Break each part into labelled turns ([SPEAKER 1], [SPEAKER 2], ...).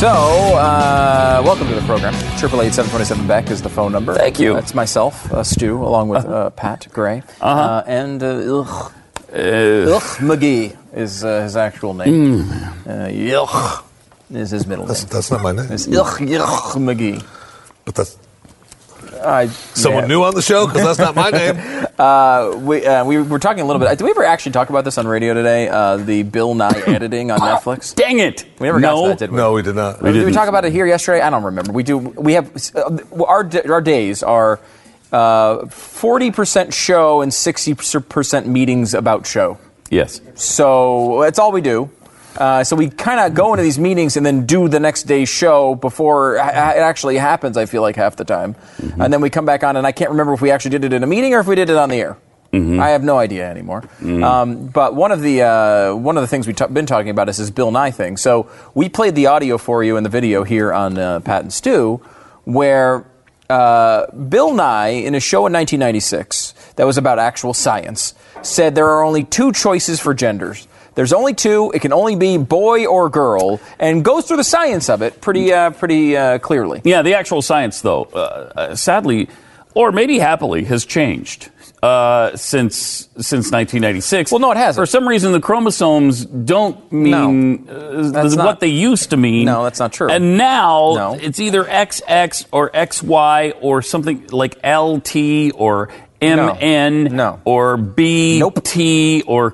[SPEAKER 1] So, uh, welcome to the program. Triple eight seven twenty seven Beck is the phone number.
[SPEAKER 2] Thank you. Uh-huh.
[SPEAKER 1] That's myself, uh, Stu, along with uh, Pat Gray, uh and uh, Ilch,
[SPEAKER 2] Uh.
[SPEAKER 1] Ilch McGee is uh, his actual name.
[SPEAKER 2] Mm.
[SPEAKER 1] Uh, Ilch is his middle
[SPEAKER 3] That's,
[SPEAKER 1] name.
[SPEAKER 3] that's not my name.
[SPEAKER 1] It's Ilch Ilch McGee.
[SPEAKER 3] But that's
[SPEAKER 1] I,
[SPEAKER 3] someone
[SPEAKER 1] yeah.
[SPEAKER 3] new on the show because that's not my name.
[SPEAKER 1] We, uh, we were talking a little bit. Did we ever actually talk about this on radio today? Uh, the Bill Nye editing on Netflix.
[SPEAKER 2] Dang it!
[SPEAKER 1] We never
[SPEAKER 2] no.
[SPEAKER 1] got to that, did we?
[SPEAKER 3] No, we did not.
[SPEAKER 1] did we
[SPEAKER 2] didn't.
[SPEAKER 1] talk about it here yesterday? I don't remember. We do. We have uh, our d- our days are uh, forty percent show and sixty percent meetings about show.
[SPEAKER 2] Yes.
[SPEAKER 1] So that's all we do. Uh, so we kind of go into these meetings and then do the next day's show before it actually happens. I feel like half the time, and then we come back on, and I can't remember if we actually did it in a meeting or if we did it on the air. I have no idea anymore. Um, but one of the uh, one of the things we've ta- been talking about is this Bill Nye thing. So we played the audio for you in the video here on uh, Pat and Stu, where uh, Bill Nye, in a show in 1996 that was about actual science, said there are only two choices for genders. There's only two. It can only be boy or girl, and goes through the science of it pretty, uh, pretty uh, clearly.
[SPEAKER 2] Yeah, the actual science, though, uh, uh, sadly, or maybe happily, has changed uh, since since 1996.
[SPEAKER 1] Well, no, it hasn't.
[SPEAKER 2] For some reason, the chromosomes don't mean uh,
[SPEAKER 1] that's
[SPEAKER 2] th-
[SPEAKER 1] not-
[SPEAKER 2] what they used to mean.
[SPEAKER 1] No, that's not true.
[SPEAKER 2] And now
[SPEAKER 1] No.
[SPEAKER 2] it's either XX or XY or something like LT or MN
[SPEAKER 1] No.
[SPEAKER 2] or BT
[SPEAKER 1] Nope.
[SPEAKER 2] or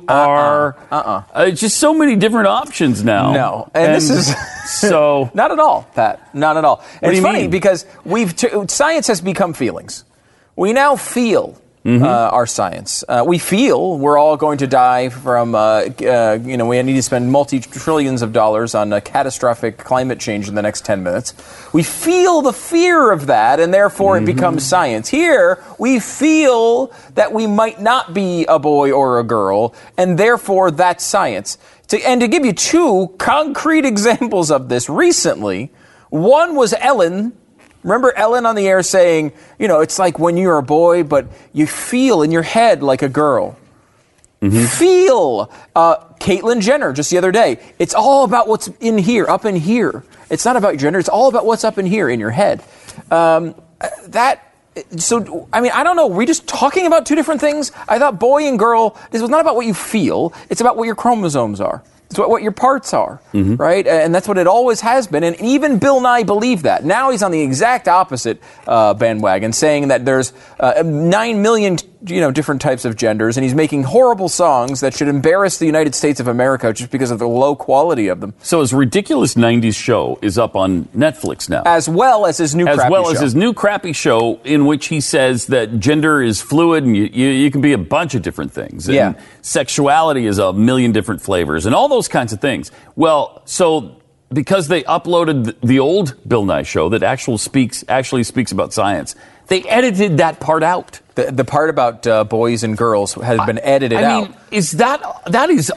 [SPEAKER 2] QR.
[SPEAKER 1] Uh-uh. Uh-uh.
[SPEAKER 2] Uh, just so many different options now.
[SPEAKER 1] No. And this is-
[SPEAKER 2] so
[SPEAKER 1] Not at all, Pat. Not at all. And
[SPEAKER 2] do
[SPEAKER 1] it's
[SPEAKER 2] you
[SPEAKER 1] funny
[SPEAKER 2] mean?
[SPEAKER 1] because we've t- science has become feelings. We now feel uh, our science. Uh, we feel we're all going to die from, uh, g- uh, you know, we need to spend multi trillions of dollars on a catastrophic climate change in the next 10 minutes. We feel the fear of that, and therefore it becomes science. Here, we feel that we might not be a boy or a girl, and therefore that's science. To, and to give you two concrete examples of this recently, one was Ellen. Remember Ellen on the air saying, you know, it's like when you're a boy, but you feel in your head like a girl. Feel. Uh, Caitlyn Jenner just the other day. It's all about what's in here, up in here. It's not about gender. It's all about what's up in here in your head. Um, uh, that. So I mean I don't know. We're just talking about two different things. I thought boy and girl. This was not about what you feel. It's about what your chromosomes are. It's what, what your parts are,
[SPEAKER 2] Mm-hmm.
[SPEAKER 1] right? And that's what it always has been. And even Bill Nye believed that. Now he's on the exact opposite uh, bandwagon, saying that there's uh, nine million, you know, different types of genders, and he's making horrible songs that should embarrass the United States of America just because of the low quality of them,
[SPEAKER 2] So his ridiculous '90s show is up on Netflix now,
[SPEAKER 1] as well as his new
[SPEAKER 2] as
[SPEAKER 1] crappy
[SPEAKER 2] well as
[SPEAKER 1] show.
[SPEAKER 2] his new crappy show in which he says that gender is fluid and you, you, you can be a bunch of different things.
[SPEAKER 1] Yeah.
[SPEAKER 2] And sexuality is a million different flavors and all those kinds of things. Well, so because they uploaded th- the old Bill Nye show that actual speaks actually speaks about science, they edited that part out.
[SPEAKER 1] the, the part about uh, boys and girls has been edited
[SPEAKER 2] I
[SPEAKER 1] out.
[SPEAKER 2] mean, is that that is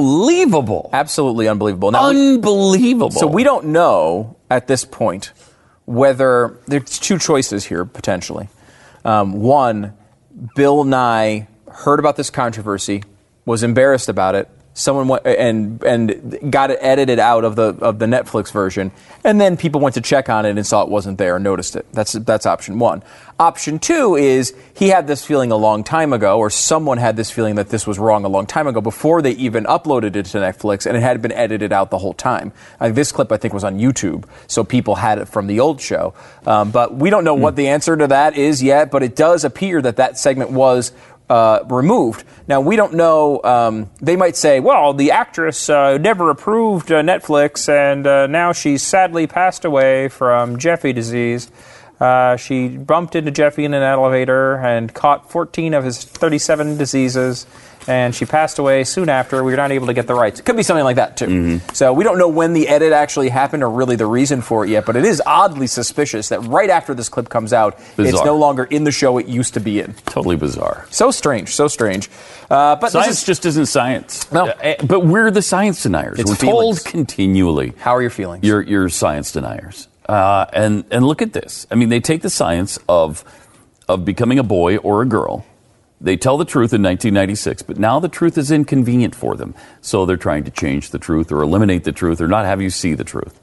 [SPEAKER 2] unbelievable?
[SPEAKER 1] Absolutely unbelievable. Now,
[SPEAKER 2] Unbelievable.
[SPEAKER 1] So we don't know at this point whether there's two choices here potentially. Um, one, Bill Nye heard about this controversy, was embarrassed about it. Someone went and and got it edited out of the of the Netflix version, and then people went to check on it and saw it wasn't there and noticed it. That's that's option one. Option two is he had this feeling a long time ago, or someone had this feeling that this was wrong a long time ago before they even uploaded it to Netflix, and it had been edited out the whole time. Uh, this clip, I think, was on YouTube, so people had it from the old show. Um, but we don't know what the answer to that is yet, but it does appear that that segment was. Uh, removed. Now we don't know. Um, they might say, "Well, the actress uh, never approved uh, Netflix, and uh, now she's sadly passed away from Jeffy disease." Uh, she bumped into Jeffy in an elevator and caught 14 of his 37 diseases, and she passed away soon after. We were not able to get the rights. It could be something like that, too. So we don't know when the edit actually happened or really the reason for it yet, but it is oddly suspicious that right after this clip comes out, it's
[SPEAKER 2] Bizarre.
[SPEAKER 1] no longer in the show it used to be in.
[SPEAKER 2] totally bizarre.
[SPEAKER 1] So strange, so strange. Uh, but this
[SPEAKER 2] Science
[SPEAKER 1] is-
[SPEAKER 2] just isn't science.
[SPEAKER 1] No.
[SPEAKER 2] Uh, eh, But we're the science deniers.
[SPEAKER 1] It's
[SPEAKER 2] we're
[SPEAKER 1] feelings.
[SPEAKER 2] told continually.
[SPEAKER 1] how are your feelings?
[SPEAKER 2] You're, you're science deniers. Uh, and, and look at this. I mean, they take the science of, of becoming a boy or a girl They tell the truth in 1996, but now the truth is inconvenient for them. So they're trying to change the truth or eliminate the truth or not have you see the truth.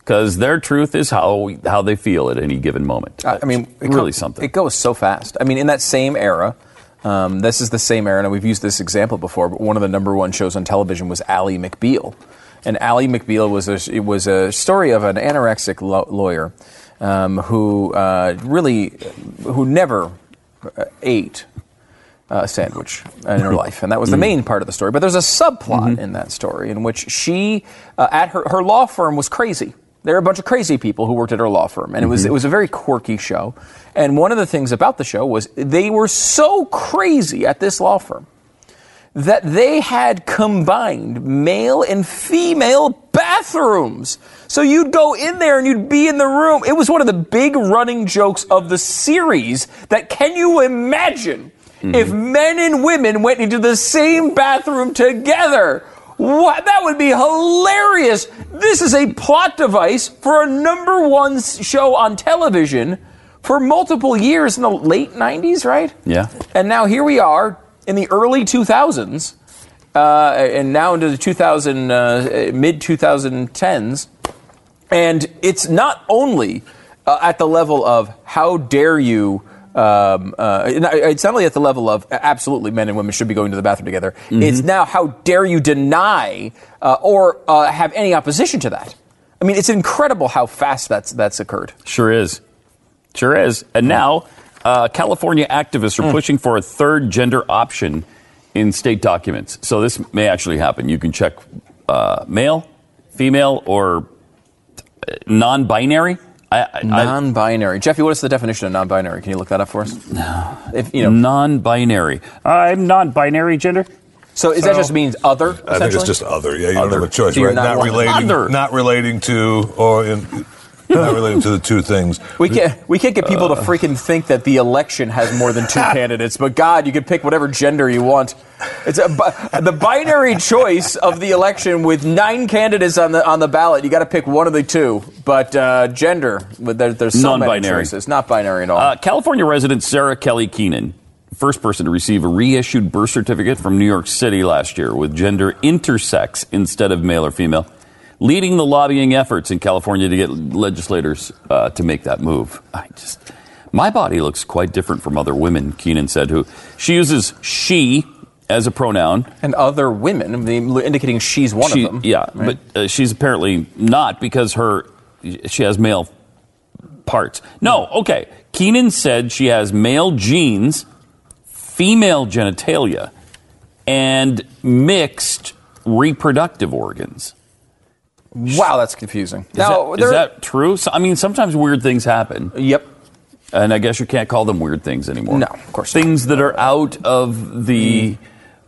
[SPEAKER 2] Because their truth is how, how they feel at any given moment.
[SPEAKER 1] I I mean,
[SPEAKER 2] It's
[SPEAKER 1] go-
[SPEAKER 2] really something.
[SPEAKER 1] It goes so fast. I mean, in that same era, um, this is the same era, and we've used this example before. But one of the number one shows on television was Ally McBeal, and Ally McBeal was a it was a story of an anorexic lo- lawyer um, who uh, really who never uh, ate uh, sandwich in her life, and that was the main part of the story. But there's a subplot in that story in which she, uh, at her her law firm, was crazy. There were a bunch of crazy people who worked at her law firm, and it was it was a very quirky show. And one of the things about the show was they were so crazy at this law firm that they had combined male and female bathrooms. So you'd go in there and you'd be in the room. It was one of the big running jokes of the series that can you imagine if men and women went into the same bathroom together? What? That would be hilarious. This is a plot device for a number one s- show on television for multiple years in the late 90s, right?
[SPEAKER 2] Yeah.
[SPEAKER 1] And now here we are in the early 2000s, uh, and now into the 2000 uh, mid 2010s, and it's not only uh, at the level of how dare you. Um, uh, it's not only at the level of absolutely men and women should be going to the bathroom together. It's now how dare you deny uh, or uh, have any opposition to that. I mean, it's incredible how fast that's that's occurred.
[SPEAKER 2] Sure is. Sure is.
[SPEAKER 1] Hmm.
[SPEAKER 2] And now, uh, California activists are pushing for a third gender option in state documents. So this may actually happen. You can check uh, male, female, or uh, non binary. I,
[SPEAKER 1] Non-binary, Jeffy. What is the definition of non-binary? Can you look that up for us? No. If you know,
[SPEAKER 2] non binary. I'm non binary gender.
[SPEAKER 1] So, is that just means other?
[SPEAKER 3] I think it's
[SPEAKER 1] essentially?
[SPEAKER 3] just other. Yeah, you don't have
[SPEAKER 1] Other.
[SPEAKER 3] a choice,
[SPEAKER 1] So you're
[SPEAKER 3] right?
[SPEAKER 1] not
[SPEAKER 3] Not,
[SPEAKER 1] one-
[SPEAKER 3] relating,
[SPEAKER 2] Other.
[SPEAKER 3] not relating to, or in, not relating to the two things.
[SPEAKER 1] we can't we can't get people
[SPEAKER 3] Uh.
[SPEAKER 1] to freaking think that the election has more than two candidates. But God, you can pick whatever gender you want. It's a, bi- the binary choice of the election with nine candidates on the on the ballot. You got to pick one of the two. But uh, gender, but there, there's so many
[SPEAKER 2] Non-binary.
[SPEAKER 1] choices. Not binary at all.
[SPEAKER 2] Uh, California resident Sarah Kelly Keenan, first person to receive a reissued birth certificate from New York City last year with gender intersex instead of male or female, leading the lobbying efforts in California to get legislators uh, to make that move. I just, my body looks quite different from other women, Keenan said, who she uses she as a pronoun.
[SPEAKER 1] and other women, the- indicating she's one
[SPEAKER 2] She-
[SPEAKER 1] of them.
[SPEAKER 2] Yeah,
[SPEAKER 1] right?
[SPEAKER 2] but uh, she's apparently not because her she has male parts. No, okay. Keenan said she has male genes, female genitalia, and mixed reproductive organs.
[SPEAKER 1] wow, that's confusing.
[SPEAKER 2] Is,
[SPEAKER 1] now,
[SPEAKER 2] that,
[SPEAKER 1] there-
[SPEAKER 2] is that true? So, I mean, sometimes weird things happen,
[SPEAKER 1] Yep.
[SPEAKER 2] and I guess you can't call them weird things anymore.
[SPEAKER 1] No, of course not.
[SPEAKER 2] Things that are out of the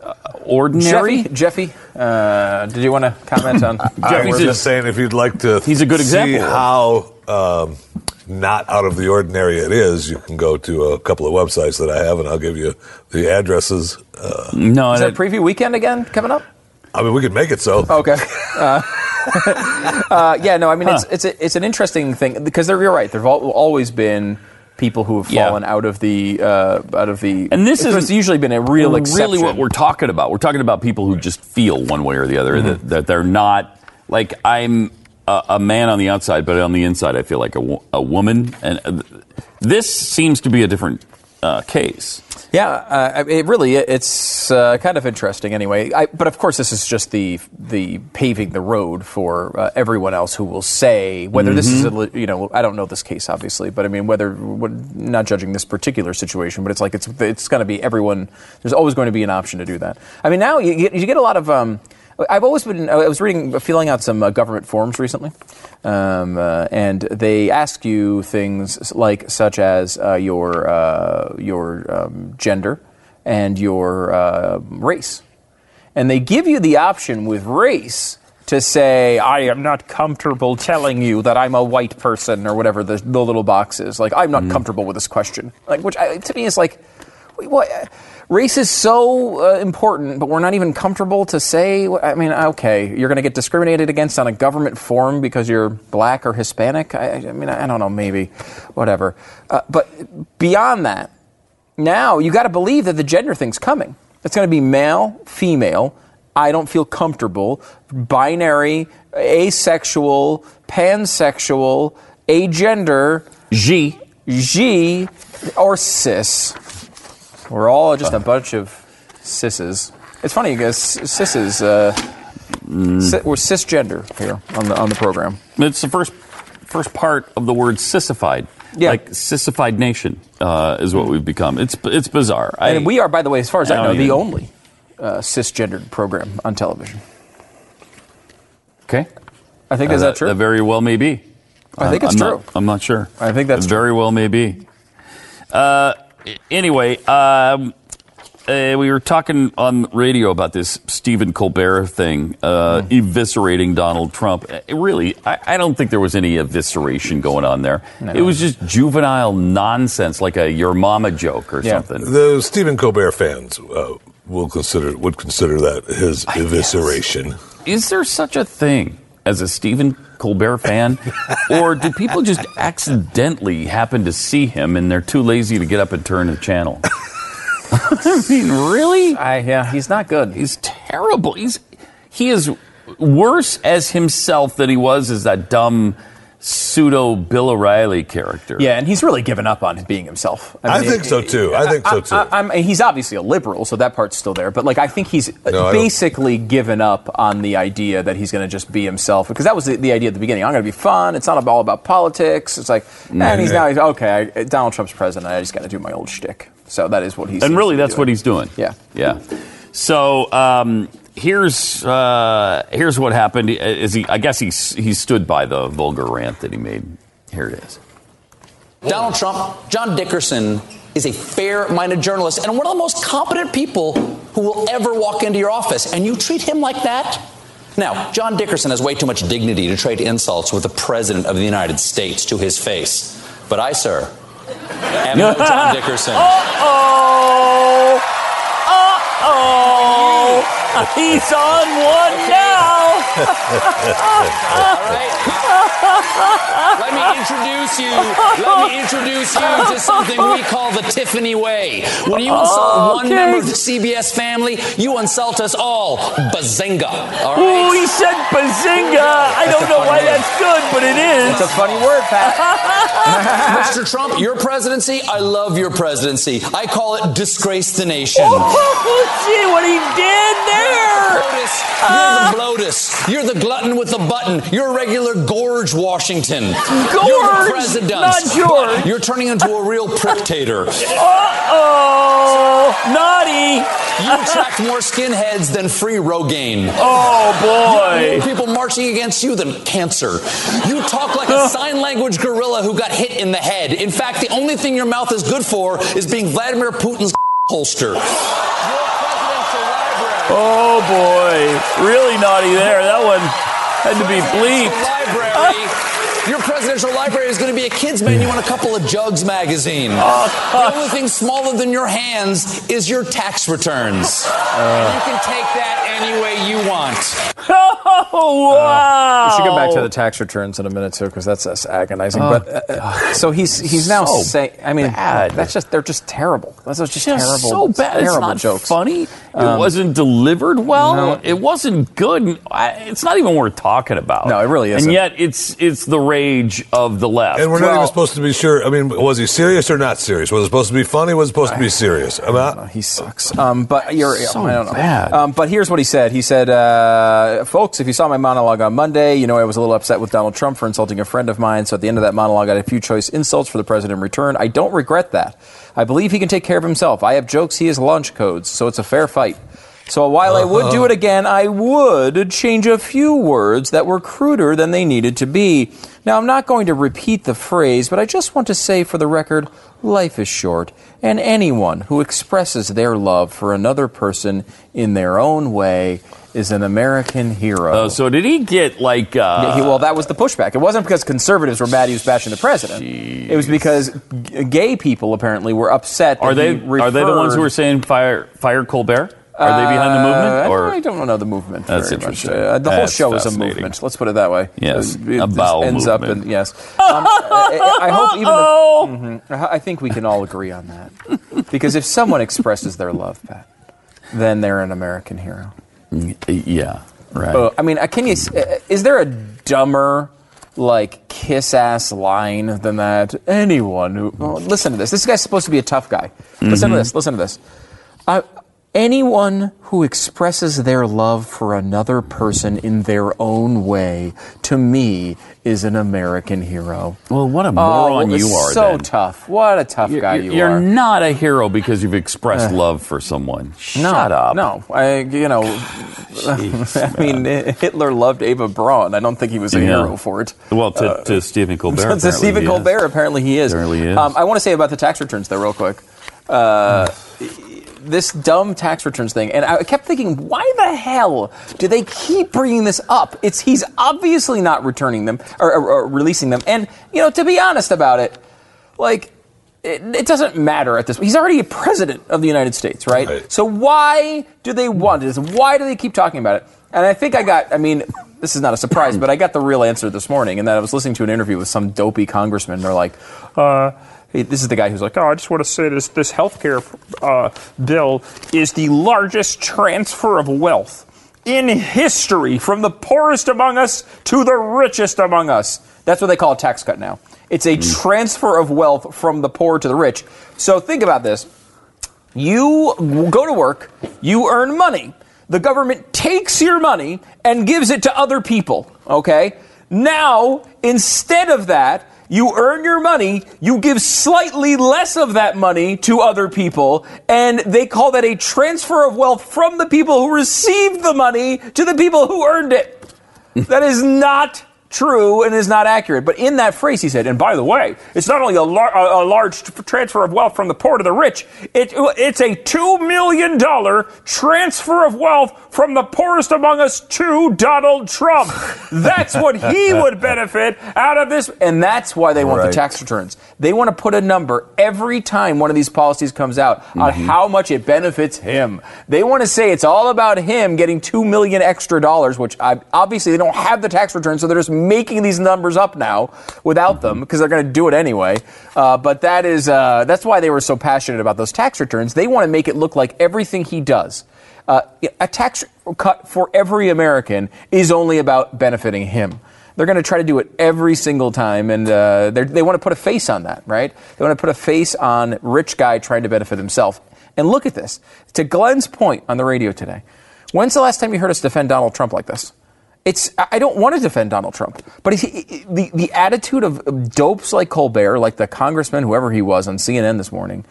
[SPEAKER 2] uh, ordinary.
[SPEAKER 1] Jeffy, Jeffy, uh, did you want to comment on?
[SPEAKER 3] I
[SPEAKER 2] Jeffy's
[SPEAKER 3] was
[SPEAKER 2] just-
[SPEAKER 3] just saying, if you'd like to
[SPEAKER 2] He's a good
[SPEAKER 3] see
[SPEAKER 2] example.
[SPEAKER 3] how um, not out of the ordinary it is, you can go to a couple of websites that I have, and I'll give you the addresses. Uh,
[SPEAKER 2] No,
[SPEAKER 1] Is that
[SPEAKER 2] and
[SPEAKER 1] preview weekend again coming up?
[SPEAKER 3] I mean, we could make it so.
[SPEAKER 1] Okay. Uh, uh, yeah, no, I mean, it's, it's, a, it's an interesting thing because they're, you're right. There have al- always been people who have
[SPEAKER 2] Yeah.
[SPEAKER 1] fallen out of the. Uh, out of the
[SPEAKER 2] And this
[SPEAKER 1] there's
[SPEAKER 2] isn't
[SPEAKER 1] usually been a real exception.
[SPEAKER 2] really what we're talking about. We're talking about people who just feel one way or the other that, that they're not like I'm a, a man on the outside, but on the inside I feel like a, wo- a woman. And uh, th- this seems to be a different uh, case.
[SPEAKER 1] Yeah, uh, I- it really it's uh, kind of interesting anyway. I, but of course, this is just the the paving the road for uh, everyone else who will say whether this is a le- you know I don't know this case obviously, but I mean whether we're not judging this particular situation, but it's like it's it's going to be everyone. There's always going to be an option to do that. I mean now you get, you get a lot of. Um, I've always been. I was reading, filling out some uh, government forms recently, um, uh, and they ask you things like, such as uh, your uh, your um, gender and your uh, race, and they give you the option with race to say, I am not comfortable telling you that I'm a white person or whatever the, the little box is. Like, I'm not comfortable with this question. Like, which I, to me is like, wait, what? Race is so uh, important, but we're not even comfortable to say. wh- I mean, okay, you're going to get discriminated against on a government form because you're black or Hispanic. I, I mean, I don't know, maybe, whatever. Uh, but beyond that, now you got to believe that the gender thing's coming. It's going to be male, female. I don't feel comfortable. Binary, asexual, pansexual, agender,
[SPEAKER 2] G.
[SPEAKER 1] G, or cis. We're all just a bunch of sisses. It's funny because sisses. Uh, si- we're cisgender here on the on the program.
[SPEAKER 2] Mm. It's the first first part of the word sissified.
[SPEAKER 1] Yeah.
[SPEAKER 2] Like sissified nation uh, is what we've become. It's it's bizarre. I,
[SPEAKER 1] And we are, by the way, as far as I,
[SPEAKER 2] I don't
[SPEAKER 1] know, the
[SPEAKER 2] even-
[SPEAKER 1] only uh, cisgendered program on television.
[SPEAKER 2] okay.
[SPEAKER 1] I think is
[SPEAKER 2] Uh,
[SPEAKER 1] that true?
[SPEAKER 2] That very well may be.
[SPEAKER 1] I think it's
[SPEAKER 2] I'm
[SPEAKER 1] true.
[SPEAKER 2] Not, I'm not sure.
[SPEAKER 1] I think that's
[SPEAKER 2] It very well may be. Uh, anyway, um, uh, we were talking on radio about this Stephen Colbert thing, uh,
[SPEAKER 1] Mm-hmm.
[SPEAKER 2] eviscerating Donald Trump. Uh, really, I, I don't think there was any evisceration going on there. It was just juvenile nonsense, like a your mama joke or
[SPEAKER 1] Yeah.
[SPEAKER 2] something.
[SPEAKER 3] The Stephen Colbert fans uh, will consider would consider that his evisceration.
[SPEAKER 2] Is there such a thing as a Stephen Colbert fan, or do people just accidentally happen to see him and they're too lazy to get up and turn the channel? I mean, really?
[SPEAKER 1] I, yeah, he's not good.
[SPEAKER 2] He's terrible. He's he is worse as himself than he was as that dumb pseudo Bill O'Reilly character.
[SPEAKER 1] Yeah, and he's really given up on being himself.
[SPEAKER 3] I think so, too. I think so, too.
[SPEAKER 1] I, am he's obviously a liberal, so that part's still there. But like, I think he's
[SPEAKER 3] No, I
[SPEAKER 1] basically given up on the idea that he's going to just be himself because that was the, the idea at the beginning. I'm going to be fun. It's not all about politics. It's like,
[SPEAKER 3] Mm,
[SPEAKER 1] and he's now he's okay. I, Donald Trump's president. I just got to do my old shtick. So that is what he's
[SPEAKER 2] and really, that's what he's doing.
[SPEAKER 1] Yeah.
[SPEAKER 2] yeah. So um, here's uh, here's what happened. Is he? I guess he he stood by the vulgar rant that he made. Here it is.
[SPEAKER 4] Donald Trump, John Dickerson is a fair minded journalist and one of the most competent people who will ever walk into your office. And you treat him like that? Now, John Dickerson has way too much dignity to trade insults with the President of the United States to his face. But I, sir, am not John Dickerson.
[SPEAKER 2] oh. Uh oh. He's on one now.
[SPEAKER 4] All right. Let me introduce you. Let me introduce you to something we call the Tiffany way. When you insult one
[SPEAKER 2] Oh, Okay.
[SPEAKER 4] member of the CBS family, you insult us all. Bazinga. All right.
[SPEAKER 2] Ooh, he said bazinga. I don't know why that's good, but it
[SPEAKER 1] It's a
[SPEAKER 2] is.
[SPEAKER 1] funny word, Pat.
[SPEAKER 4] Mr. Trump, your presidency, I love your presidency. I call it disgrace the nation.
[SPEAKER 2] Oh, see what he did there.
[SPEAKER 4] Blotus, You're the bloatus. You're the glutton with the button. You're a regular Gorge Washington. You're
[SPEAKER 2] Gorge,
[SPEAKER 4] the president.
[SPEAKER 2] not George.
[SPEAKER 4] You're turning into a real prictator.
[SPEAKER 2] Uh-oh. Naughty.
[SPEAKER 4] You attract more skinheads than free Rogaine.
[SPEAKER 2] Oh, boy.
[SPEAKER 4] People marching against you than cancer. You talk like a sign language gorilla who got hit in the head. In fact, the only thing your mouth is good for is being Vladimir Putin's holster. Your presidential library-
[SPEAKER 2] Oh, boy. Really naughty there. That one had to be bleeped.
[SPEAKER 4] library. Your presidential library is going to be a kids' menu and a couple of Jugs magazine.
[SPEAKER 3] Uh,
[SPEAKER 4] the only thing smaller than your hands is your tax returns.
[SPEAKER 3] Uh,
[SPEAKER 4] you can take that any way you want.
[SPEAKER 2] Oh, wow.
[SPEAKER 1] We should go back to the tax returns in a minute too, because that's us agonizing. but uh, uh, so he's he's now
[SPEAKER 2] Oh, So
[SPEAKER 1] saying. I mean,
[SPEAKER 2] bad.
[SPEAKER 1] that's just they're just terrible. That's just, terrible.
[SPEAKER 2] just so bad.
[SPEAKER 1] Terrible
[SPEAKER 2] it's not
[SPEAKER 1] jokes. Um,
[SPEAKER 2] funny. It wasn't delivered well.
[SPEAKER 1] No.
[SPEAKER 2] It wasn't good. I, it's not even worth talking about.
[SPEAKER 1] No, it really isn't.
[SPEAKER 2] And yet, it's it's the rage of the left.
[SPEAKER 3] And we're not
[SPEAKER 1] Well-
[SPEAKER 3] even supposed to be sure. I mean, was he serious or not serious? Was it supposed to be funny? Was it supposed to be serious? I'm
[SPEAKER 1] Uh,
[SPEAKER 3] not.
[SPEAKER 1] He sucks. Um, but you're,
[SPEAKER 2] So
[SPEAKER 1] I don't know.
[SPEAKER 2] bad.
[SPEAKER 1] Um, but here's what he said. He said, uh, "Folks, if you saw my monologue on Monday, you know I was a little upset with Donald Trump for insulting a friend of mine. So at the end of that monologue, I had a few choice insults for the president in return. I don't regret that. I believe he can take care of himself. I have jokes. He has launch codes. So it's a fair fight." So while I would do it again, I would change a few words that were cruder than they needed to be. Now, I'm not going to repeat the phrase, but I just want to say for the record life is short, and anyone who expresses their love for another person in their own way is an American hero.
[SPEAKER 2] Uh, so did he get like? Uh,
[SPEAKER 1] Yeah, he- well, that was the pushback. It wasn't because conservatives were mad he was bashing the president. It was because g- gay people apparently were upset. That
[SPEAKER 2] are they
[SPEAKER 1] he
[SPEAKER 2] are they the ones who
[SPEAKER 1] referred-
[SPEAKER 2] were saying fire fire Colbert? Are they behind the movement?
[SPEAKER 1] Uh,
[SPEAKER 2] or
[SPEAKER 1] I don't know the movement.
[SPEAKER 2] That's
[SPEAKER 1] very
[SPEAKER 2] interesting.
[SPEAKER 1] Much. Uh, the whole
[SPEAKER 2] That's
[SPEAKER 1] show is a
[SPEAKER 2] fascinating.
[SPEAKER 1] movement. Let's put it that way.
[SPEAKER 2] Yes,
[SPEAKER 1] it, it
[SPEAKER 2] a
[SPEAKER 1] just
[SPEAKER 2] bowel
[SPEAKER 1] ends up
[SPEAKER 2] movement.
[SPEAKER 1] in yes. Um, I, I- I hope even.
[SPEAKER 2] Oh!
[SPEAKER 1] The, Mhm. I think we can all agree on that because if someone expresses their love, Pat, then they're an American hero.
[SPEAKER 2] yeah, right.
[SPEAKER 1] Uh, I mean, uh, can you? s- uh, Is there a dumber? Like kiss ass line than that. Anyone who oh, listen to this. This guy's supposed to be a tough guy. Listen
[SPEAKER 2] Mm-hmm.
[SPEAKER 1] to this. Listen to this. I, anyone who expresses their love for another person in their own way, to me, is an American hero.
[SPEAKER 2] well, what a moron
[SPEAKER 1] oh,
[SPEAKER 2] you are.
[SPEAKER 1] So
[SPEAKER 2] then.
[SPEAKER 1] tough. What a tough guy
[SPEAKER 2] You're,
[SPEAKER 1] you
[SPEAKER 2] you're
[SPEAKER 1] are.
[SPEAKER 2] not a hero because you've
[SPEAKER 3] Uh.
[SPEAKER 2] expressed love for someone.
[SPEAKER 1] no,
[SPEAKER 2] Shut up.
[SPEAKER 1] No, I, you know, I mean, Hitler loved Eva Braun. I don't think he was a
[SPEAKER 2] Yeah.
[SPEAKER 1] hero for it.
[SPEAKER 2] Well, to, to Stephen Colbert.
[SPEAKER 1] That's a
[SPEAKER 2] apparently
[SPEAKER 1] Stephen
[SPEAKER 2] he is.
[SPEAKER 1] Colbert. Apparently, he is.
[SPEAKER 2] Apparently he is.
[SPEAKER 1] Um, I want to say about the tax returns, though, real quick. Uh, this dumb tax returns thing, and I kept thinking, why the hell do they keep bringing this up? It's he's obviously not returning them or, or, or releasing them, and you know, to be honest about it, like. It, it doesn't matter at this point. He's already a president of the United States, right?
[SPEAKER 3] Right.
[SPEAKER 1] So why do they want this? Why do they keep talking about it? And I think I got, I mean, this is not a surprise, but I got the real answer this morning. And then I was listening to an interview with some dopey congressman. And they're like, uh, hey, this is the guy who's like, oh,
[SPEAKER 5] No, I just want to say this this healthcare uh, bill is the largest transfer of wealth
[SPEAKER 1] in history from the poorest among us to the richest among us. That's what they call a tax cut now. It's a transfer of wealth from the poor to the rich. So think about this. You go to work, you earn money. The government takes your money and gives it to other people, okay? Now, instead of that, you earn your money, you give slightly less of that money to other people, and they call that a transfer of wealth from the people who received the money to the people who earned it. that is not true and is not accurate. But in that phrase, he said, and by the way, it's not only a, lar- a, a large t- transfer of wealth from the poor to the rich, it, it's a $2 million transfer of wealth from the poorest among us to Donald Trump. That's what he would benefit out of this. And that's why they want
[SPEAKER 3] Right.
[SPEAKER 1] the tax returns. They want to put a number every time one of these policies comes out on how much it benefits him. They want to say it's all about him getting two million extra dollars, which I, obviously they don't have the tax return, so they're just making these numbers up now without them because they're going to do it anyway. Uh, but that is uh, that's why they were so passionate about those tax returns. They want to make it look like everything he does. Uh, a tax cut for every American is only about benefiting him. They're going to try to do it every single time, and uh, they're- they want to put a face on that, right? They want to put a face on rich guy trying to benefit himself. And look at this. To Glenn's point on the radio today, when's the last time you heard us defend Donald Trump like this? It's I I don't want to defend Donald Trump, but he, the the attitude of dopes like Colbert, like the congressman, whoever he was on CNN this morning,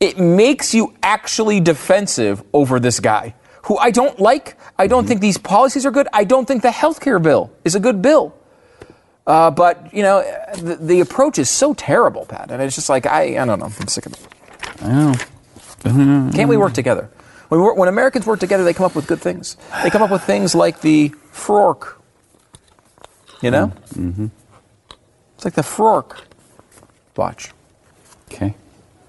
[SPEAKER 1] it makes you actually defensive over this guy who I don't like. I don't think these policies are good. I don't think the health care bill is a good bill. Uh, but, you know, the, the approach is so terrible, Pat. And it's just like, I, I don't know. I'm sick of it. I
[SPEAKER 2] Oh.
[SPEAKER 1] know. Can't we
[SPEAKER 2] Mm-hmm.
[SPEAKER 1] work together? When, we're, when Americans work together, they come up with good things. They come up with things like the frork. You know? Mm-hmm. It's like the frork. Watch.
[SPEAKER 2] Okay.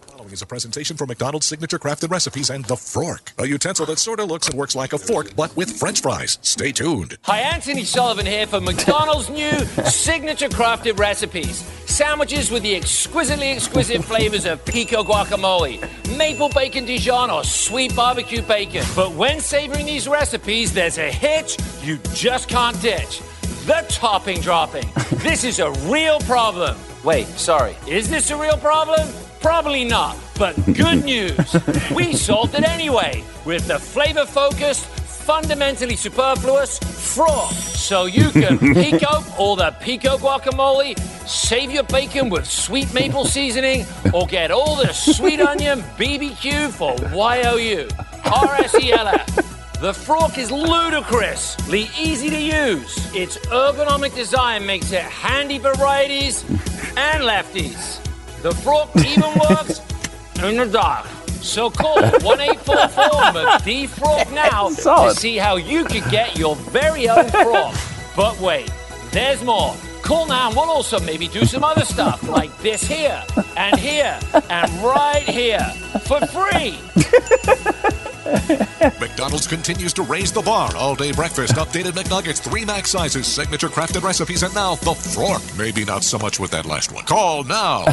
[SPEAKER 6] Following is a presentation from McDonald's signature crafted recipes and the fork, a utensil that sort of looks and works like a fork but with French fries. Stay tuned.
[SPEAKER 7] Hi, Anthony Sullivan here for McDonald's new signature crafted recipes. Sandwiches with the exquisitely exquisite flavors of pico guacamole, maple bacon Dijon, or sweet barbecue bacon. But when savoring these recipes, there's a hitch you just can't ditch the topping dropping. This is a real problem. Wait, sorry. Is this a real problem? Probably not. But good news, we solved it anyway with the flavor focused, fundamentally superfluous fraud. So you can pico all the pico guacamole, save your bacon with sweet maple seasoning, or get all the sweet onion BBQ for YOU. RSELF. E The fork is ludicrously easy to use. Its ergonomic design makes it handy for righties and lefties. The fork even works in the dark. So call 1844 D Frog now to
[SPEAKER 1] Solid.
[SPEAKER 7] see how you could get your very own frog. But wait, there's more. Call now and we'll also maybe do some other stuff like this here and here and right here for free.
[SPEAKER 6] McDonald's continues to raise the bar. All day breakfast, updated McNuggets, three max sizes, signature crafted recipes, and now the fork. Maybe not so much with that last one. Call now.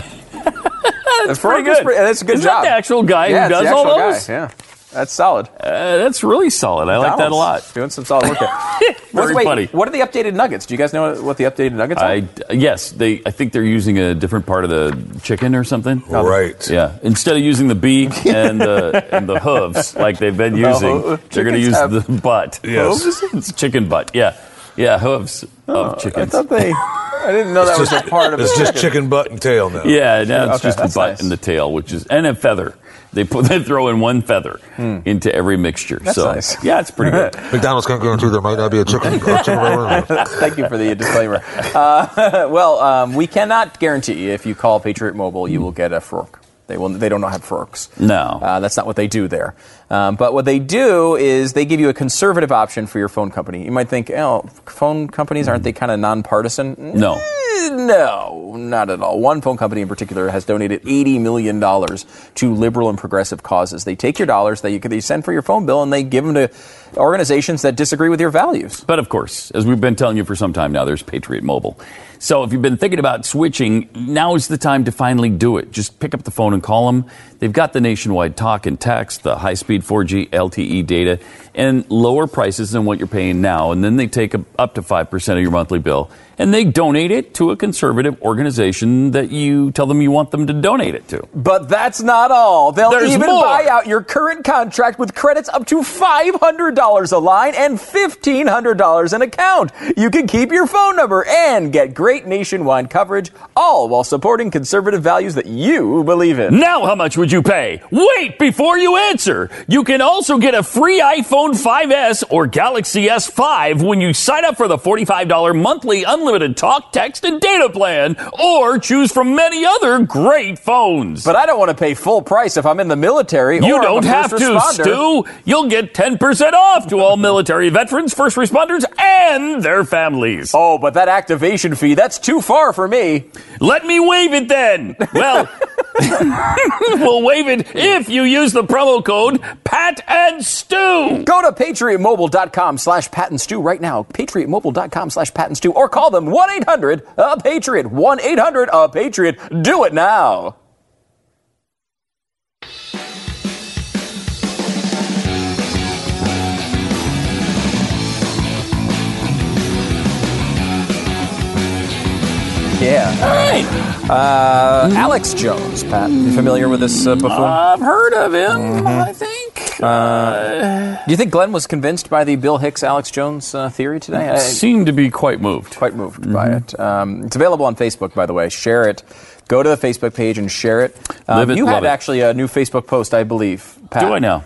[SPEAKER 1] That's
[SPEAKER 2] pretty good.
[SPEAKER 1] that's a good
[SPEAKER 2] Is that
[SPEAKER 1] job.
[SPEAKER 2] the actual guy
[SPEAKER 1] yeah,
[SPEAKER 2] who
[SPEAKER 1] it's
[SPEAKER 2] does
[SPEAKER 1] the
[SPEAKER 2] all
[SPEAKER 1] actual
[SPEAKER 2] those?
[SPEAKER 1] Guy. Yeah, that's solid.
[SPEAKER 2] Uh, that's really solid. I like that a
[SPEAKER 1] McDonald's
[SPEAKER 2] lot.
[SPEAKER 1] Doing some solid work. there.
[SPEAKER 2] Very
[SPEAKER 1] Wait,
[SPEAKER 2] funny.
[SPEAKER 1] What are the updated nuggets? Do you guys know what the updated nuggets are?
[SPEAKER 2] I yes, they. I think they're using a different part of the chicken or something.
[SPEAKER 3] Right.
[SPEAKER 2] Yeah. Instead of using the beak and the and the hooves like they've been
[SPEAKER 1] No,
[SPEAKER 2] using, they're going to use
[SPEAKER 1] chickens have-
[SPEAKER 2] the butt.
[SPEAKER 3] Yes.
[SPEAKER 2] Hooves? it's chicken butt. Yeah. Yeah. Hooves of
[SPEAKER 1] Oh, I
[SPEAKER 2] chickens.
[SPEAKER 1] thought they. I didn't know that
[SPEAKER 3] It's
[SPEAKER 1] was a part of
[SPEAKER 3] it's
[SPEAKER 1] the
[SPEAKER 3] just chicken butt and tail now.
[SPEAKER 2] Yeah, now it's
[SPEAKER 1] Okay,
[SPEAKER 2] just the
[SPEAKER 1] that's
[SPEAKER 2] butt
[SPEAKER 1] nice.
[SPEAKER 2] and the tail, which is and a feather. They put they throw in one feather into every mixture.
[SPEAKER 1] Hmm. That's
[SPEAKER 2] so
[SPEAKER 1] nice.
[SPEAKER 2] yeah, it's pretty good.
[SPEAKER 3] McDonald's can't guarantee there might not be a chicken.
[SPEAKER 1] Thank you for the disclaimer. Uh, well, um, we cannot guarantee if you call Patriot Mobile, you will get a fork. They will. They don't know how to have forks.
[SPEAKER 2] No.
[SPEAKER 1] uh, that's not what they do there. Um, but what they do is they give you a conservative option for your phone company. You might think, oh, phone companies aren't they kind of nonpartisan?
[SPEAKER 2] No.
[SPEAKER 1] Eh, No, not at all. One phone company in particular has donated $80 million to liberal and progressive causes. They take your dollars that you, they send for your phone bill and they give them to organizations that disagree with your values.
[SPEAKER 2] But of course, as we've been telling you for some time now, there's Patriot Mobile. So if you've been thinking about switching, now is the time to finally do it. Just pick up the phone and call them. They've got the nationwide talk and text, the high speed 4G LTE E data, and lower prices than what you're paying now. And then they take up- up to 5% of your monthly bill and they donate it to a conservative organization that you tell them you want them to donate it to.
[SPEAKER 1] But that's not all. They'll
[SPEAKER 2] There's
[SPEAKER 1] even
[SPEAKER 2] more.
[SPEAKER 1] buy out your current contract with credits up to $500 a line and $1,500 an account. You can keep your phone number and get great nationwide coverage, all while supporting conservative values that you believe in.
[SPEAKER 2] Now, how much would you pay? Wait before you answer. You can also get a free iPhone 5S or Galaxy S5 when you sign up for the $45 monthly unlimited talk, text, and data plan, or choose from many other great phones.
[SPEAKER 1] But I don't want to pay full price if I'm in the military. or
[SPEAKER 2] you
[SPEAKER 1] I'm
[SPEAKER 2] don't
[SPEAKER 1] a
[SPEAKER 2] have
[SPEAKER 1] first
[SPEAKER 2] to,
[SPEAKER 1] responder.
[SPEAKER 2] Stu. You'll get 10% off to all military veterans, first responders, and their families.
[SPEAKER 1] Oh, but that activation fee, that's too far for me.
[SPEAKER 2] Let me waive it then. Well, we'll waive it if you use the promo code Pat and Stew.
[SPEAKER 1] Go to patriotmobile.com slash patent stew right now. Patriotmobile.com slash patent stew or call them 1 800 A Patriot. 1 800 A Patriot. Do it now. Yeah. Uh, Alex Jones, Pat. You familiar with this uh, before?
[SPEAKER 2] Mm-hmm.
[SPEAKER 1] Mm-hmm. Uh,
[SPEAKER 2] I've heard of him, I think. Uh,
[SPEAKER 1] Do you think Glenn was convinced by the Bill Hicks Alex Jones uh, theory today? I-
[SPEAKER 2] Seemed to be quite moved. Mm-hmm.
[SPEAKER 1] quite moved by it. Um, it's available on Facebook, by the way. Share it. Go to the Facebook page and share it. Um,
[SPEAKER 2] Live it,
[SPEAKER 1] you
[SPEAKER 2] love
[SPEAKER 1] had
[SPEAKER 2] it.
[SPEAKER 1] actually a new Facebook post, I believe. Pat.
[SPEAKER 2] Do I now?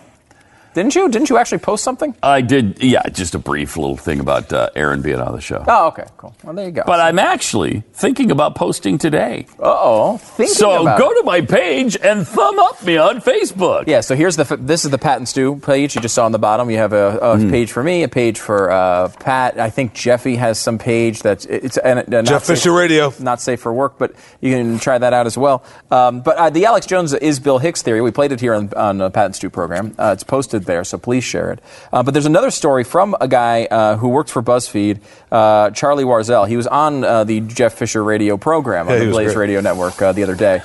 [SPEAKER 1] Didn't you? Didn't you actually post something?
[SPEAKER 2] I did, yeah, just a brief little thing about uh, Aaron being on the show.
[SPEAKER 1] Oh, okay, cool. Well, there you go.
[SPEAKER 2] But I'm actually thinking about posting today.
[SPEAKER 1] oh, thinking
[SPEAKER 2] So
[SPEAKER 1] about
[SPEAKER 2] go
[SPEAKER 1] it.
[SPEAKER 2] to my page and thumb up me on Facebook.
[SPEAKER 1] Yeah, so here's the f- this is the Pat and Stu page you just saw on the bottom. You have a, a
[SPEAKER 3] Hmm.
[SPEAKER 1] page for me, a page for uh, Pat. I think Jeffy has some page that's it's and, and
[SPEAKER 3] Jeff Fisher Radio.
[SPEAKER 1] not safe for work, but you can try that out as well. Um, but uh, the Alex Jones is Bill Hicks theory. We played it here on, on uh, Pat and Stu program. Uh, it's posted there, so please share it. Uh, but there's another story from a guy uh, who worked for BuzzFeed, uh, Charlie Warzel. He was on uh, the Jeff Fisher radio program on
[SPEAKER 3] Yeah, he
[SPEAKER 1] the
[SPEAKER 3] was
[SPEAKER 1] Blaze
[SPEAKER 3] great.
[SPEAKER 1] Radio Network uh, the other day.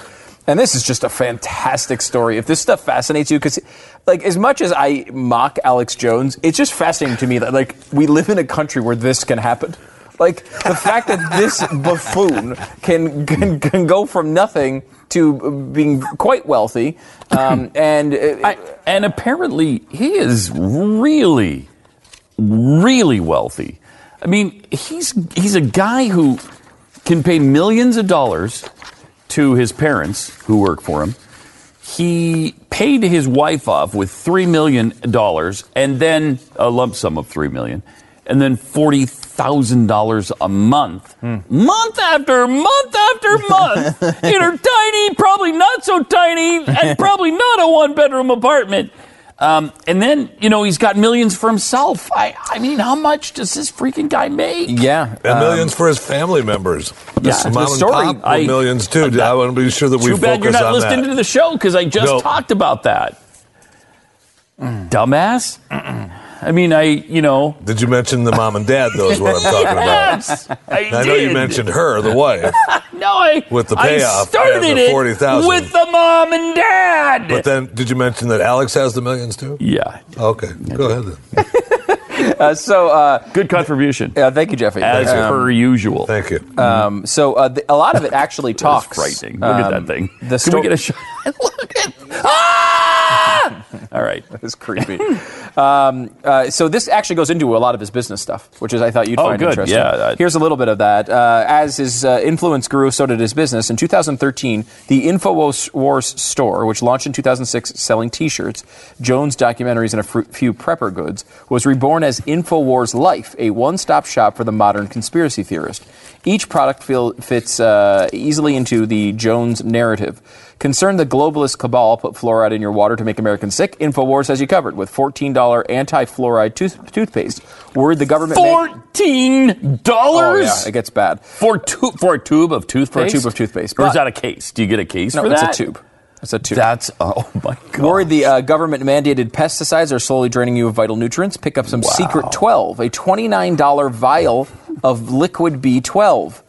[SPEAKER 1] And this is just a fantastic story. If this stuff fascinates you, because like as much as I mock Alex Jones, it's just fascinating to me that like we live in a country where this can happen. Like the fact that this buffoon can, can can go from nothing to being quite wealthy, um, and uh,
[SPEAKER 2] I, and apparently, he is really, really wealthy. I mean, he's he's a guy who can pay millions of dollars to his parents who work for him. He paid his wife off with three million dollars, and then a lump sum of three million, and then forty thousand dollars a month, month after month after month, in her tiny, probably not so tiny, and probably not a one-bedroom apartment. Um, and then you know he's got millions for himself. I, I mean, how much does this freaking guy make?
[SPEAKER 1] yeah, um,
[SPEAKER 3] And millions for his family members. This
[SPEAKER 1] the
[SPEAKER 3] mom
[SPEAKER 1] story-
[SPEAKER 3] and pop were
[SPEAKER 2] I-
[SPEAKER 3] millions too. I want to be sure that we
[SPEAKER 2] Too
[SPEAKER 3] focus
[SPEAKER 2] bad you're not
[SPEAKER 3] on
[SPEAKER 2] listening
[SPEAKER 3] that.
[SPEAKER 2] to the show because I just
[SPEAKER 3] No.
[SPEAKER 2] talked about that.
[SPEAKER 1] Mm.
[SPEAKER 2] Dumbass. I mean, I you know.
[SPEAKER 3] Did you mention the mom and dad, though, is what I'm talking about?
[SPEAKER 2] I,
[SPEAKER 3] And I know you
[SPEAKER 2] did.
[SPEAKER 3] mentioned her, the wife,
[SPEAKER 2] No, I
[SPEAKER 3] With the
[SPEAKER 2] I
[SPEAKER 3] payoff
[SPEAKER 2] started
[SPEAKER 3] and the 40,000.
[SPEAKER 2] it with the mom and dad.
[SPEAKER 3] but then did you mention that Alex has the millions, too?
[SPEAKER 2] yeah,
[SPEAKER 3] Okay, go ahead then.
[SPEAKER 1] Uh, so, uh,
[SPEAKER 2] good contribution
[SPEAKER 1] yeah, thank you, Jeffy.
[SPEAKER 2] as
[SPEAKER 1] Um,
[SPEAKER 2] per usual.
[SPEAKER 3] Thank you.
[SPEAKER 1] um, so, uh, the, a lot of it actually
[SPEAKER 2] That's
[SPEAKER 1] talks.
[SPEAKER 2] frightening. Look at
[SPEAKER 1] um,
[SPEAKER 2] that thing.
[SPEAKER 1] The
[SPEAKER 2] Can we
[SPEAKER 1] sto-
[SPEAKER 2] get a shot? Look at ah! All right.
[SPEAKER 1] It's creepy. um, uh, so this actually goes into a lot of his business stuff, which is I thought you'd
[SPEAKER 2] Oh,
[SPEAKER 1] find
[SPEAKER 2] good.
[SPEAKER 1] interesting.
[SPEAKER 2] Yeah, I-
[SPEAKER 1] Here's a little bit of that. Uh, as his uh, influence grew, so did his business. In 2013, the InfoWars store, which launched in 2006 selling T-shirts, Jones documentaries, and a fr- few prepper goods, was reborn as InfoWars Life, a one-stop shop for the modern conspiracy theorist. Each product feel, fits uh, easily into the Jones narrative. Concerned the globalist cabal put fluoride in your water to make Americans sick, InfoWars has you covered with $14 anti-fluoride tooth- toothpaste. Worried the government... may-
[SPEAKER 2] Fourteen
[SPEAKER 1] Oh,
[SPEAKER 2] dollars
[SPEAKER 1] yeah, it gets bad.
[SPEAKER 2] for two for a tube of toothpaste.
[SPEAKER 1] For a tube of toothpaste,
[SPEAKER 2] Or is
[SPEAKER 1] but-
[SPEAKER 2] that a case? Do you get a case
[SPEAKER 1] No,
[SPEAKER 2] for
[SPEAKER 1] it's
[SPEAKER 2] that?
[SPEAKER 1] a tube. It's a tube.
[SPEAKER 2] That's oh my god.
[SPEAKER 1] Worried the uh, government mandated pesticides are slowly draining you of vital nutrients? Pick up some Secret 12, a $29 vial of liquid B12.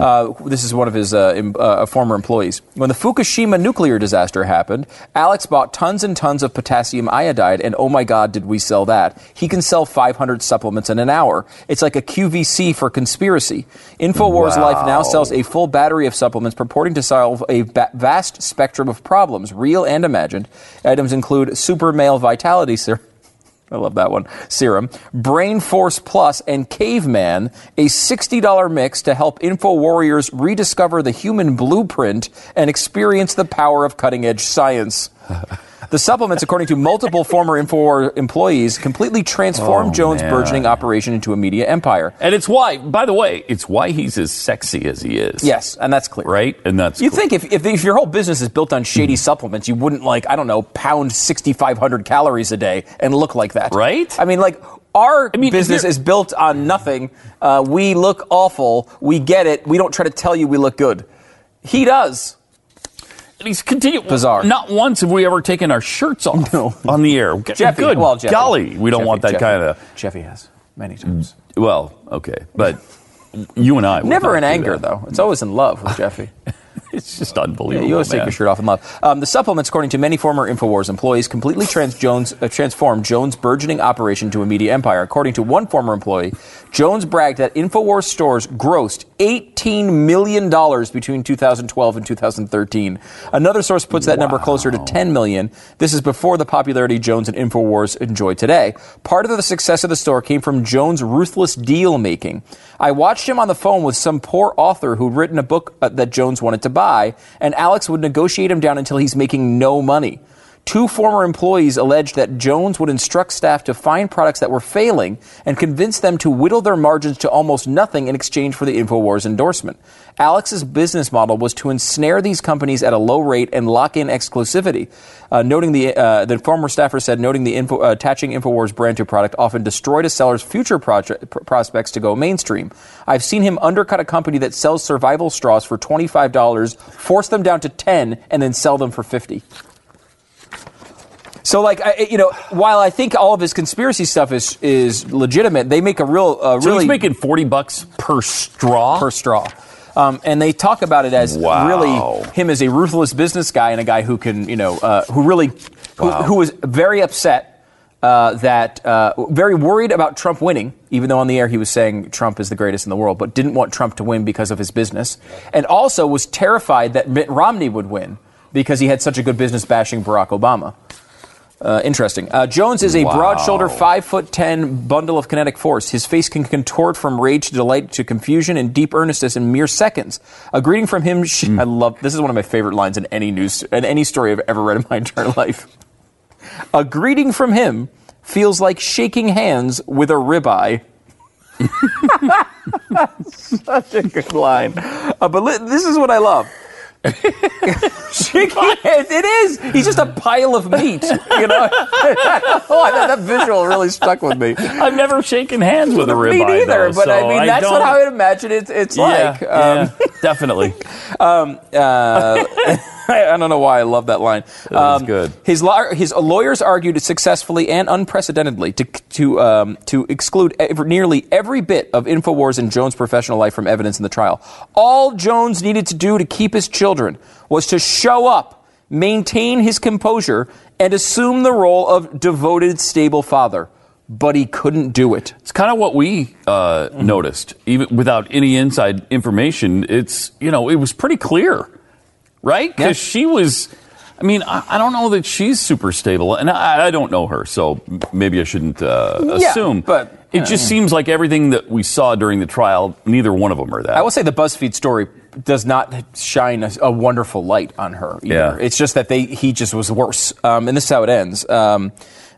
[SPEAKER 1] Uh, this is one of his uh, em- uh, former employees. When the Fukushima nuclear disaster happened, Alex bought tons and tons of potassium iodide, and oh my God, did we sell that? He can sell 500 supplements in an hour. It's like a QVC for conspiracy. InfoWars Life now sells a full battery of supplements purporting to solve a ba- vast spectrum of problems, real and imagined. Items include Super Male Vitality Serum. I love that one. Serum, Brain Force Plus, and Caveman, a $60 mix to help info warriors rediscover the human blueprint and experience the power of cutting edge science. The supplements, according to multiple former InfoWar employees, completely transformed Jones'
[SPEAKER 2] Oh, man.
[SPEAKER 1] burgeoning operation into a media empire.
[SPEAKER 2] and it's why. By the way, it's why he's as sexy as he is.
[SPEAKER 1] Yes, and that's clear.
[SPEAKER 2] Right. And that's
[SPEAKER 1] You
[SPEAKER 2] cool.
[SPEAKER 1] think if, if, if your whole business is built on
[SPEAKER 2] Hmm.
[SPEAKER 1] shady supplements, you wouldn't like I don't know pound sixty five hundred calories a day and look like that,
[SPEAKER 2] Right?
[SPEAKER 1] I mean, like our
[SPEAKER 2] mean, if
[SPEAKER 1] business
[SPEAKER 2] you're-
[SPEAKER 1] is built on nothing. Uh, we look awful. We get it. We don't try to tell you we look good. He does.
[SPEAKER 2] And he's continued.
[SPEAKER 1] Bizarre.
[SPEAKER 2] Not once have we ever taken our shirts off
[SPEAKER 1] No.
[SPEAKER 2] on the air.
[SPEAKER 1] Jeffy,
[SPEAKER 2] Good
[SPEAKER 1] well, Jeffy,
[SPEAKER 2] golly, we don't
[SPEAKER 1] Jeffy,
[SPEAKER 2] want that
[SPEAKER 1] Jeffy.
[SPEAKER 2] kind of.
[SPEAKER 1] Jeffy has many times.
[SPEAKER 2] Well, okay, but you and I would
[SPEAKER 1] Never
[SPEAKER 2] not
[SPEAKER 1] in
[SPEAKER 2] do
[SPEAKER 1] anger
[SPEAKER 2] that.
[SPEAKER 1] though. It's always in love with Jeffy.
[SPEAKER 2] It's just
[SPEAKER 1] Yeah,
[SPEAKER 2] unbelievable.
[SPEAKER 1] you always take
[SPEAKER 2] man.
[SPEAKER 1] your shirt off in love. Um, the supplements, according to many former Infowars employees, completely trans- Jones, uh, transformed Jones' burgeoning operation to a media empire. According to one former employee, Jones bragged that Infowars stores grossed eighteen million dollars between 2012 and 2013. Another source puts that number closer to 10 million. This is before the popularity Jones and Infowars enjoy today. Part of the success of the store came from Jones' ruthless deal making. I watched him on the phone with some poor author who'd written a book uh, that Jones wanted to buy, and Alex would negotiate him down until he's making no money. Two former employees alleged that Jones would instruct staff to find products that were failing and convince them to whittle their margins to almost nothing in exchange for the InfoWars endorsement. Alex's business model was to ensnare these companies at a low rate and lock in exclusivity. Uh, noting the, uh, the former staffer said, noting the info, uh, attaching InfoWars brand to a product often destroyed a seller's future project, pr- prospects to go mainstream. I've seen him undercut a company that sells survival straws for $25, force them down to 10 and then sell them for 50 so, like, I, I- you know, while I think all of his conspiracy stuff is is legitimate, they make a real, uh,
[SPEAKER 2] So
[SPEAKER 1] really
[SPEAKER 2] he's making forty bucks per straw.
[SPEAKER 1] per straw, um, and they talk about it as
[SPEAKER 2] Wow.
[SPEAKER 1] really him as a ruthless business guy and a guy who can, you know, uh, who really, who,
[SPEAKER 2] Wow.
[SPEAKER 1] who was very upset uh, that, uh, very worried about Trump winning, even though on the air he was saying Trump is the greatest in the world, but didn't want Trump to win because of his business, and also was terrified that Mitt Romney would win because he had such a good business bashing Barack Obama. Uh, interesting. Uh, Jones is a
[SPEAKER 2] Wow.
[SPEAKER 1] broad shoulder, five foot ten bundle of kinetic force. His face can contort from rage to delight to confusion and deep earnestness in mere seconds. A greeting from him. Sh- I love. This is one of my favorite lines in any news in any story I've ever read in my entire life. A greeting from him feels like shaking hands with a ribeye. Such a good line. Uh, but li- this is what I love. Shaking hands. It is. He's just a pile of meat. You know. oh, I thought that visual really stuck with me.
[SPEAKER 2] I've never shaken hands with a
[SPEAKER 1] me
[SPEAKER 2] ribeye
[SPEAKER 1] neither.
[SPEAKER 2] though,
[SPEAKER 1] but I
[SPEAKER 2] so
[SPEAKER 1] mean, that's
[SPEAKER 2] don't-
[SPEAKER 1] what I would imagine it's, it's
[SPEAKER 2] Yeah,
[SPEAKER 1] like. Um, uh,
[SPEAKER 2] yeah, definitely.
[SPEAKER 1] I don't know why I love that line. Um,
[SPEAKER 2] was good.
[SPEAKER 1] His, law- his lawyers argued successfully and unprecedentedly to, to, um, to exclude ev- nearly every bit of InfoWars and Jones' professional life from evidence in the trial. All Jones needed to do to keep his children was to show up, maintain his composure, and assume the role of devoted, stable father. But he couldn't do it.
[SPEAKER 2] It's kind of what we uh, noticed, even without any inside information. It's you know it was pretty clear, right? Because she was. I mean, I, I don't know that she's super stable, and I, I don't know her, so m- maybe I shouldn't uh,
[SPEAKER 1] Yeah,
[SPEAKER 2] assume.
[SPEAKER 1] but,
[SPEAKER 2] it
[SPEAKER 1] you know,
[SPEAKER 2] just seems like everything that we saw during the trial, neither one of them are that.
[SPEAKER 1] I will say the BuzzFeed story does not shine a, a wonderful light on her. Either.
[SPEAKER 2] Yeah.
[SPEAKER 1] It's just that they he just was worse. Um, and this is how it ends. Um,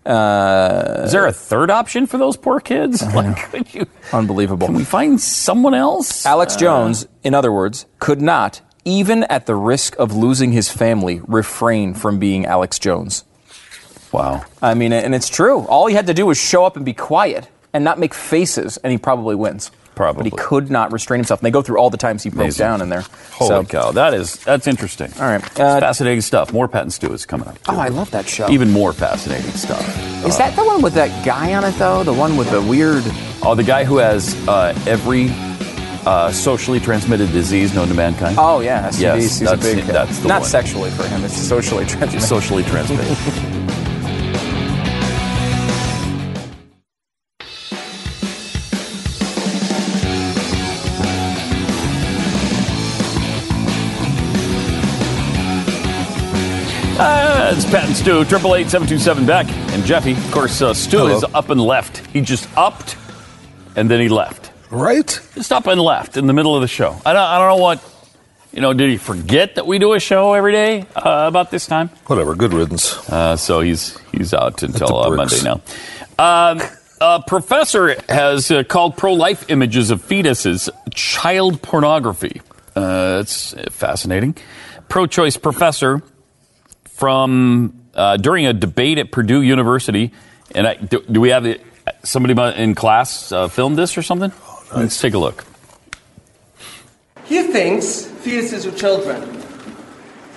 [SPEAKER 1] uh,
[SPEAKER 2] Is there a third option for those poor kids? Like, could you?
[SPEAKER 1] unbelievable.
[SPEAKER 2] Can we find someone else? Uh,
[SPEAKER 1] Alex Jones, in other words, could not, even at the risk of losing his family, refrain from being Alex Jones.
[SPEAKER 2] Wow.
[SPEAKER 1] I mean, and it's true. All he had to do was show up and be quiet and not make faces, and he probably wins.
[SPEAKER 2] Probably.
[SPEAKER 1] But he could not restrain himself. And they go through all the times he broke
[SPEAKER 2] Amazing.
[SPEAKER 1] down in there.
[SPEAKER 2] Holy
[SPEAKER 1] so,
[SPEAKER 2] cow. That is, that's interesting.
[SPEAKER 1] All right.
[SPEAKER 2] It's
[SPEAKER 1] Uh,
[SPEAKER 2] fascinating stuff. More Pat and Stu is coming up.
[SPEAKER 1] Oh, I love that show.
[SPEAKER 2] Even more fascinating stuff.
[SPEAKER 1] Is that the one with that guy on it though? The one with the weird?
[SPEAKER 2] Oh, the guy who has uh, every uh, socially transmitted disease known to mankind.
[SPEAKER 1] Oh yeah, STDs.
[SPEAKER 2] Yes,
[SPEAKER 1] He's
[SPEAKER 2] that's-
[SPEAKER 1] a big.
[SPEAKER 2] that's the
[SPEAKER 1] not
[SPEAKER 2] one.
[SPEAKER 1] sexually for him. It's socially transmitted.
[SPEAKER 2] Socially transmitted. Uh, it's Pat and Stu, triple eight seven two seven back, and Jeffy. Of course, uh, Stu
[SPEAKER 3] Hello.
[SPEAKER 2] is up and left. He just upped, and then he left.
[SPEAKER 3] Right?
[SPEAKER 2] Just up and left in the middle of the show. I don't, I don't know what. You know, did he forget that we do a show every day uh, about this time?
[SPEAKER 3] Whatever. Good riddance.
[SPEAKER 2] Uh, so he's he's out until
[SPEAKER 3] At
[SPEAKER 2] uh,
[SPEAKER 3] the
[SPEAKER 2] Monday
[SPEAKER 3] bricks.
[SPEAKER 2] now. Um, a professor has uh, called pro-life images of fetuses child pornography. Uh, it's fascinating. Pro-choice professor from uh, during a debate at Purdue University, and I, do, do we have it, somebody in class uh, filmed this or something?
[SPEAKER 3] Oh,
[SPEAKER 2] Let's take a look.
[SPEAKER 8] He thinks fetuses are children.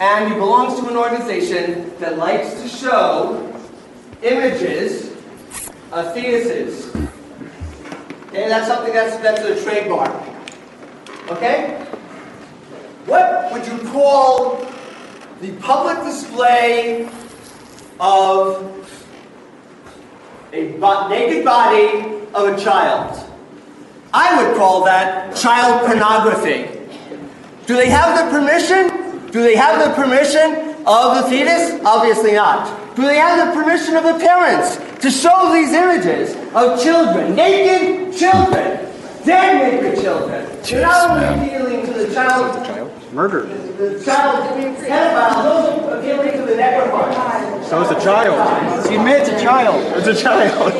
[SPEAKER 8] And he belongs to an organization that likes to show images of fetuses. Okay, that's something that's, that's a trademark. Okay? What would you call the public display of a bo- naked body of a child? I would call that child pornography. Do they have the permission? Do they have the permission of the fetus? Obviously not. Do they have the permission of the parents to show these images of children, naked children, dead naked children? You're not only appealing to the child, murder, the child pedophile, those are appealing to the necrophile. So it's a child. He admits a child. It's a child.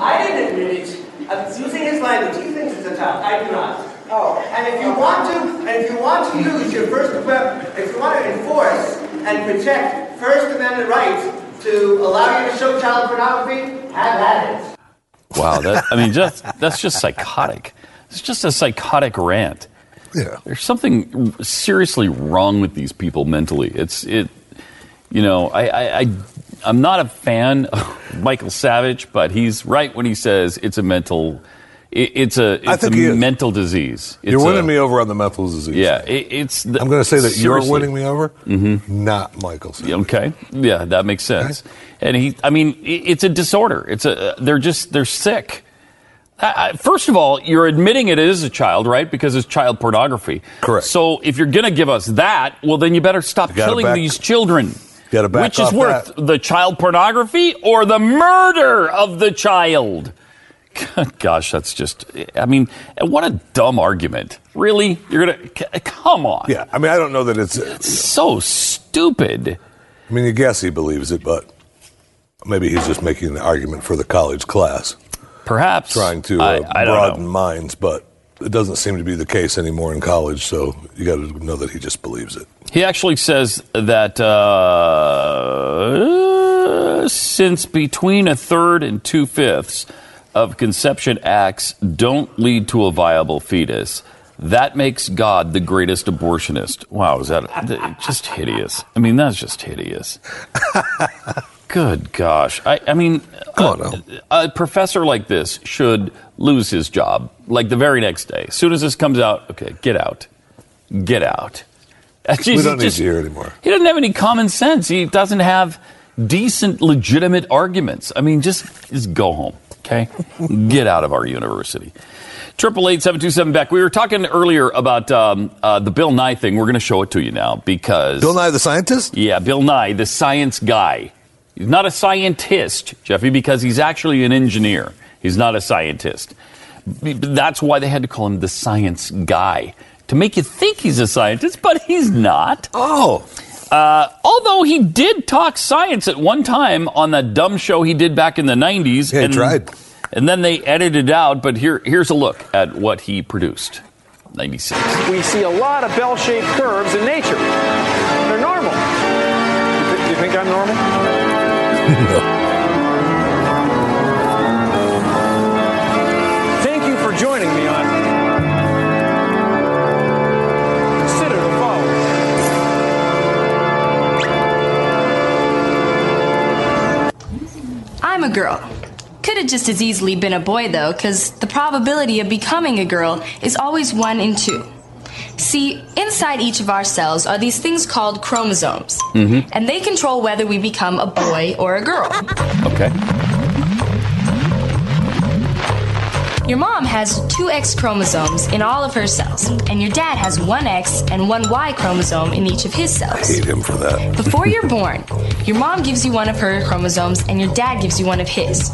[SPEAKER 8] I didn't admit it. I'm using his language. He thinks it's a child. I do not. Oh. And if you want to, and if you want to use your first, Amendment- if you want to enforce and protect First Amendment rights to allow you to show child pornography, have at it.
[SPEAKER 2] Wow, that, I mean, just that's just psychotic. It's just a psychotic rant.
[SPEAKER 3] Yeah.
[SPEAKER 2] There's something seriously wrong with these people mentally. It's it, you know, I I, I I'm not a fan of Michael Savage, but he's right when he says it's a mental, it, it's a
[SPEAKER 3] I
[SPEAKER 2] it's a
[SPEAKER 3] think he is.
[SPEAKER 2] mental disease. It's
[SPEAKER 3] You're
[SPEAKER 2] a-
[SPEAKER 3] winning me over on the mental disease.
[SPEAKER 2] Yeah, it, it's. The, Mm-hmm.
[SPEAKER 3] I'm going to say that you're winning me over, not Michael's.
[SPEAKER 2] Okay, yeah, that makes sense. And he, I mean, i- it's a disorder. It's a uh, they're just they're sick. I, I, first of all, you're admitting it is a child, right? Because it's child pornography.
[SPEAKER 3] Correct.
[SPEAKER 2] So if you're gonna give us that, well, then you better stop
[SPEAKER 3] You gotta
[SPEAKER 2] killing
[SPEAKER 3] back-
[SPEAKER 2] these children.
[SPEAKER 3] gotta back
[SPEAKER 2] Which is
[SPEAKER 3] off
[SPEAKER 2] worth
[SPEAKER 3] that.
[SPEAKER 2] the child pornography or the murder of the child? Gosh, that's just. I mean, what a dumb argument. Really, you're gonna c- come on.
[SPEAKER 3] Yeah. I mean, I don't know that it's.
[SPEAKER 2] So stupid.
[SPEAKER 3] I mean, you guess he believes it, but maybe he's just making the argument for the college class,
[SPEAKER 2] Perhaps
[SPEAKER 3] trying to uh,
[SPEAKER 2] I, I don't
[SPEAKER 3] broaden
[SPEAKER 2] know.
[SPEAKER 3] minds, but it doesn't seem to be the case anymore in college. So you got to know that he just believes it.
[SPEAKER 2] He actually says that uh, since between a third and two fifths of conception acts don't lead to a viable fetus, That makes God the greatest abortionist. Wow, is that th- just hideous? I mean, that's just hideous. Good gosh. I, I mean,
[SPEAKER 3] Come
[SPEAKER 2] a-
[SPEAKER 3] on now.
[SPEAKER 2] a professor like this should lose his job like the very next day. As soon as this comes out, okay, get out. Get out.
[SPEAKER 3] We don't need you here anymore.
[SPEAKER 2] Uh, He doesn't have any common sense. He doesn't have decent, legitimate arguments. I mean, just just go home, okay? Get out of our university. Triple eight seven two seven back. We were talking earlier about um, uh, the Bill Nye thing. We're going to show it to you now because
[SPEAKER 3] Bill Nye the scientist?
[SPEAKER 2] yeah, Bill Nye, the science guy. He's not a scientist, Jeffy, because he's actually an engineer. He's not a scientist. B- b- That's why they had to call him the science guy to make you think he's a scientist, but he's not. Uh,
[SPEAKER 3] Oh,
[SPEAKER 2] Although he did talk science at one time on that dumb show he did back in the 90s.
[SPEAKER 3] Yeah, he tried.
[SPEAKER 2] And then they edited it out, but here, here's a look at what he produced. 96.
[SPEAKER 9] We see a lot of bell shaped curves in nature. They're normal. You thi- you think I'm normal? Thank you for joining me on. Consider the following.
[SPEAKER 10] I'm a girl. Could have just as easily been a boy, though, because the probability of becoming a girl is always 1 in 2. See, inside each of our cells are these things called chromosomes, and they control whether we become a boy or a girl.
[SPEAKER 2] Okay.
[SPEAKER 10] Your mom has two X chromosomes in all of her cells, and your dad has one X and one Y chromosome in each of his cells.
[SPEAKER 3] hate him for that.
[SPEAKER 10] Before you're born, your mom gives you one of her chromosomes and your dad gives you one of his.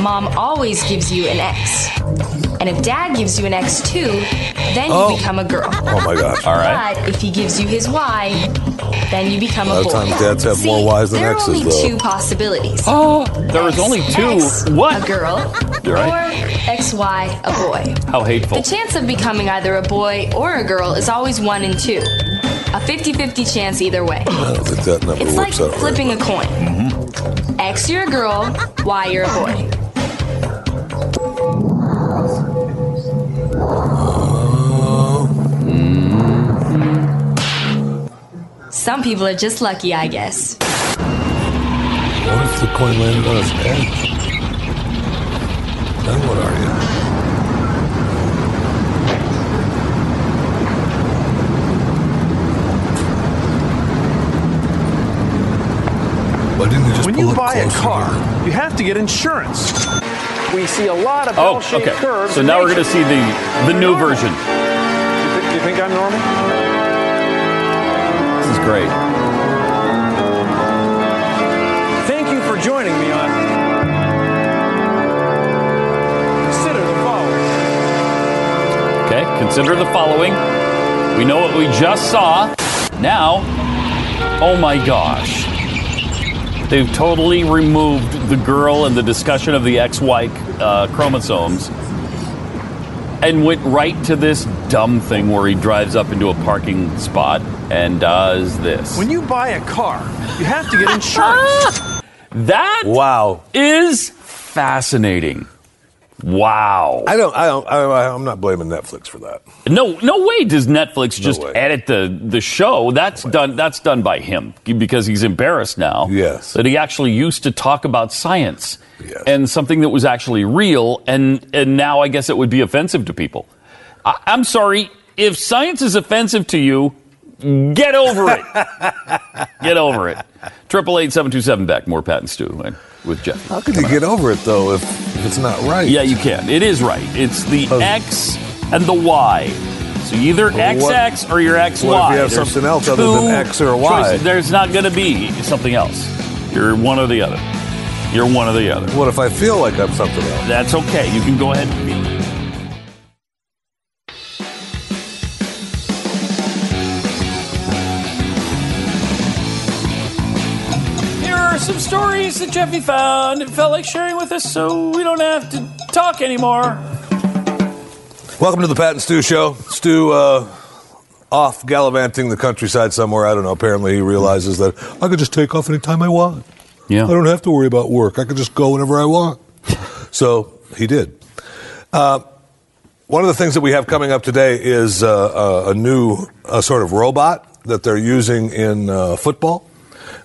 [SPEAKER 10] Mom always gives you an X. And if dad gives you an X too, then you
[SPEAKER 3] Oh.
[SPEAKER 10] become a girl.
[SPEAKER 3] Oh my gosh.
[SPEAKER 2] All right.
[SPEAKER 10] But if he gives you his Y, then you become
[SPEAKER 3] A
[SPEAKER 10] a,
[SPEAKER 3] lot
[SPEAKER 10] boy.
[SPEAKER 3] of times dads have more
[SPEAKER 10] See,
[SPEAKER 3] Ys than
[SPEAKER 10] there
[SPEAKER 3] Xs,
[SPEAKER 10] are only
[SPEAKER 3] though.
[SPEAKER 10] two possibilities.
[SPEAKER 2] Oh, there was only two.
[SPEAKER 10] X,
[SPEAKER 2] What?
[SPEAKER 10] A girl.
[SPEAKER 2] You're right.
[SPEAKER 10] Or XY, a boy.
[SPEAKER 2] How hateful.
[SPEAKER 10] The chance of becoming either a boy or a girl is always one in two. A 50 50 chance either way.
[SPEAKER 3] I don't think that number
[SPEAKER 10] It's like
[SPEAKER 3] works out.
[SPEAKER 10] flipping a coin. X, you're a girl. Y, you're a boy. Some people are just lucky, I guess.
[SPEAKER 3] right. What if the coin landed on his head? Then what are you? Why didn't you just
[SPEAKER 9] When
[SPEAKER 3] pull
[SPEAKER 9] you
[SPEAKER 3] it
[SPEAKER 9] buy a
[SPEAKER 3] closer
[SPEAKER 9] car,
[SPEAKER 3] to her?
[SPEAKER 9] you have to get insurance. We see a lot of
[SPEAKER 2] Oh,
[SPEAKER 9] bell shaped
[SPEAKER 2] okay.
[SPEAKER 9] curves.
[SPEAKER 2] So
[SPEAKER 9] in
[SPEAKER 2] now we're
[SPEAKER 9] nature.
[SPEAKER 2] going to see the the new version.
[SPEAKER 9] You thi- you think I'm normal?
[SPEAKER 2] This is great.
[SPEAKER 9] Thank you for joining me on. Consider the following.
[SPEAKER 2] Okay, consider the following. We know what we just saw. Now, oh my gosh. They've totally removed the girl and the discussion of the XY uh, chromosomes and went right to this dumb thing where he drives up into a parking spot and does this.
[SPEAKER 9] When you buy a car, you have to get insurance.
[SPEAKER 2] That is
[SPEAKER 3] Wow.
[SPEAKER 2] fascinating. Wow.
[SPEAKER 3] I don't. I don't. I, I, I'm not blaming Netflix for that.
[SPEAKER 2] No, no way does Netflix just
[SPEAKER 3] way.
[SPEAKER 2] edit the, the show. That's done. That's done by him because he's embarrassed now.
[SPEAKER 3] Yes.
[SPEAKER 2] that he actually used to talk about science
[SPEAKER 3] Yes.
[SPEAKER 2] and something that was actually real, and and now I guess it would be offensive to people. I, I'm sorry if science is offensive to you. Get over it. get over it. Triple eight seven two seven back. More Pat and Stu and with Jeff.
[SPEAKER 3] How could you get over it though if, if it's not right?
[SPEAKER 2] Yeah, you can. It is right. It's the
[SPEAKER 3] Oh.
[SPEAKER 2] X and the Y. So either
[SPEAKER 3] But what-
[SPEAKER 2] XX or your XY.
[SPEAKER 3] what if you have
[SPEAKER 2] There's
[SPEAKER 3] something else other than
[SPEAKER 2] two
[SPEAKER 3] X or Y?
[SPEAKER 2] choices. There's not going to be something else. You're one or the other. You're one or the other.
[SPEAKER 3] What if I feel like I'm something else?
[SPEAKER 2] That's okay. You can go ahead and be. Here are some stories that Jeffy found and felt like sharing with us so we don't have to talk anymore.
[SPEAKER 3] Welcome to the Pat and Stu Show. Stu uh, off gallivanting the countryside somewhere. I don't know. Apparently, he realizes that I could just take off anytime I want.
[SPEAKER 2] Yeah.
[SPEAKER 3] I don't have to worry about work. I could just go whenever I want. so he did. Uh, One of the things that we have coming up today is uh, a, a new uh, sort of robot that they're using in uh, football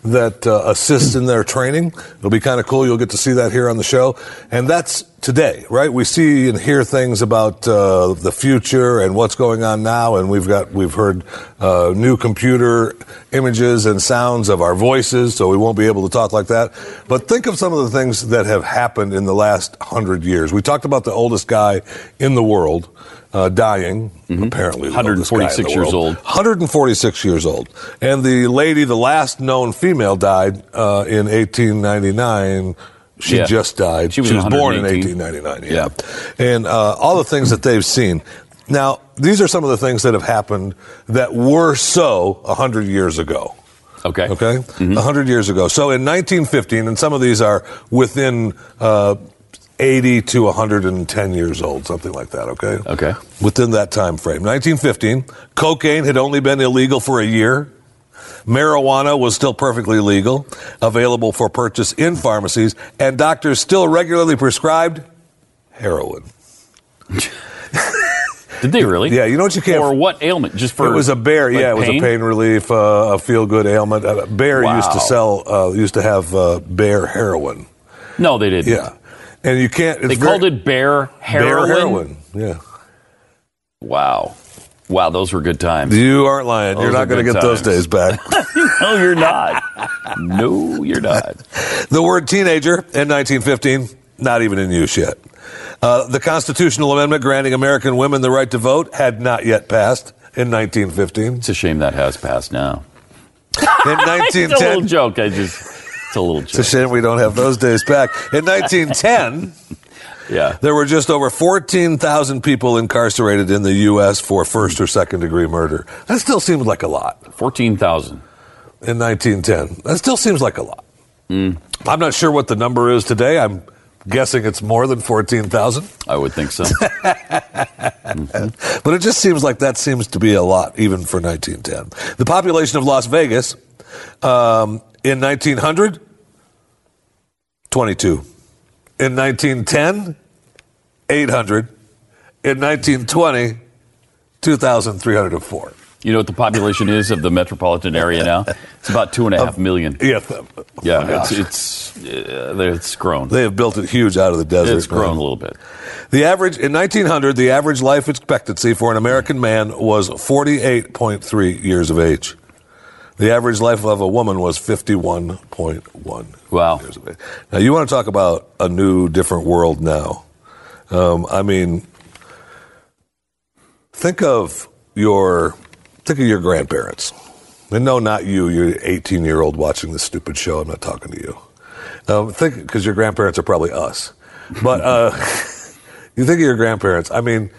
[SPEAKER 3] that uh, assists in their training. It'll be kind of cool. You'll get to see that here on the show. And that's today, right? We see and hear things about uh, the future and what's going on now. And we've got, we've heard uh, new computer images and sounds of our voices, so we won't be able to talk like that. But think of some of the things that have happened in the last hundred years. We talked about the oldest guy in the world. Uh, dying,
[SPEAKER 2] Mm-hmm.
[SPEAKER 3] apparently. the oldest guy in the
[SPEAKER 2] 146 years old.
[SPEAKER 3] world. 146 years old. And the lady, the last known female, died uh, in 1899. She
[SPEAKER 2] Yeah.
[SPEAKER 3] just died.
[SPEAKER 2] She was
[SPEAKER 3] born in
[SPEAKER 2] 118.
[SPEAKER 3] 1899. Yeah. And uh, all the things that they've seen. Now, these are some of the things that have happened that were so 100 years ago.
[SPEAKER 2] Okay. Mm-hmm.
[SPEAKER 3] Okay. 100 years ago. So in 1915, and some of these are within uh, 80 to 110 years old, something like that. Okay.
[SPEAKER 2] Okay.
[SPEAKER 3] Within that time frame, 1915, cocaine had only been illegal for a year. Marijuana was still perfectly legal, available for purchase in pharmacies, and doctors still regularly prescribed heroin.
[SPEAKER 2] Did they really?
[SPEAKER 3] Yeah, you know what you can't.
[SPEAKER 2] For what ailment? Just for
[SPEAKER 3] it was a bear.
[SPEAKER 2] like,
[SPEAKER 3] yeah, it was a pain relief, uh, a feel good ailment. Uh, bear
[SPEAKER 2] Wow.
[SPEAKER 3] used to sell, uh, used to have uh, bear heroin.
[SPEAKER 2] No, they didn't.
[SPEAKER 3] Yeah, and you can't. It's
[SPEAKER 2] They
[SPEAKER 3] very-
[SPEAKER 2] called it bear heroin.
[SPEAKER 3] bear heroin. Yeah,
[SPEAKER 2] Wow. Wow, those were good times.
[SPEAKER 3] you aren't lying. You're
[SPEAKER 2] Those
[SPEAKER 3] not
[SPEAKER 2] are
[SPEAKER 3] going to
[SPEAKER 2] good
[SPEAKER 3] get those
[SPEAKER 2] times.
[SPEAKER 3] days back.
[SPEAKER 2] No, you're not. no, you're not.
[SPEAKER 3] The word teenager in 1915, not even in use yet. Uh, the constitutional amendment granting American women the right to vote had not yet passed in 1915.
[SPEAKER 2] It's a shame that has passed now.
[SPEAKER 3] In
[SPEAKER 2] It's a little
[SPEAKER 3] 1910,
[SPEAKER 2] joke. I just. It's a little
[SPEAKER 3] it's a
[SPEAKER 2] joke.
[SPEAKER 3] shame we don't have those days back. In 1910,
[SPEAKER 2] Yeah.
[SPEAKER 3] there were just over 14,000 people incarcerated in the U.S. for first or second degree murder. That still seems like a lot.
[SPEAKER 2] 14,000.
[SPEAKER 3] in 1910. That still seems like a lot.
[SPEAKER 2] Hmm.
[SPEAKER 3] I'm not sure what the number is today. I'm guessing it's more than 14,000,
[SPEAKER 2] I would think so. Mm-hmm.
[SPEAKER 3] but it just seems like that seems to be a lot, even for 1910. The population of Las Vegas um, in 1900, 22. In 1910, 800. In 1920, 2,304.
[SPEAKER 2] You know what the population is of the metropolitan area now? It's about two and a half million.
[SPEAKER 3] Yeah, th- oh my
[SPEAKER 2] Yeah,
[SPEAKER 3] gosh.
[SPEAKER 2] it's it's, uh, it's grown.
[SPEAKER 3] they have built it huge out of the desert.
[SPEAKER 2] It's grown a
[SPEAKER 3] man.
[SPEAKER 2] little bit.
[SPEAKER 3] The average in 1900, the average life expectancy for an American man was 48.3 years of age. The average life of a woman was 51.1
[SPEAKER 2] Wow.
[SPEAKER 3] years of age. Now you want to talk about a new, different world now? Um, I mean, think of your think of your grandparents. And no, not you. You're 18 year old watching this stupid show. I'm not talking to you. Um, think because your grandparents are probably us. But uh, you think of your grandparents. I mean,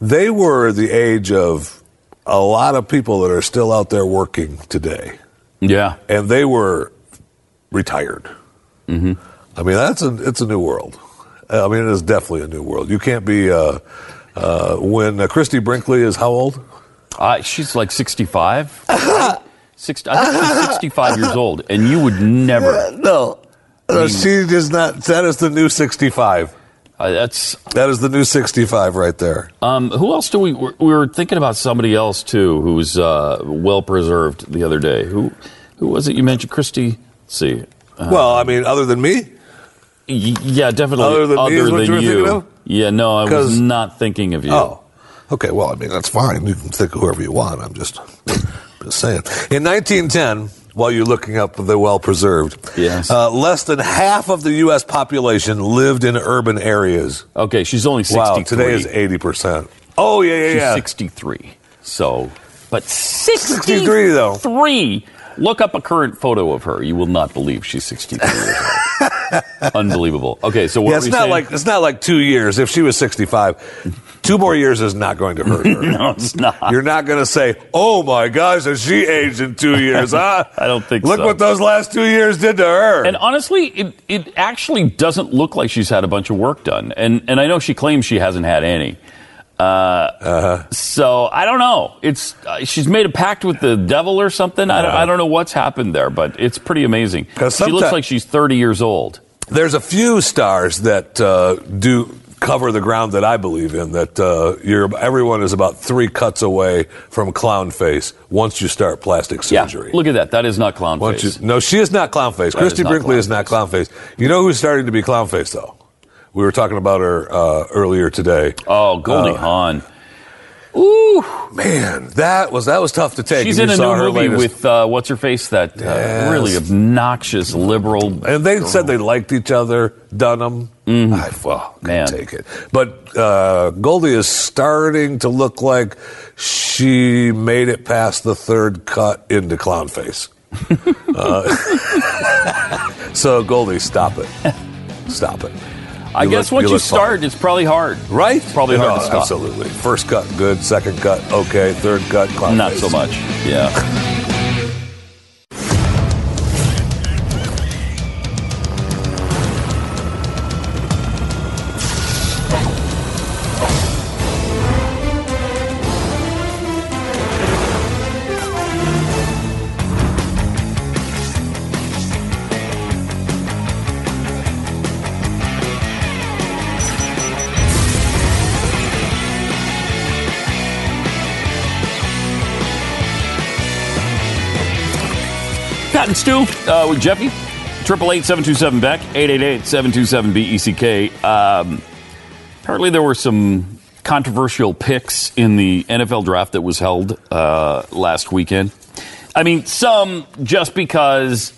[SPEAKER 3] they were the age of a lot of people that are still out there working today,
[SPEAKER 2] Yeah.
[SPEAKER 3] and they were retired.
[SPEAKER 2] Mm-hmm.
[SPEAKER 3] I mean, that's a it's a new world. I mean, it is definitely a new world. You can't be uh, uh, when uh, Christy Brinkley is how old?
[SPEAKER 2] Uh, she's like 65. right? Six, I think she's 65 years old, and you would never.
[SPEAKER 3] No, no she does not. That is the new sixty-five.
[SPEAKER 2] Uh, that's
[SPEAKER 3] That is the new sixty-five right there.
[SPEAKER 2] um, who else do we? We we were thinking about somebody else too, who's uh, well preserved the other day. Who, who was it? You mentioned Christy. Let's see,
[SPEAKER 3] well, I mean, other than me,
[SPEAKER 2] Uh, Y- yeah, definitely.
[SPEAKER 3] Other than me is what you were thinking of?
[SPEAKER 2] Yeah, no, I
[SPEAKER 3] 'Cause-
[SPEAKER 2] was not thinking of you.
[SPEAKER 3] Oh, okay. Well, I mean, that's fine. You can think of whoever you want. I'm just, just saying. In 1910, while you're looking up the well preserved,
[SPEAKER 2] Yes.
[SPEAKER 3] uh, less than half of the U.S. population lived in urban areas.
[SPEAKER 2] Okay, she's only 63.
[SPEAKER 3] Wow, today is 80%. Oh, yeah, yeah,
[SPEAKER 2] She's
[SPEAKER 3] yeah.
[SPEAKER 2] 63. So, but
[SPEAKER 3] 63,
[SPEAKER 2] 63
[SPEAKER 3] though.
[SPEAKER 2] Three. Look up a current photo of her. You will not believe she's 63 years old. Unbelievable. Okay, so what
[SPEAKER 3] Yeah,
[SPEAKER 2] were
[SPEAKER 3] it's
[SPEAKER 2] you
[SPEAKER 3] not
[SPEAKER 2] saying?
[SPEAKER 3] like it's not like two years. If she was 65, two more years is not going to hurt her.
[SPEAKER 2] no, it's not.
[SPEAKER 3] You're not going to say, "Oh my gosh, has she aged in two years?" Huh?
[SPEAKER 2] I don't think
[SPEAKER 3] Look
[SPEAKER 2] so.
[SPEAKER 3] what those last two years did to her.
[SPEAKER 2] And honestly, it, it actually doesn't look like she's had a bunch of work done. And, and I know she claims she hasn't had any. Uh,
[SPEAKER 3] Uh-huh.
[SPEAKER 2] So I don't know. It's uh, she's made a pact with the devil or something. I,
[SPEAKER 3] Uh-huh.
[SPEAKER 2] don't, I don't know what's happened there, but it's pretty amazing.
[SPEAKER 3] 'Cause
[SPEAKER 2] She looks
[SPEAKER 3] sometime-
[SPEAKER 2] like she's 30 years old.
[SPEAKER 3] There's a few stars that uh, do cover the ground that I believe in. That uh, you're everyone is about three cuts away from clown face once you start plastic surgery.
[SPEAKER 2] Yeah, look at that. That is not clown
[SPEAKER 3] Once
[SPEAKER 2] face.
[SPEAKER 3] you- no, she is not clown face.
[SPEAKER 2] That
[SPEAKER 3] Christy
[SPEAKER 2] is not
[SPEAKER 3] Brinkley
[SPEAKER 2] clown
[SPEAKER 3] is not clown face. You know who's starting to be clown face though? We were talking about her uh, earlier today.
[SPEAKER 2] Oh, Goldie
[SPEAKER 3] Uh,
[SPEAKER 2] Hawn.
[SPEAKER 3] Ooh, man, that was that was tough to take.
[SPEAKER 2] She's
[SPEAKER 3] You
[SPEAKER 2] in a
[SPEAKER 3] saw
[SPEAKER 2] new
[SPEAKER 3] her
[SPEAKER 2] movie
[SPEAKER 3] latest-
[SPEAKER 2] with uh, what's her face? That uh,
[SPEAKER 3] Yes.
[SPEAKER 2] really obnoxious liberal. Mm.
[SPEAKER 3] and they said they liked each other. Dunham, I well,
[SPEAKER 2] Man.
[SPEAKER 3] can take it. But uh, Goldie is starting to look like she made it past the third cut into clown face. uh, so Goldie, stop it, stop it.
[SPEAKER 2] I
[SPEAKER 3] You
[SPEAKER 2] guess
[SPEAKER 3] look-
[SPEAKER 2] once you
[SPEAKER 3] look fine.
[SPEAKER 2] start, it's probably hard.
[SPEAKER 3] Right?
[SPEAKER 2] Probably hard to
[SPEAKER 3] No,
[SPEAKER 2] stop.
[SPEAKER 3] Absolutely. First cut, good. Second cut, okay. Third cut, clown
[SPEAKER 2] Not
[SPEAKER 3] face.
[SPEAKER 2] so much. Yeah. Pat and Stu uh, with Jeffy. Triple eight seven two seven Beck eight eight eight seven two seven B E C K. Um, apparently, there were some controversial picks in the NFL draft that was held uh, last weekend. I mean, some just because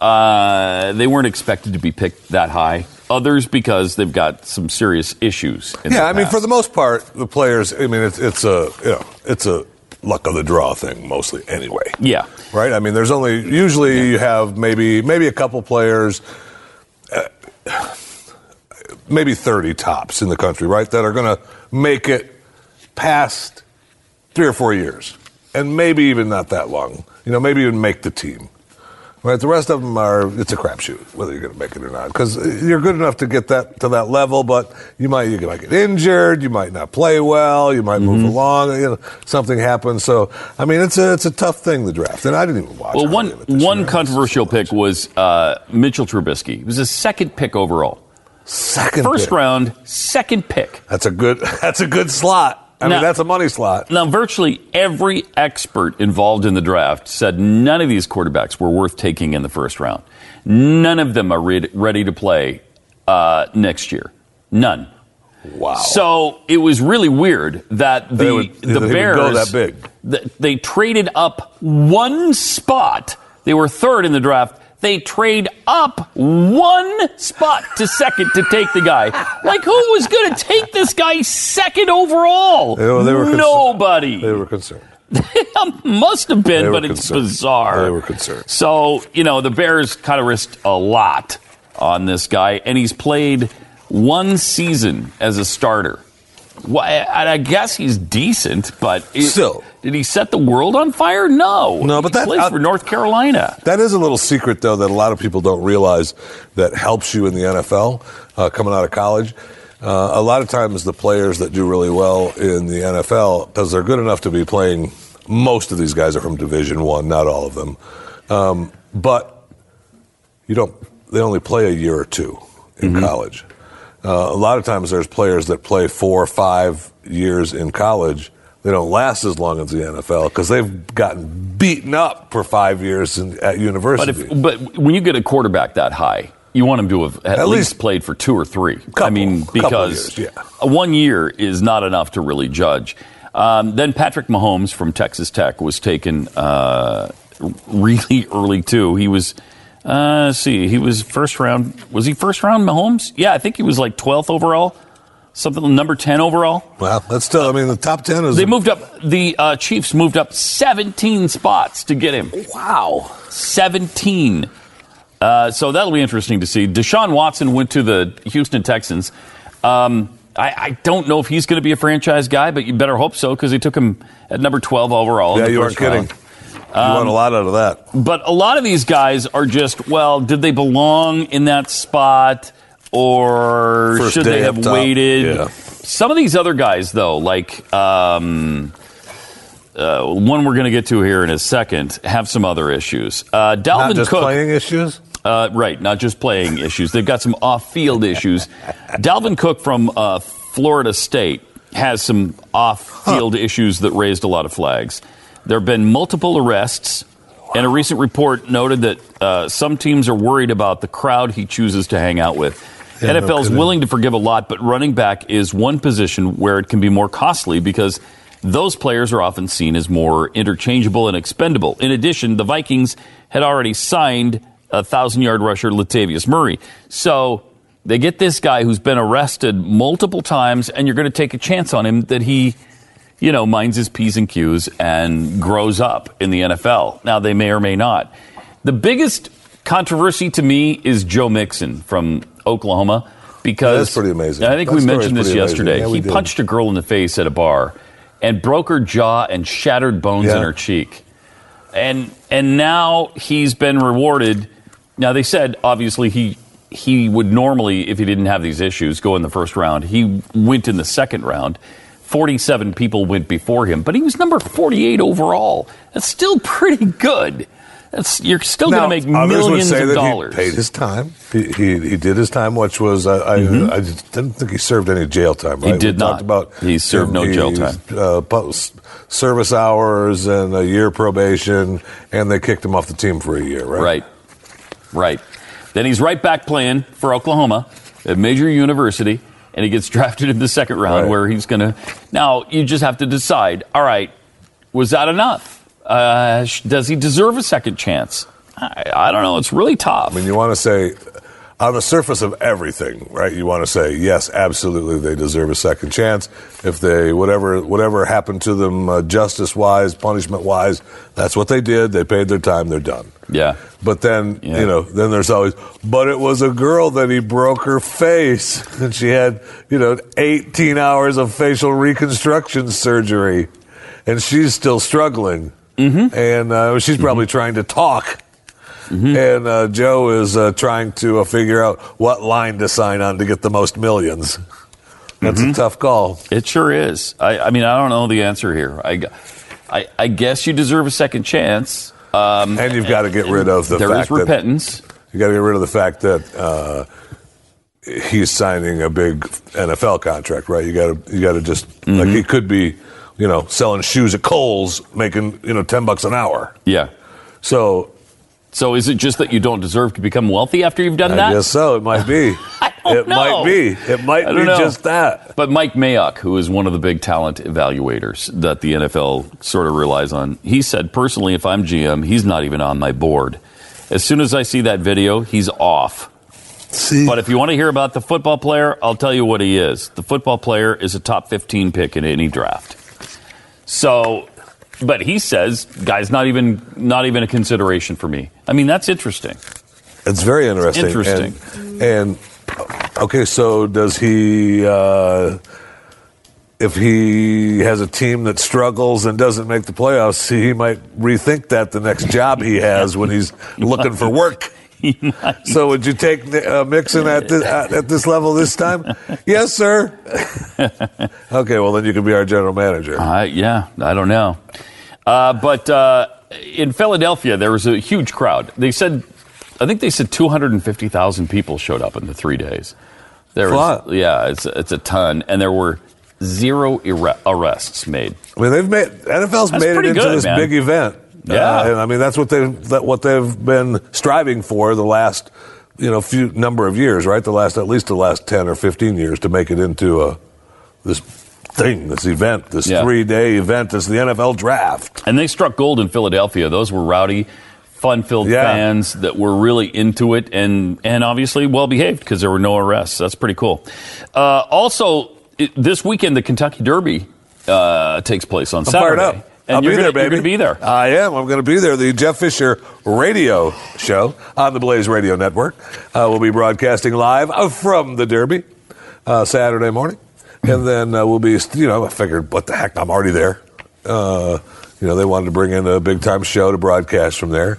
[SPEAKER 2] uh, they weren't expected to be picked that high. Others because they've got some serious issues. In
[SPEAKER 3] Yeah,
[SPEAKER 2] their
[SPEAKER 3] I mean,
[SPEAKER 2] past.
[SPEAKER 3] for the most part, the players. I mean, it's it's a you know, it's a luck of the draw thing mostly, anyway.
[SPEAKER 2] yeah.
[SPEAKER 3] Right? I mean, there's only usually you have maybe maybe a couple players, uh, maybe 30 tops in the country, right? That are going to make it past three or four years, and maybe even not that long. You know, maybe even make the team. Right, the rest of them are. It's a crapshoot whether you're going to make it or not because you're good enough to get that to that level, but you might you might get injured, you might not play well, you might move along, you know, something happens. So I mean, it's a it's a tough thing the draft, and I didn't even watch.
[SPEAKER 2] Well,
[SPEAKER 3] hardly
[SPEAKER 2] one
[SPEAKER 3] of it this
[SPEAKER 2] one
[SPEAKER 3] year.
[SPEAKER 2] controversial pick was uh, Mitchell Trubisky. He was his second pick overall.
[SPEAKER 3] second
[SPEAKER 2] First
[SPEAKER 3] pick.
[SPEAKER 2] round, second pick.
[SPEAKER 3] That's a good that's a good slot. I
[SPEAKER 2] Now-
[SPEAKER 3] mean, that's a money slot.
[SPEAKER 2] Now, virtually every expert involved in the draft said none of these quarterbacks were worth taking in the first round. None of them are re- ready to play uh, next year. None.
[SPEAKER 3] Wow.
[SPEAKER 2] So it was really weird that the
[SPEAKER 3] They would-
[SPEAKER 2] the
[SPEAKER 3] they would
[SPEAKER 2] Bears
[SPEAKER 3] go that big.
[SPEAKER 2] th- they traded up one spot. They were third in the draft. They trade up one spot to second to take the guy. Like who was going to take this guy second overall?
[SPEAKER 3] Oh, They were- they were concerned.
[SPEAKER 2] Oh, Nobody.
[SPEAKER 3] they were concerned.
[SPEAKER 2] Must have
[SPEAKER 3] They
[SPEAKER 2] been,
[SPEAKER 3] were
[SPEAKER 2] but it's
[SPEAKER 3] concerned.
[SPEAKER 2] bizarre.
[SPEAKER 3] They were concerned.
[SPEAKER 2] So you know the Bears kind of risked a lot on this guy, and he's played one season as a starter. Why? And I guess he's decent, but it-
[SPEAKER 3] Still.
[SPEAKER 2] did he set the world on fire? No,
[SPEAKER 3] No, but
[SPEAKER 2] he
[SPEAKER 3] that- uh,
[SPEAKER 2] plays
[SPEAKER 3] I-
[SPEAKER 2] for North Carolina.
[SPEAKER 3] That is a little secret, though, that a lot of people don't realize that helps you in the NFL uh, coming out of college. Uh, a lot of times, the players that do really well in the NFL, because they're good enough to be playing, most of these guys are from Division One, not all of them. Um, but you don't; they only play a year or two in
[SPEAKER 2] Mm-hmm.
[SPEAKER 3] college. Uh, a lot of times, there's players that play four or five years in college. They don't last as long as the NFL because they've gotten beaten up for five years in, at
[SPEAKER 2] But
[SPEAKER 3] university.
[SPEAKER 2] if but when you get a quarterback that high, you want him to have at,
[SPEAKER 3] At
[SPEAKER 2] least,
[SPEAKER 3] least-
[SPEAKER 2] played for two or three. I
[SPEAKER 3] Couple-
[SPEAKER 2] mean,
[SPEAKER 3] couple
[SPEAKER 2] because
[SPEAKER 3] years, yeah.
[SPEAKER 2] one year is not enough to really judge. Um, then Patrick Mahomes from Texas Tech was taken uh, really early too. He was. Uh, let's see, he was first round. Was he first round Mahomes? Yeah, I think he was like 12th overall, something number 10 overall.
[SPEAKER 3] Well, that's still. I mean, the top ten is.
[SPEAKER 2] They moved up. The uh, Chiefs moved up 17 spots to get him. Wow, 17. Uh, so that'll be interesting to see. Deshaun Watson went to the Houston Texans. Um, I, I don't know if he's going to be a franchise guy, but you better hope so because he took him at number 12 overall. in
[SPEAKER 3] yeah,
[SPEAKER 2] the
[SPEAKER 3] you aren't
[SPEAKER 2] first
[SPEAKER 3] kidding.
[SPEAKER 2] round. Um,
[SPEAKER 3] you want a lot out of that.
[SPEAKER 2] But a lot of these guys are just, well, did they belong in that spot or
[SPEAKER 3] First
[SPEAKER 2] should they
[SPEAKER 3] day
[SPEAKER 2] have
[SPEAKER 3] up top.
[SPEAKER 2] waited?
[SPEAKER 3] Yeah.
[SPEAKER 2] Some of these other guys, though, like um, uh, one we're going to get to here in a second, have some other issues. Uh, Dalvin
[SPEAKER 3] Not just
[SPEAKER 2] Cook.
[SPEAKER 3] playing issues.
[SPEAKER 2] Uh, right, not just playing issues. They've got some off-field issues. Dalvin Cook from uh, Florida State has some off-field issues that raised a lot of flags. There have been multiple arrests, and a recent report noted that uh, some teams are worried about the crowd he chooses to hang out with.
[SPEAKER 3] Yeah, no
[SPEAKER 2] NFL's
[SPEAKER 3] kidding.
[SPEAKER 2] willing to forgive a lot, but running back is one position where it can be more costly because those players are often seen as more interchangeable and expendable. In addition, the Vikings had already signed a thousand yard rusher, Latavius Murray. So they get this guy who's been arrested multiple times, and you're going to take a chance on him that he, you know, minds his P's and Q's and grows up in the NFL. Now, they may or may not. The biggest controversy to me is Joe Mixon from Oklahoma because
[SPEAKER 3] That's pretty amazing.
[SPEAKER 2] And I think
[SPEAKER 3] That
[SPEAKER 2] we
[SPEAKER 3] story's
[SPEAKER 2] mentioned this
[SPEAKER 3] pretty amazing.
[SPEAKER 2] yesterday.
[SPEAKER 3] Yeah, we
[SPEAKER 2] he
[SPEAKER 3] did.
[SPEAKER 2] punched a girl in the face at a bar and broke her jaw and shattered bones
[SPEAKER 3] Yeah.
[SPEAKER 2] in her cheek. And and now he's been rewarded. Now they said obviously he he would normally if he didn't have these issues go in the first round. He went in the second round. 47 people went before him, but he was number 48 overall. That's still pretty good. That's, you're still
[SPEAKER 3] Now,
[SPEAKER 2] going to make
[SPEAKER 3] others would
[SPEAKER 2] millions
[SPEAKER 3] say
[SPEAKER 2] of
[SPEAKER 3] that
[SPEAKER 2] dollars.
[SPEAKER 3] He paid his time. He, he, he did his time, which was uh, I, I, I just didn't think he served any jail time.
[SPEAKER 2] Mm-hmm. He
[SPEAKER 3] Right?
[SPEAKER 2] did
[SPEAKER 3] we
[SPEAKER 2] not.
[SPEAKER 3] Talked about
[SPEAKER 2] He served no jail
[SPEAKER 3] his,
[SPEAKER 2] time.
[SPEAKER 3] Uh, post service hours and a year probation, and they kicked him off the team for a year. Right.
[SPEAKER 2] Right. Right. Then he's right back playing for Oklahoma, a major university, and he gets drafted in the second round
[SPEAKER 3] Right.
[SPEAKER 2] where he's going to. Now, you just have to decide all right, was that enough? Uh, sh- does he deserve a second chance? I, I don't know. It's really tough.
[SPEAKER 3] I mean, you want to say, on the surface of everything, right? You want to say, yes, absolutely, they deserve a second chance. If they whatever whatever happened to them, uh, justice wise, punishment wise, that's what they did. They paid their time. They're done.
[SPEAKER 2] yeah.
[SPEAKER 3] But then
[SPEAKER 2] Yeah.
[SPEAKER 3] you know, then there's always. But it was a girl that he broke her face, and she had you know 18 hours of facial reconstruction surgery, and she's still struggling, mm-hmm. and uh, she's probably
[SPEAKER 2] Mm-hmm.
[SPEAKER 3] trying to talk. And uh, Joe is uh, trying to uh, figure out what line to sign on to get the most millions. That's a tough call.
[SPEAKER 2] Mm-hmm. It sure is. I, I mean, I don't know the answer here. I, g- I- I guess you deserve a second chance. Um,
[SPEAKER 3] And you've got to get rid of the
[SPEAKER 2] there
[SPEAKER 3] fact
[SPEAKER 2] is
[SPEAKER 3] that
[SPEAKER 2] repentance.
[SPEAKER 3] You got to get rid of the fact that uh, he's signing a big NFL contract, right? You got to you got to just
[SPEAKER 2] Mm-hmm.
[SPEAKER 3] like he could be, you know, selling shoes at Kohl's, making you know ten bucks an hour.
[SPEAKER 2] yeah.
[SPEAKER 3] So
[SPEAKER 2] So is it just that you don't deserve to become wealthy after you've done
[SPEAKER 3] I
[SPEAKER 2] that?
[SPEAKER 3] guess so. It might be.
[SPEAKER 2] I don't
[SPEAKER 3] it
[SPEAKER 2] know.
[SPEAKER 3] might be. It might
[SPEAKER 2] I
[SPEAKER 3] be
[SPEAKER 2] don't know.
[SPEAKER 3] just that.
[SPEAKER 2] But Mike Mayock, who is one of the big talent evaluators that the NFL sort of relies on, he said personally, if I'm GM, he's not even on my board. As soon as I see that video, he's off.
[SPEAKER 3] See,
[SPEAKER 2] But if you want to hear about the football player, I'll tell you what he is. The football player is a top 15 pick in any draft. So, but he says, guy's not even not even a consideration for me. I mean, that's interesting.
[SPEAKER 3] it's very interesting.
[SPEAKER 2] interesting.
[SPEAKER 3] And, and, okay, so does he? Uh, if he has a team that struggles and doesn't make the playoffs, he might rethink that the next job he has when he's looking for work. So would you take uh, Mixon at this, at at this level this time? yes, sir. okay, well then you can be our general manager.
[SPEAKER 2] I, Uh, yeah, I don't know. Uh, but uh, in Philadelphia, there was a huge crowd. They said, I think they said 250,000 people showed up in the three days. There
[SPEAKER 3] It's a
[SPEAKER 2] was,
[SPEAKER 3] lot.
[SPEAKER 2] Yeah, it's, it's a ton. And there were zero arre- arrests made.
[SPEAKER 3] I mean, they've made NFL's
[SPEAKER 2] That's
[SPEAKER 3] made it
[SPEAKER 2] pretty
[SPEAKER 3] into
[SPEAKER 2] good,
[SPEAKER 3] this
[SPEAKER 2] man.
[SPEAKER 3] big event. Uh,
[SPEAKER 2] Yeah.
[SPEAKER 3] and I mean that's what they've that, what they've been striving for the last you know few number of years, right? The last at least the last ten or fifteen years to make it into a this thing, this event, this
[SPEAKER 2] Yeah.
[SPEAKER 3] three day event. It's the NFL draft.
[SPEAKER 2] And they struck gold in Philadelphia. Those were rowdy, fun filled
[SPEAKER 3] Yeah.
[SPEAKER 2] fans that were really into it and, and obviously well behaved because there were no arrests. That's pretty cool. Uh, also, it, this weekend, the Kentucky Derby uh, takes place on
[SPEAKER 3] I'm
[SPEAKER 2] Saturday.
[SPEAKER 3] fired up.
[SPEAKER 2] And
[SPEAKER 3] I'll
[SPEAKER 2] you're
[SPEAKER 3] be
[SPEAKER 2] gonna,
[SPEAKER 3] there, baby.
[SPEAKER 2] You're going to be there.
[SPEAKER 3] I am. I'm going to be there. The Jeff Fisher radio show on the Blaze Radio Network uh, will be broadcasting live from the Derby uh, Saturday morning, and then uh, we'll be. You know, I figured, what the heck? I'm already there. Uh, you know, they wanted to bring in a big time show to broadcast from there.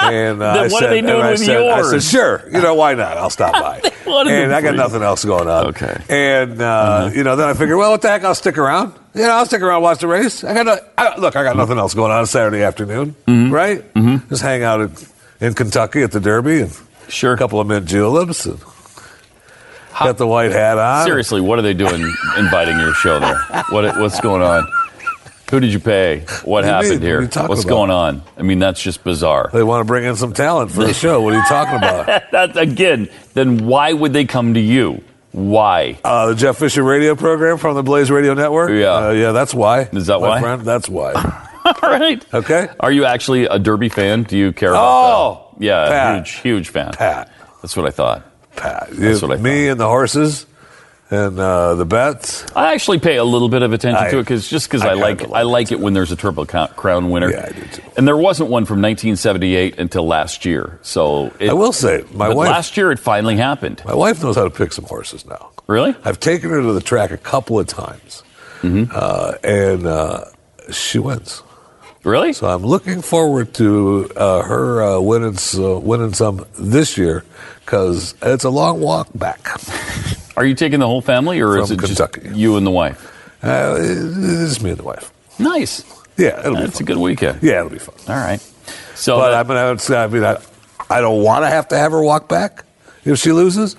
[SPEAKER 3] And uh,
[SPEAKER 2] Then
[SPEAKER 3] I
[SPEAKER 2] what are
[SPEAKER 3] said,
[SPEAKER 2] they doing
[SPEAKER 3] and I
[SPEAKER 2] with
[SPEAKER 3] said, I
[SPEAKER 2] yours?
[SPEAKER 3] said, sure, you know, why not? I'll stop by.
[SPEAKER 2] wanted to
[SPEAKER 3] and I got
[SPEAKER 2] bring-
[SPEAKER 3] nothing else going on.
[SPEAKER 2] Okay. Uh-huh.
[SPEAKER 3] And uh, you know, then I figured, well, what the heck? I'll stick around. You know, I'll stick around, and watch the race. I got no, I, look, I got nothing else
[SPEAKER 2] Mm-hmm.
[SPEAKER 3] going on Saturday afternoon, right? Mm-hmm. Just hang out at, in Kentucky at the Derby and
[SPEAKER 2] Sure. A
[SPEAKER 3] couple of mint juleps. and Got the white hat on.
[SPEAKER 2] Seriously, what are they doing inviting your show there? What, what's going on? Who did you pay? What
[SPEAKER 3] do you
[SPEAKER 2] happened
[SPEAKER 3] mean? What
[SPEAKER 2] here?
[SPEAKER 3] are you talking
[SPEAKER 2] what's
[SPEAKER 3] about?
[SPEAKER 2] going on? I mean, that's just bizarre.
[SPEAKER 3] They want to bring in some talent for the show. What are you talking about?
[SPEAKER 2] that, again, then why would they come to you? Why?
[SPEAKER 3] Uh, the Jeff Fisher radio program from the Blaze Radio Network.
[SPEAKER 2] Yeah.
[SPEAKER 3] uh, yeah, that's why.
[SPEAKER 2] Is that
[SPEAKER 3] my
[SPEAKER 2] why?
[SPEAKER 3] friend, that's why.
[SPEAKER 2] All right.
[SPEAKER 3] Okay,
[SPEAKER 2] Are you actually a Derby fan? Do you care
[SPEAKER 3] Oh,
[SPEAKER 2] about that? Yeah,
[SPEAKER 3] Pat.
[SPEAKER 2] huge, huge fan.
[SPEAKER 3] Pat.
[SPEAKER 2] That's what I thought.
[SPEAKER 3] Pat.
[SPEAKER 2] That's what I
[SPEAKER 3] me and the horses and uh, the bets.
[SPEAKER 2] I actually pay a little bit of attention
[SPEAKER 3] I-
[SPEAKER 2] to it because just because I,
[SPEAKER 3] I kinda
[SPEAKER 2] like,
[SPEAKER 3] like
[SPEAKER 2] I like it when there's a Triple Cou- Crown winner.
[SPEAKER 3] Yeah, I do too.
[SPEAKER 2] And there wasn't one from 1978 until last year. So it,
[SPEAKER 3] I will say, my
[SPEAKER 2] but
[SPEAKER 3] wife-
[SPEAKER 2] last year it finally happened.
[SPEAKER 3] My wife knows how to pick some horses now.
[SPEAKER 2] Really? Mm-hmm.
[SPEAKER 3] I've taken her to the track a couple of times, uh, and uh, she wins.
[SPEAKER 2] Really?
[SPEAKER 3] So I'm looking forward to uh, her uh, winning uh, winning some this year because it's a long walk back.
[SPEAKER 2] Are you taking the whole family, or is it
[SPEAKER 3] From Kentucky.
[SPEAKER 2] just you and the wife?
[SPEAKER 3] Uh, it's me and the wife.
[SPEAKER 2] Nice.
[SPEAKER 3] Yeah, it'll be
[SPEAKER 2] That's
[SPEAKER 3] fun.
[SPEAKER 2] a good weekend.
[SPEAKER 3] Yeah, it'll be fun.
[SPEAKER 2] All right. So,
[SPEAKER 3] But
[SPEAKER 2] that-
[SPEAKER 3] I mean, I, would say, I mean, I, I don't want to have to have her walk back if she loses.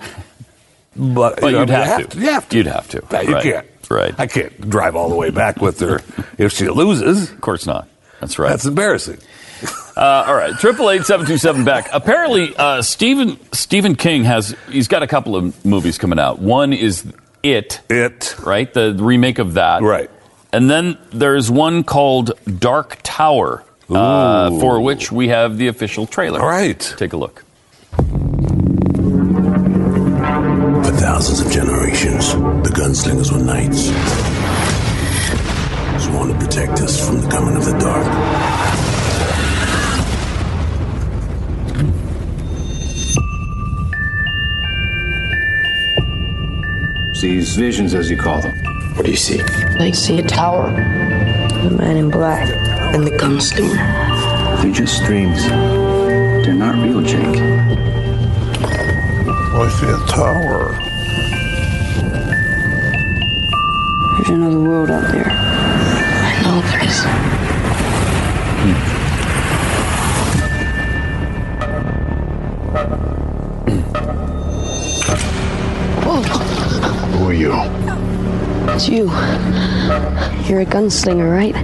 [SPEAKER 3] But,
[SPEAKER 2] but
[SPEAKER 3] you know,
[SPEAKER 2] you'd
[SPEAKER 3] I mean, I
[SPEAKER 2] have, to.
[SPEAKER 3] You have to.
[SPEAKER 2] You'd have to.
[SPEAKER 3] Yeah, you
[SPEAKER 2] right.
[SPEAKER 3] can't.
[SPEAKER 2] Right.
[SPEAKER 3] I can't drive all the way back with her if she loses.
[SPEAKER 2] Of course not. That's right.
[SPEAKER 3] That's embarrassing.
[SPEAKER 2] Uh, all right, triple eight seven two seven back. Apparently, uh, Stephen Stephen King has he's got a couple of movies coming out. One is It,
[SPEAKER 3] It.
[SPEAKER 2] right, the remake of that,
[SPEAKER 3] Right.
[SPEAKER 2] and then there's one called Dark Tower, uh, for which we have the official trailer.
[SPEAKER 3] All right.
[SPEAKER 2] take a look.
[SPEAKER 11] For thousands of generations, the gunslingers were knights, sworn to protect us from the coming of the dark.
[SPEAKER 12] These visions, as you call them. What do you see?
[SPEAKER 13] They see a tower, a man in black, and the gunslinger.
[SPEAKER 12] They're just dreams. They're not real, Jake.
[SPEAKER 3] I see a tower.
[SPEAKER 13] There's another world out there. I know there is.
[SPEAKER 12] Who are you?
[SPEAKER 13] It's you. You're a gunslinger, right?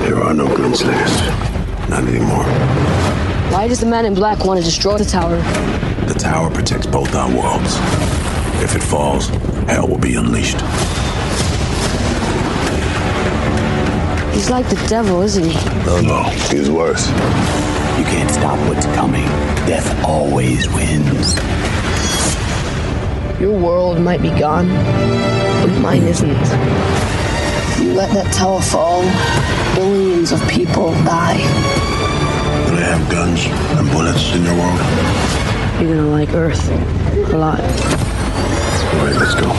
[SPEAKER 11] There are no gunslingers. Not anymore.
[SPEAKER 13] Why does the man in black want to destroy the tower?
[SPEAKER 11] The tower protects both our worlds. If it falls, hell will be unleashed.
[SPEAKER 13] He's like the devil, isn't he?
[SPEAKER 11] No, no, it's worse.
[SPEAKER 12] You can't stop what's coming. Death always wins.
[SPEAKER 13] Your world might be gone, but mine isn't. You let that tower fall, billions of people die.
[SPEAKER 11] Do they have guns and bullets in your world?
[SPEAKER 13] You're gonna like Earth a lot.
[SPEAKER 11] All right, let's go.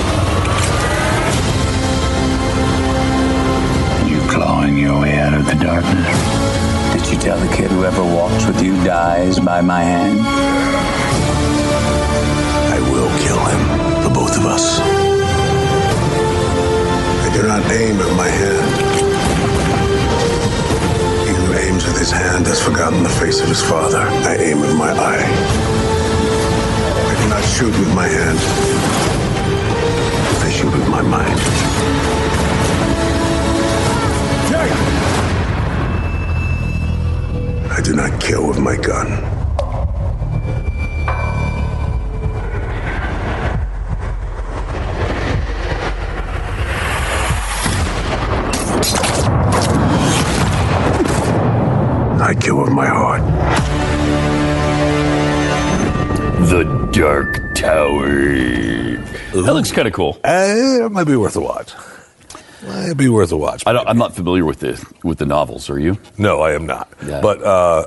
[SPEAKER 12] You clawing your way out of the darkness. Did you tell the kid whoever walks with you dies by my hand?
[SPEAKER 11] I will kill him, the both of us. I do not aim at my hand. He who aims at his hand has forgotten the face of his father. I aim with my eye. I do not shoot with my hand. I shoot with my mind. I do not kill with my gun. I kill with my heart.
[SPEAKER 2] The Dark Tower. That looks kind of cool.
[SPEAKER 3] Uh, it might be worth a watch. Might be worth a watch.
[SPEAKER 2] I don't, I'm not familiar with the with the novels. Are you?
[SPEAKER 3] No, I am not.
[SPEAKER 2] Yeah.
[SPEAKER 3] But uh,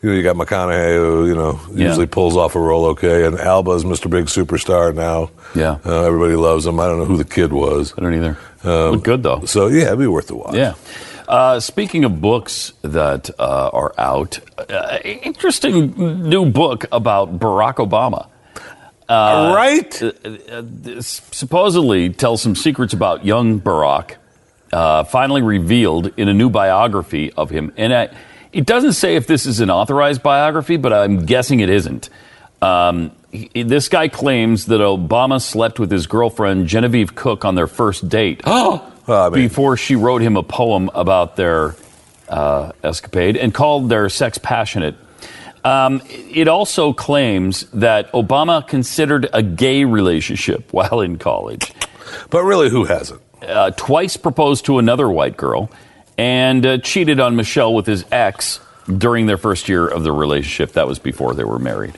[SPEAKER 3] you know, you got McConaughey, who you know
[SPEAKER 2] Yeah.
[SPEAKER 3] usually pulls off a role okay, and Alba's Mr. Big superstar now.
[SPEAKER 2] Yeah.
[SPEAKER 3] uh, everybody loves him. I don't know who the kid was. Um,
[SPEAKER 2] I don't either. Look good though.
[SPEAKER 3] So yeah, it'd be worth the watch.
[SPEAKER 2] Yeah. Uh, speaking of books that uh, are out, uh, interesting new book about Barack Obama. Uh,
[SPEAKER 3] right.
[SPEAKER 2] supposedly tells some secrets about young Barack, uh, finally revealed in a new biography of him. And I, It doesn't say if this is an authorized biography, but I'm guessing it isn't. Um, he- this guy claims that Obama slept with his girlfriend Genevieve Cook on their first date before she wrote him a poem about their uh, escapade and called their sex passionate. Um, it also claims that Obama considered a gay relationship while in college.
[SPEAKER 3] But really, who hasn't?
[SPEAKER 2] Uh, twice proposed to another white girl and uh, cheated on Michelle with his ex during their first year of their relationship. That was before they were married.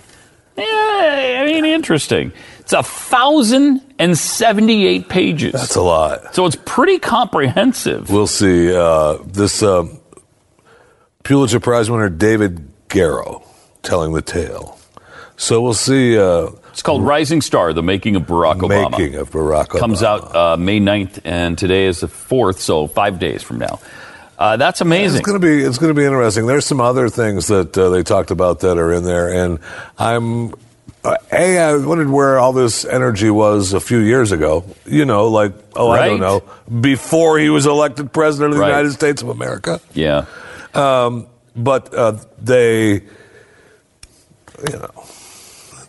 [SPEAKER 2] Yeah, I mean, interesting. It's a thousand and seventy-eight pages. That's
[SPEAKER 3] a lot.
[SPEAKER 2] So it's pretty comprehensive.
[SPEAKER 3] We'll see. Uh, this um, Pulitzer Prize winner David Garrow telling the tale. So we'll see. Uh,
[SPEAKER 2] it's called Rising Star: The Making of Barack Obama.
[SPEAKER 3] Making of Barack Obama.
[SPEAKER 2] comes out uh, May 9th, and today is the fourth, so five days from now. Uh, that's amazing.
[SPEAKER 3] It's gonna be it's gonna be interesting. There's some other things that uh, they talked about that are in there, and I'm uh, a I wondered where all this energy was a few years ago. You know, like oh I
[SPEAKER 2] Right.
[SPEAKER 3] don't know before he was elected president of the
[SPEAKER 2] Right.
[SPEAKER 3] United States of America.
[SPEAKER 2] Yeah.
[SPEAKER 3] Um, but uh, they, you know,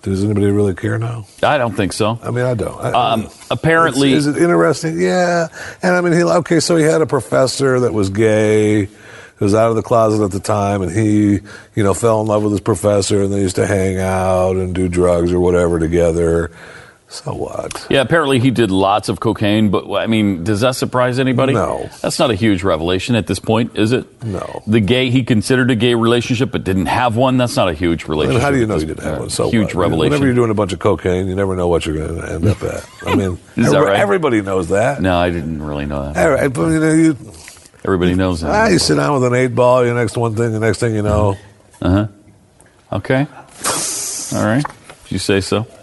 [SPEAKER 3] does anybody really care now?
[SPEAKER 2] I don't think so.
[SPEAKER 3] I mean, I don't. I,
[SPEAKER 2] Um, apparently,
[SPEAKER 3] Is, is it interesting? Yeah. And I mean, he okay. So he had a professor that was gay, who was out of the closet at the time, and he, you know, fell in love with his professor, and they used to hang out and do drugs or whatever together. So what?
[SPEAKER 2] Yeah, apparently he did lots of cocaine, but I mean, does that surprise anybody?
[SPEAKER 3] No.
[SPEAKER 2] That's not a huge revelation at this point, is it?
[SPEAKER 3] No.
[SPEAKER 2] The gay, he considered a gay relationship but didn't have one. That's not a huge relationship.
[SPEAKER 3] And how do you know
[SPEAKER 2] It's
[SPEAKER 3] you didn't have
[SPEAKER 2] a
[SPEAKER 3] one? So
[SPEAKER 2] huge
[SPEAKER 3] what?
[SPEAKER 2] revelation.
[SPEAKER 3] Whenever you're doing a bunch of cocaine, you never know what you're going to end up at. I mean,
[SPEAKER 2] Is that
[SPEAKER 3] every-
[SPEAKER 2] right?
[SPEAKER 3] everybody knows that.
[SPEAKER 2] no, I didn't really know that.
[SPEAKER 3] All right, but you know, you,
[SPEAKER 2] Everybody knows that.
[SPEAKER 3] ah, you sit down with an eight ball, your next one thing, the next thing you know.
[SPEAKER 2] Uh huh. Okay. All right. If you say so.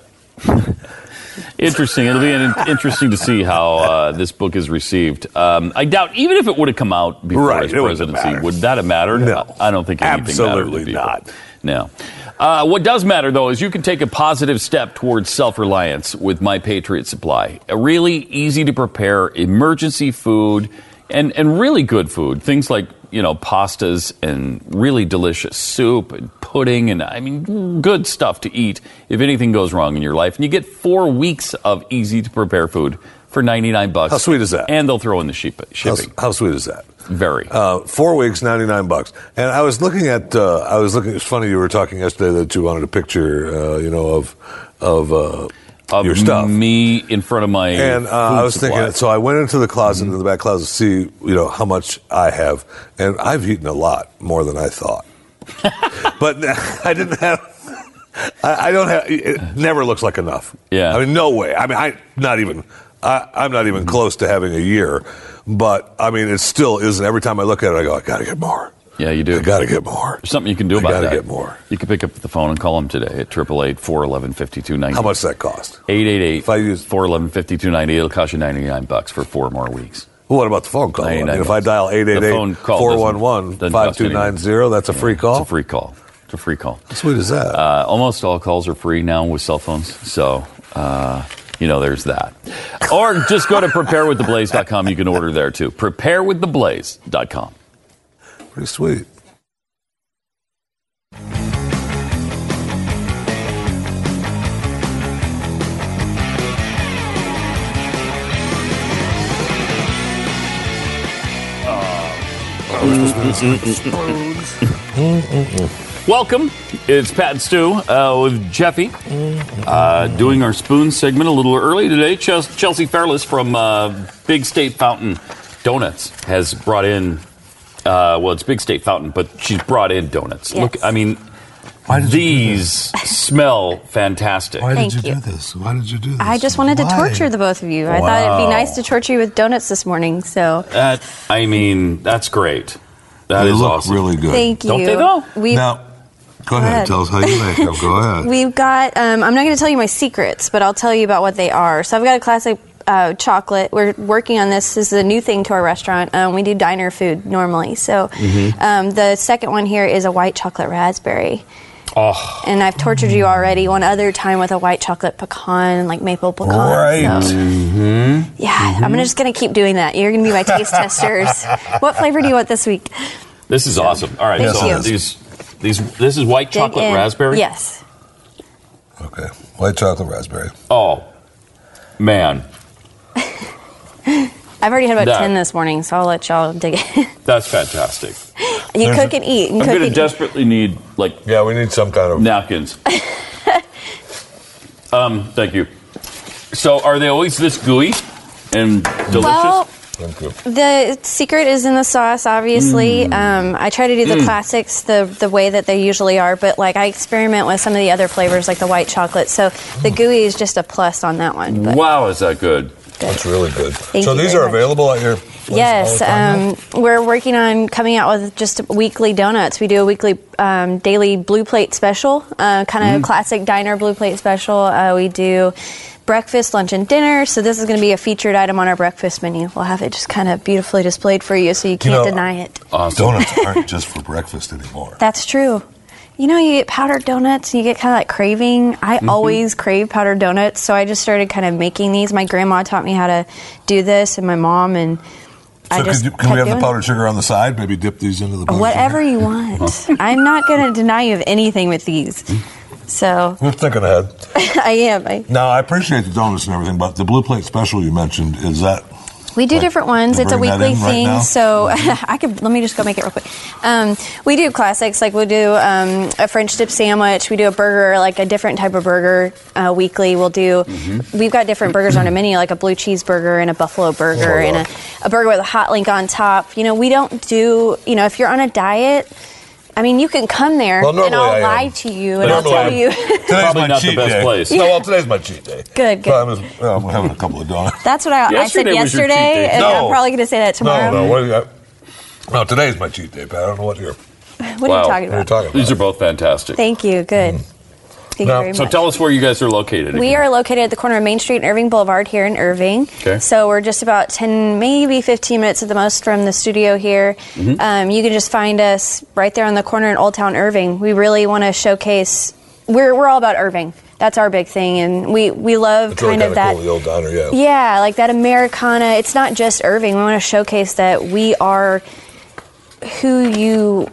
[SPEAKER 2] interesting. It'll be an, interesting to see how uh, this book is received. Um, I doubt even if it would have come out before
[SPEAKER 3] Right,
[SPEAKER 2] his
[SPEAKER 3] it wouldn't have
[SPEAKER 2] presidency,
[SPEAKER 3] mattered.
[SPEAKER 2] would that have mattered?
[SPEAKER 3] No.
[SPEAKER 2] I don't think anything
[SPEAKER 3] Absolutely
[SPEAKER 2] mattered to people. No. Uh, what does matter, though, is you can take a positive step towards self reliance with My Patriot Supply. A really easy to prepare emergency food and, and really good food. Things like, you know, pastas and really delicious soup and pudding and, I mean, good stuff to eat if anything goes wrong in your life. And you get four weeks of easy to prepare food for 99 bucks.
[SPEAKER 3] How sweet is that?
[SPEAKER 2] And they'll throw in the sheep, shipping.
[SPEAKER 3] How, how sweet is that?
[SPEAKER 2] Very.
[SPEAKER 3] Uh, four weeks, ninety nine bucks. And I was looking at, uh, I was looking. It's funny you were talking yesterday that you wanted a picture, uh, you know, of of, uh,
[SPEAKER 2] of
[SPEAKER 3] your stuff.
[SPEAKER 2] me in front of my
[SPEAKER 3] And uh,
[SPEAKER 2] food
[SPEAKER 3] I was
[SPEAKER 2] supply. Mm-hmm.
[SPEAKER 3] thinking, so I went into the closet, into the back closet, to see you know how much I have, and I've eaten a lot more than I thought. but I didn't have. I, I don't have. It never looks like enough.
[SPEAKER 2] Yeah. Mm-hmm.
[SPEAKER 3] I mean, no way. I mean, I not even. I, I'm not even close to having a year, but I mean, it still isn't. Every time I look at it, I go, I gotta get more.
[SPEAKER 2] Yeah, you do.
[SPEAKER 3] I gotta get more.
[SPEAKER 2] There's something you can do
[SPEAKER 3] I
[SPEAKER 2] about
[SPEAKER 3] gotta
[SPEAKER 2] that.
[SPEAKER 3] get more.
[SPEAKER 2] You can pick up the phone and call them today at 888-411-5290.
[SPEAKER 3] How much does that cost?
[SPEAKER 2] 888-411-5290. It'll cost you 99 bucks for four more weeks.
[SPEAKER 3] Well, what about the phone call? I mean,
[SPEAKER 2] 99
[SPEAKER 3] if I
[SPEAKER 2] bucks.
[SPEAKER 3] dial
[SPEAKER 2] The phone call doesn't- doesn't cost
[SPEAKER 3] 888-411-5290,
[SPEAKER 2] anything.
[SPEAKER 3] that's a
[SPEAKER 2] Yeah,
[SPEAKER 3] free call.
[SPEAKER 2] It's a free call. It's a free call.
[SPEAKER 3] How sweet is that?
[SPEAKER 2] Uh, almost all calls are free now with cell phones, so uh, you know there's that. Or just go to preparewiththeblaze.com. You can order there too. Preparewiththeblaze.com.
[SPEAKER 3] Pretty sweet. Uh,
[SPEAKER 2] Welcome. It's Pat and Stu uh, with Jeffy. Uh, doing our spoon segment a little early today. Chels- Chelsea Fairless from uh, Big State Fountain Donuts has brought in, uh, well, it's Big State Fountain, but she's brought in donuts.
[SPEAKER 14] Yes.
[SPEAKER 2] Look, I mean, these smell fantastic.
[SPEAKER 14] Why did Thank you do you.
[SPEAKER 3] this? Why did you do
[SPEAKER 14] I just wanted to torture the both of you. I thought it'd
[SPEAKER 2] Wow.
[SPEAKER 14] be nice to torture you with donuts this morning. So
[SPEAKER 2] That, I mean, that's great. That is
[SPEAKER 3] They look
[SPEAKER 2] awesome.
[SPEAKER 3] really good.
[SPEAKER 14] thank you.
[SPEAKER 2] Don't they though?
[SPEAKER 14] We've,
[SPEAKER 3] go
[SPEAKER 14] ahead.
[SPEAKER 3] Tell us how you make them. Go ahead.
[SPEAKER 14] we've got. Um, I'm not going to tell you my secrets, but I'll tell you about what they are. So I've got a classic uh, chocolate. We're working on this. This is a new thing to our restaurant. Um, we do diner food normally. So
[SPEAKER 3] Mm-hmm.
[SPEAKER 2] Mhm.
[SPEAKER 14] um, the second one here is a white chocolate raspberry.
[SPEAKER 2] Oh,
[SPEAKER 14] And I've tortured you already one other time with a white chocolate pecan, like maple pecan. so-
[SPEAKER 2] Mhm.
[SPEAKER 14] Yeah, I'm gonna- just going to keep doing that. You're going to be my taste testers. What flavor do you want this week?
[SPEAKER 2] This is awesome. All right,
[SPEAKER 14] Thank
[SPEAKER 2] so
[SPEAKER 14] you.
[SPEAKER 2] these these this is white
[SPEAKER 14] Dig
[SPEAKER 2] chocolate
[SPEAKER 14] in.
[SPEAKER 2] raspberry.
[SPEAKER 14] Yes.
[SPEAKER 3] Okay. White chocolate raspberry.
[SPEAKER 2] Oh man,
[SPEAKER 14] I've already had about
[SPEAKER 2] That.
[SPEAKER 14] 10 this morning, so I'll let y'all dig it.
[SPEAKER 2] that's fantastic.
[SPEAKER 14] you
[SPEAKER 2] There's
[SPEAKER 14] cook
[SPEAKER 2] a-
[SPEAKER 14] and eat.
[SPEAKER 2] I'm
[SPEAKER 14] And
[SPEAKER 2] going
[SPEAKER 14] cook
[SPEAKER 2] to
[SPEAKER 14] and eat.
[SPEAKER 2] desperately need like
[SPEAKER 3] yeah, we need some kind of
[SPEAKER 2] napkins. um, thank you. So, are they always this gooey and delicious?
[SPEAKER 14] Well-
[SPEAKER 3] thank you.
[SPEAKER 14] The secret is in the sauce, obviously. Um, I try to do the
[SPEAKER 2] Mm.
[SPEAKER 14] classics the, the way that they usually are, but like I experiment with some of the other flavors, like the white chocolate. So the
[SPEAKER 2] Mm.
[SPEAKER 14] gooey is just a plus on that one. But
[SPEAKER 2] Wow, is that good?
[SPEAKER 3] That's really good.
[SPEAKER 14] Thank
[SPEAKER 3] so
[SPEAKER 14] you
[SPEAKER 3] these
[SPEAKER 14] very
[SPEAKER 3] are
[SPEAKER 14] much.
[SPEAKER 3] available at your.
[SPEAKER 14] Yes, um, we're working on coming out with just weekly donuts. We do a weekly, um, daily blue plate special, uh, kind of
[SPEAKER 15] Mm.
[SPEAKER 14] classic diner blue plate special. Uh, we do breakfast, lunch, and dinner. So this is going to be a featured item on our breakfast menu. We'll have it just kind of beautifully displayed for you, so you can't
[SPEAKER 3] know,
[SPEAKER 14] deny it.
[SPEAKER 3] Donuts aren't just for breakfast anymore.
[SPEAKER 14] That's true. You know, you get powdered donuts and you get kind of like craving. I
[SPEAKER 3] Mhm.
[SPEAKER 14] always crave powdered donuts, so I just started kind of making these. My grandma taught me how to do this, and my mom, and I
[SPEAKER 3] So
[SPEAKER 14] just
[SPEAKER 3] could you, can
[SPEAKER 14] kept
[SPEAKER 3] we have the
[SPEAKER 14] doing it.
[SPEAKER 3] powdered sugar on the side? Maybe dip these into the. blue
[SPEAKER 14] Whatever
[SPEAKER 3] sugar?
[SPEAKER 14] you want. I'm not going to deny you of anything with these. So
[SPEAKER 3] We're thinking ahead.
[SPEAKER 14] I am. I,
[SPEAKER 3] Now I appreciate the donuts and everything, but the blue plate special you mentioned is that
[SPEAKER 14] we do different ones.
[SPEAKER 3] you
[SPEAKER 14] It's a
[SPEAKER 3] bring that
[SPEAKER 14] weekly
[SPEAKER 3] in right
[SPEAKER 14] thing.
[SPEAKER 3] now?
[SPEAKER 14] so I could let me just go make it real quick. Um, we do classics like we'll do um, a French dip sandwich. We do a burger, like a different type of burger uh, weekly. We'll do.
[SPEAKER 3] Mm-hmm.
[SPEAKER 14] We've got different burgers on a menu, like a blue cheeseburger and a buffalo burger
[SPEAKER 15] Oh,
[SPEAKER 14] and
[SPEAKER 15] Lord.
[SPEAKER 14] a, a burger with a hot link on top. You know, we don't do. You know, if you're on a diet. I mean, you can come there
[SPEAKER 3] Well,
[SPEAKER 14] and
[SPEAKER 3] normally
[SPEAKER 14] I'll
[SPEAKER 3] I am.
[SPEAKER 14] lie to you and I'll
[SPEAKER 3] Normally
[SPEAKER 14] tell
[SPEAKER 3] I'm-
[SPEAKER 14] you.
[SPEAKER 3] today's my
[SPEAKER 2] not the
[SPEAKER 3] cheat
[SPEAKER 2] best
[SPEAKER 3] day.
[SPEAKER 2] place.
[SPEAKER 3] No,
[SPEAKER 14] Yeah.
[SPEAKER 3] well, today's my cheat day.
[SPEAKER 14] Good, good.
[SPEAKER 3] So I'm, just, well, I'm having a couple of donuts.
[SPEAKER 14] That's what I, I said
[SPEAKER 3] Yesterday was your cheat
[SPEAKER 14] yesterday,
[SPEAKER 3] day.
[SPEAKER 14] and
[SPEAKER 3] No.
[SPEAKER 14] I'm probably going to say that tomorrow.
[SPEAKER 3] No, no, what do you, no. Today's my cheat day, but I don't know what you're.
[SPEAKER 14] What are you talking about?
[SPEAKER 2] These are both fantastic. Mm.
[SPEAKER 14] Thank you. Good. Thank you
[SPEAKER 2] Now-
[SPEAKER 14] very
[SPEAKER 2] so
[SPEAKER 14] much.
[SPEAKER 2] tell us where you guys are located.
[SPEAKER 14] We are located at the corner of Main Street and Irving Boulevard here in Irving.
[SPEAKER 2] Okay.
[SPEAKER 14] So we're just about 10, maybe 15 minutes at the most from the studio here.
[SPEAKER 2] Mm-hmm.
[SPEAKER 15] Mhm.
[SPEAKER 14] Um, you can just find us right there on the corner in Old Town Irving. We really want to showcase, we're, we're all about Irving. That's our big thing. And we, we love
[SPEAKER 3] It's really
[SPEAKER 14] kind
[SPEAKER 3] kind
[SPEAKER 14] of that.
[SPEAKER 3] cool, the old diner, yeah.
[SPEAKER 14] Yeah, like that Americana. It's not just Irving. We want to showcase that we are who you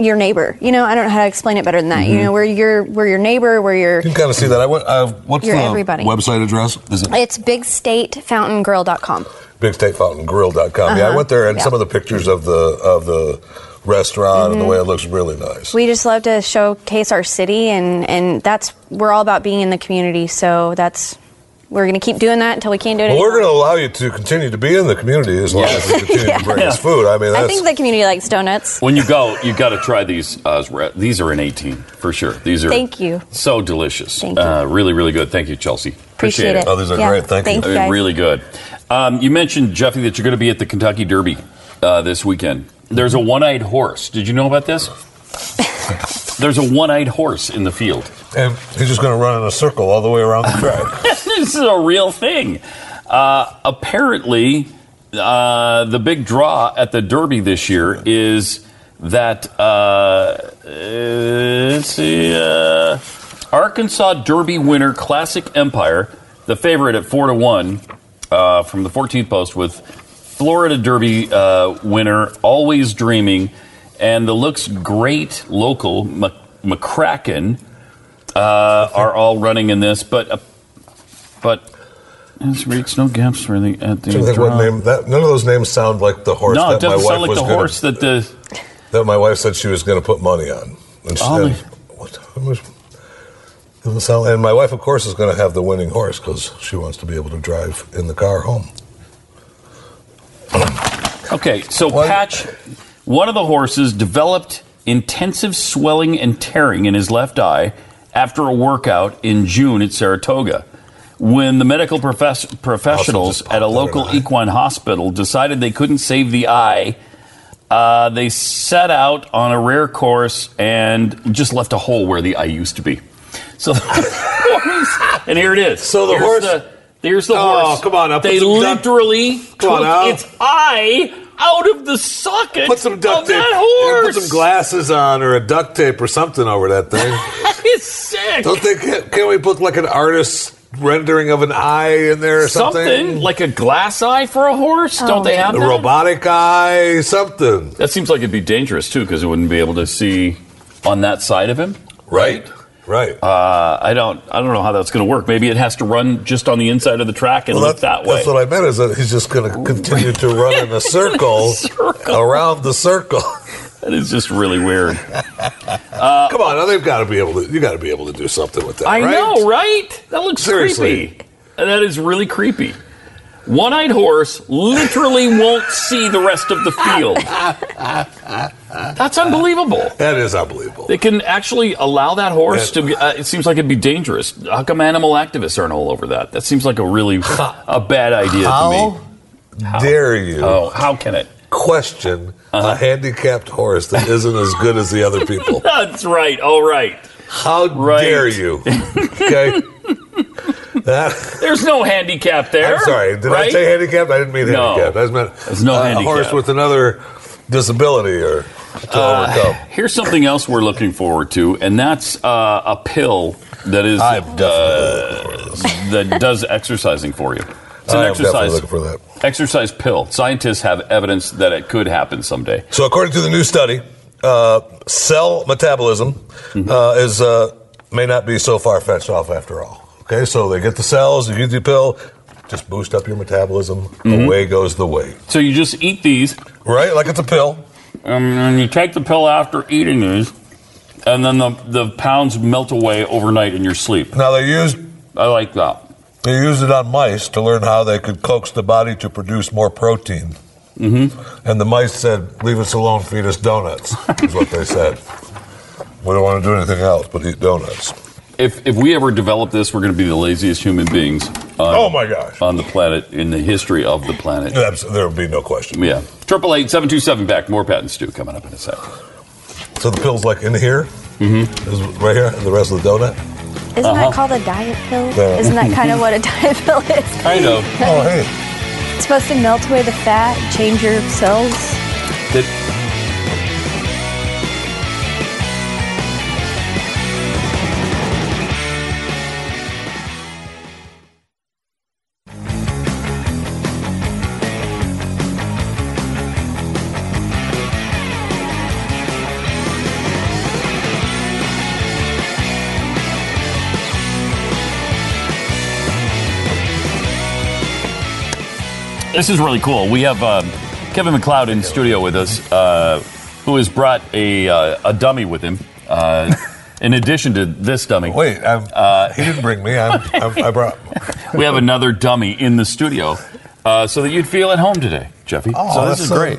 [SPEAKER 14] your neighbor. You know, I don't know how to explain it better than that. You
[SPEAKER 3] Mhm.
[SPEAKER 14] know, we're your we're your neighbor, we're your
[SPEAKER 3] You can kind of see that. I went, uh, what's
[SPEAKER 14] You're
[SPEAKER 3] the
[SPEAKER 14] everybody.
[SPEAKER 3] website address? Is it
[SPEAKER 14] it's bigstatefountaingrill.com.
[SPEAKER 3] bigstatefountaingrill.com? Yeah, I
[SPEAKER 14] Uh-huh.
[SPEAKER 3] went there and
[SPEAKER 14] Yeah.
[SPEAKER 3] some of the pictures of the of the restaurant and the
[SPEAKER 14] Mhm.
[SPEAKER 3] way it looks really nice.
[SPEAKER 14] We just love to showcase our city and and that's we're all about being in the community. So that's we're going to keep doing that until we can't do it
[SPEAKER 3] Well, we're going
[SPEAKER 14] anymore.
[SPEAKER 3] to allow you to continue to be in the community as long as we continue to bring us food. I mean,
[SPEAKER 14] I
[SPEAKER 3] that's
[SPEAKER 14] think the community likes donuts.
[SPEAKER 2] When you go, you got to try these. Uh, re- these are in 18 for sure. These are
[SPEAKER 14] Thank you.
[SPEAKER 2] so delicious.
[SPEAKER 14] Thank you.
[SPEAKER 2] Uh, really, really good. Thank you, Chelsea.
[SPEAKER 14] Appreciate it. Oh, these are Yeah. great. Thank you. Thank you,
[SPEAKER 2] I mean,
[SPEAKER 14] guys.
[SPEAKER 2] really good. Um, you mentioned Jeffy that you're going to be at the Kentucky Derby uh, this weekend. There's a one-eyed horse. Did you know about this? There's a one-eyed horse in the field.
[SPEAKER 3] and he's just going to run in a circle all the way around the track.
[SPEAKER 2] this is a real thing. Uh, apparently, uh, the big draw at the Derby this year is that uh, it's the uh, Arkansas Derby winner Classic Empire, the favorite at four to one uh, from the 14th post with Florida Derby uh, winner Always Dreaming and the looks great local Mc- McCracken uh, are all running in this, but uh, but it's reached no gaps for the at the
[SPEAKER 3] So that
[SPEAKER 2] draw.
[SPEAKER 3] one name, that, none of those names sound like the horse
[SPEAKER 2] No, it
[SPEAKER 3] that my
[SPEAKER 2] doesn't
[SPEAKER 3] wife
[SPEAKER 2] sound like
[SPEAKER 3] was
[SPEAKER 2] the
[SPEAKER 3] gonna,
[SPEAKER 2] horse that the
[SPEAKER 3] that my wife said she was going to put money on. And, she,
[SPEAKER 2] Oh,
[SPEAKER 3] and, what, it was, doesn't sound, and my wife, of course, is going to have the winning horse because she wants to be able to drive in the car home.
[SPEAKER 2] okay. So Patch, one of the horses developed intensive swelling and tearing in his left eye after a workout in June at Saratoga. When the medical profess- professionals at a local equine hospital decided they couldn't save the eye, uh, they set out on a rare course and just left a hole where the eye used to be. So, and here it is. So
[SPEAKER 3] the horse-
[SPEAKER 2] Here's the
[SPEAKER 3] Oh,
[SPEAKER 2] horse.
[SPEAKER 3] come on, now put
[SPEAKER 2] They
[SPEAKER 3] some duct-
[SPEAKER 2] literally
[SPEAKER 3] Come on,
[SPEAKER 2] took
[SPEAKER 3] now.
[SPEAKER 2] its eye out of the socket
[SPEAKER 3] Put some duct
[SPEAKER 2] of
[SPEAKER 3] tape.
[SPEAKER 2] that
[SPEAKER 3] yeah,
[SPEAKER 2] horse.
[SPEAKER 3] Put some glasses on or a duct tape or something over that thing.
[SPEAKER 2] it's sick.
[SPEAKER 3] Don't they? Can, can we put like an artist's rendering of an eye in there or something?
[SPEAKER 2] Something like a glass eye for a horse?
[SPEAKER 3] Oh,
[SPEAKER 2] Don't they
[SPEAKER 3] man.
[SPEAKER 2] have
[SPEAKER 3] A
[SPEAKER 2] that?
[SPEAKER 3] robotic eye, something.
[SPEAKER 2] That seems like it'd be dangerous too, because it wouldn't be able to see on that side of him.
[SPEAKER 3] Right. Right.
[SPEAKER 2] Uh, I don't. I don't know how that's going to work. Maybe it has to run just on the inside of the track and look that, way.
[SPEAKER 3] That's what I meant is that he's just going to continue to run in a circle, around the circle.
[SPEAKER 2] That is just really weird.
[SPEAKER 3] Come on, now they've got to be able to. You got to be able to do something with that.
[SPEAKER 2] I
[SPEAKER 3] right?
[SPEAKER 2] know, right? That looks
[SPEAKER 3] Seriously.
[SPEAKER 2] creepy. And That is really creepy. One eyed horse literally won't see the rest of the field. That's unbelievable.
[SPEAKER 3] That is unbelievable.
[SPEAKER 2] They can actually allow that horse to be. Uh, it seems like it'd be dangerous. How come animal activists aren't all over that? That seems like a really a bad idea
[SPEAKER 3] How
[SPEAKER 2] to me. How?
[SPEAKER 3] dare you?
[SPEAKER 2] Oh, how can it?
[SPEAKER 3] Question
[SPEAKER 2] Uh-huh.
[SPEAKER 3] a handicapped horse that isn't as good as the other people.
[SPEAKER 2] That's right. All right.
[SPEAKER 3] How dare you? Okay. That,
[SPEAKER 2] There's no handicap there.
[SPEAKER 3] I'm sorry. Did I
[SPEAKER 2] right?
[SPEAKER 3] say handicapped? I didn't mean
[SPEAKER 2] No.
[SPEAKER 3] handicapped. I just meant
[SPEAKER 2] There's no
[SPEAKER 3] uh, a
[SPEAKER 2] handicap.
[SPEAKER 3] horse with another disability or to
[SPEAKER 2] Uh,
[SPEAKER 3] overcome.
[SPEAKER 2] Here's something else we're looking forward to, and that's uh, a pill that is uh, that does exercising for you. It's an
[SPEAKER 3] I am definitely
[SPEAKER 2] exercise
[SPEAKER 3] looking for that.
[SPEAKER 2] exercise pill. Scientists have evidence that it could happen someday.
[SPEAKER 3] So, according to the new study, uh, cell metabolism
[SPEAKER 2] Mm-hmm.
[SPEAKER 3] uh, is uh, may not be so far fetched off after all. Okay, so they get the cells, you get the pill, just boost up your metabolism.
[SPEAKER 2] Mm-hmm.
[SPEAKER 3] Away goes the way.
[SPEAKER 2] So you just eat these,
[SPEAKER 3] right? Like it's a pill,
[SPEAKER 2] um, and you take the pill after eating these, and then the the pounds melt away overnight in your sleep.
[SPEAKER 3] Now they used.
[SPEAKER 2] I like that.
[SPEAKER 3] They used it on mice to learn how they could coax the body to produce more protein. Mm-hmm. And the mice said, "Leave us alone, feed us donuts." Is what they said. We don't want to do anything else but eat donuts.
[SPEAKER 2] If if we ever develop this, we're going to be the laziest human beings. On,
[SPEAKER 3] Oh, my gosh.
[SPEAKER 2] On the planet in the history of the planet.
[SPEAKER 3] That's- There would be no question.
[SPEAKER 2] Yeah. Triple eight seven two seven back. More patents due coming up in a sec.
[SPEAKER 3] So the pill's like in here, mm-hmm. is right here, and the rest of the donut.
[SPEAKER 14] Isn't
[SPEAKER 3] Uh-huh.
[SPEAKER 14] that called a diet pill?
[SPEAKER 3] Yeah.
[SPEAKER 14] Isn't that kind of what a diet pill is?
[SPEAKER 2] Kind of.
[SPEAKER 3] Oh, hey.
[SPEAKER 14] It's supposed to melt away the fat, change your cells.
[SPEAKER 2] This is really cool. We have um, Kevin McLeod in studio with us, uh, who has brought a uh, a dummy with him. Uh, in addition to this dummy, Uh,
[SPEAKER 3] wait, I'm, he didn't bring me. I'm, I'm, I brought.
[SPEAKER 2] we have another dummy in the studio, uh, so that you'd feel at home today, Jeffy.
[SPEAKER 3] Oh,
[SPEAKER 2] so this
[SPEAKER 3] that's
[SPEAKER 2] is
[SPEAKER 3] so-
[SPEAKER 2] great.